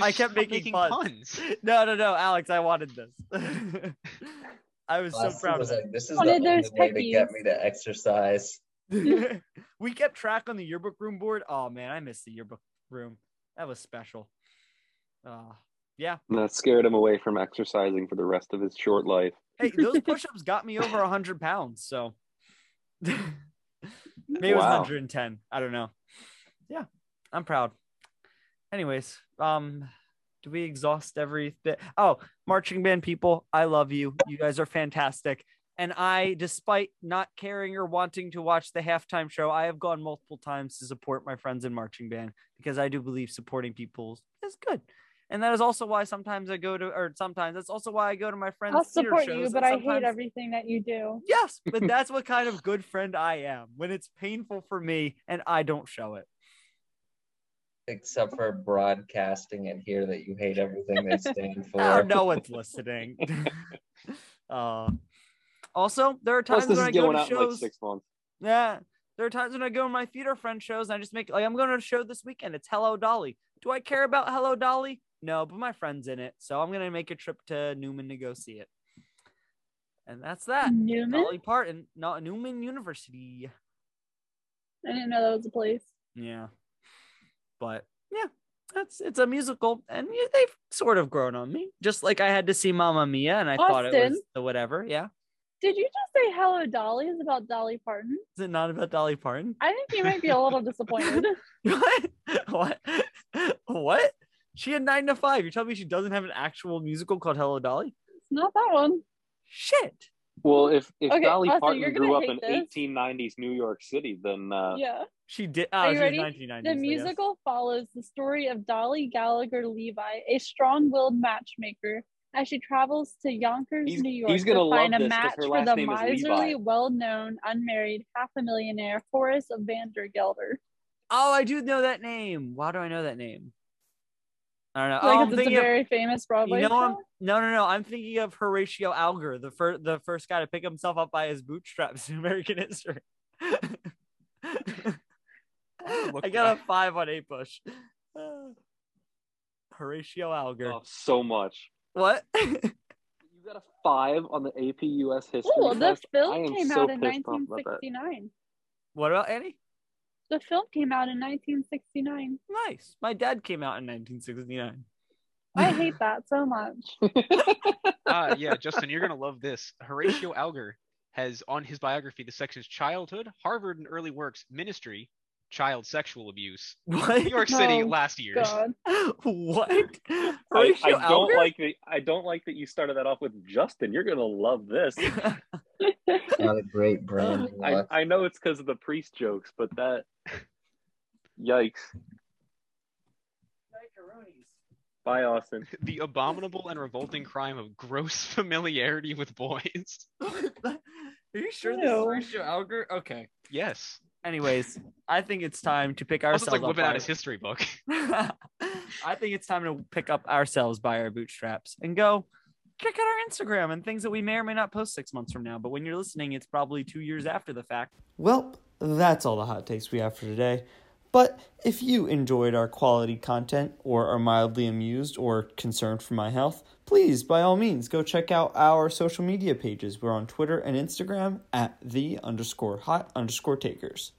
Speaker 2: I kept
Speaker 5: stop
Speaker 2: making puns. No, no, no, Alex, I wanted this. I was so
Speaker 7: Austin
Speaker 2: proud of
Speaker 7: was
Speaker 2: that.
Speaker 7: like, this is
Speaker 4: Oh,
Speaker 7: the
Speaker 4: no,
Speaker 7: only
Speaker 4: there's
Speaker 7: way to get
Speaker 4: pickies.
Speaker 7: me to exercise.
Speaker 2: we kept track on the yearbook room board. Oh man, I missed the yearbook room. That was special. Uh, yeah.
Speaker 3: that scared him away from exercising for the rest of his short life.
Speaker 2: Hey, those push-ups got me over 100 pounds, so maybe it was
Speaker 3: Wow.
Speaker 2: 110. I don't know. Yeah, I'm proud. Anyways, um, do we exhaust every bit? Oh, marching band people, I love you. You guys are fantastic. And I, despite not caring or wanting to watch the halftime show, I have gone multiple times to support my friends in marching band because I do believe supporting people is good. And that is also why sometimes I go to, or sometimes that's also why I go to my friends.
Speaker 4: I'll
Speaker 2: theater
Speaker 4: support
Speaker 2: shows
Speaker 4: you,
Speaker 2: and
Speaker 4: but I hate
Speaker 2: sometimes-
Speaker 4: everything that you do.
Speaker 2: Yes, but that's what kind of good friend I am when it's painful for me and I don't show it.
Speaker 7: Except for broadcasting and hear that you hate everything they stand for.
Speaker 2: Oh, no one's listening. uh, also, there are
Speaker 3: Plus,
Speaker 2: times
Speaker 3: this
Speaker 2: when
Speaker 3: is
Speaker 2: I go
Speaker 3: going
Speaker 2: to
Speaker 3: out in like
Speaker 2: shows.
Speaker 3: six months.
Speaker 2: Yeah, there are times when I go to my theater friend shows and I just make like I'm going to a show this weekend. It's Hello Dolly. Do I care about Hello Dolly? No, but my friend's in it, so I'm gonna make a trip to Newman to go see it. And that's that.
Speaker 4: Newman?
Speaker 2: Dolly Parton, not Newman University.
Speaker 4: I didn't know that was a place.
Speaker 2: Yeah. But yeah, that's it's a musical, and yeah, they've sort of grown on me. Just like I had to see Mamma Mia, and I thought it was
Speaker 4: Austin.
Speaker 2: the whatever. Yeah,
Speaker 4: Did you just say Hello Dolly is about Dolly Parton?
Speaker 2: is it not about Dolly Parton?
Speaker 4: I think you might be a little disappointed.
Speaker 2: what? What? What? She had nine to five. You're telling me she doesn't have an actual musical called Hello Dolly?
Speaker 4: It's not that one.
Speaker 2: Shit.
Speaker 3: Well, if if
Speaker 4: Okay,
Speaker 3: Dolly
Speaker 4: Austin,
Speaker 3: Parton
Speaker 4: you're gonna
Speaker 3: grew up in
Speaker 4: hate this.
Speaker 3: 1890s New York City, then uh,
Speaker 4: yeah.
Speaker 2: She did.
Speaker 4: Are
Speaker 2: Oh,
Speaker 4: you
Speaker 2: she's
Speaker 4: ready?
Speaker 2: 1990s. I
Speaker 4: The
Speaker 2: guess.
Speaker 4: musical follows the story of Dolly Gallagher Levi, a strong willed matchmaker, as she travels to Yonkers,
Speaker 3: He's-
Speaker 4: New York
Speaker 3: he's gonna
Speaker 4: to find
Speaker 3: love
Speaker 4: a
Speaker 3: this 'cause
Speaker 4: match
Speaker 3: her
Speaker 4: for
Speaker 3: last
Speaker 4: the
Speaker 3: name is
Speaker 4: miserly,
Speaker 3: Levi.
Speaker 4: well known, unmarried, half a millionaire Horace Vandergelder.
Speaker 2: Oh, I do know that name. Why do I know that name? I don't know.
Speaker 4: Like,
Speaker 3: Um,
Speaker 2: oh, I'm
Speaker 4: it's, it's a
Speaker 2: thinking of-
Speaker 4: very famous Broadway
Speaker 2: you know, I'm,
Speaker 4: show.
Speaker 2: no, no, no. I'm thinking of Horatio Alger, the first, the first guy to pick himself up by his bootstraps in American history.
Speaker 5: look
Speaker 2: I
Speaker 5: it
Speaker 2: got
Speaker 5: up.
Speaker 2: a five on eight push. Uh, Horatio Alger.
Speaker 3: oh, so much.
Speaker 2: What?
Speaker 3: You got a five on the AP US history
Speaker 4: Oh, the
Speaker 3: test. I
Speaker 4: film
Speaker 3: am
Speaker 4: came
Speaker 3: so
Speaker 4: out in
Speaker 3: pissed off about that.
Speaker 4: 1969.
Speaker 2: what about Annie?
Speaker 4: The film came out in 1969.
Speaker 2: Nice. My dad came out in 1969.
Speaker 4: I hate that so much.
Speaker 5: uh, yeah, Justin, you're gonna love this. Horatio Alger has on his biography the sections childhood, Harvard and early works, ministry, child sexual abuse,
Speaker 2: What?
Speaker 5: New York City
Speaker 4: Oh,
Speaker 5: last year's.
Speaker 4: God.
Speaker 2: what?
Speaker 3: I,
Speaker 2: Horatio
Speaker 3: I don't
Speaker 2: Alger?
Speaker 3: like the I don't like that you started that off with Justin. You're gonna love this.
Speaker 7: Not a great branding
Speaker 3: I,
Speaker 7: look.
Speaker 3: I know it's because of the priest jokes, but that yikes. Bye, Austin.
Speaker 5: The abominable and revolting crime of gross familiarity with boys.
Speaker 2: Are you sure this is
Speaker 4: Ew.
Speaker 2: Horatio Alger? Okay.
Speaker 5: Yes.
Speaker 2: Anyways, I think it's time to pick
Speaker 5: Also, it's
Speaker 2: ourselves
Speaker 5: like
Speaker 2: up.
Speaker 5: whipping
Speaker 2: by
Speaker 5: out
Speaker 2: our-
Speaker 5: his history book.
Speaker 2: I think it's time to pick up ourselves by our bootstraps and go check out our Instagram and things that we may or may not post six months from now. But when you're listening, it's probably two years after the fact. Well, that's all the hot takes we have for today. But if you enjoyed our quality content or are mildly amused or concerned for my health, please, by all means, go check out our social media pages. We're on Twitter and Instagram at the underscore hot underscore takers.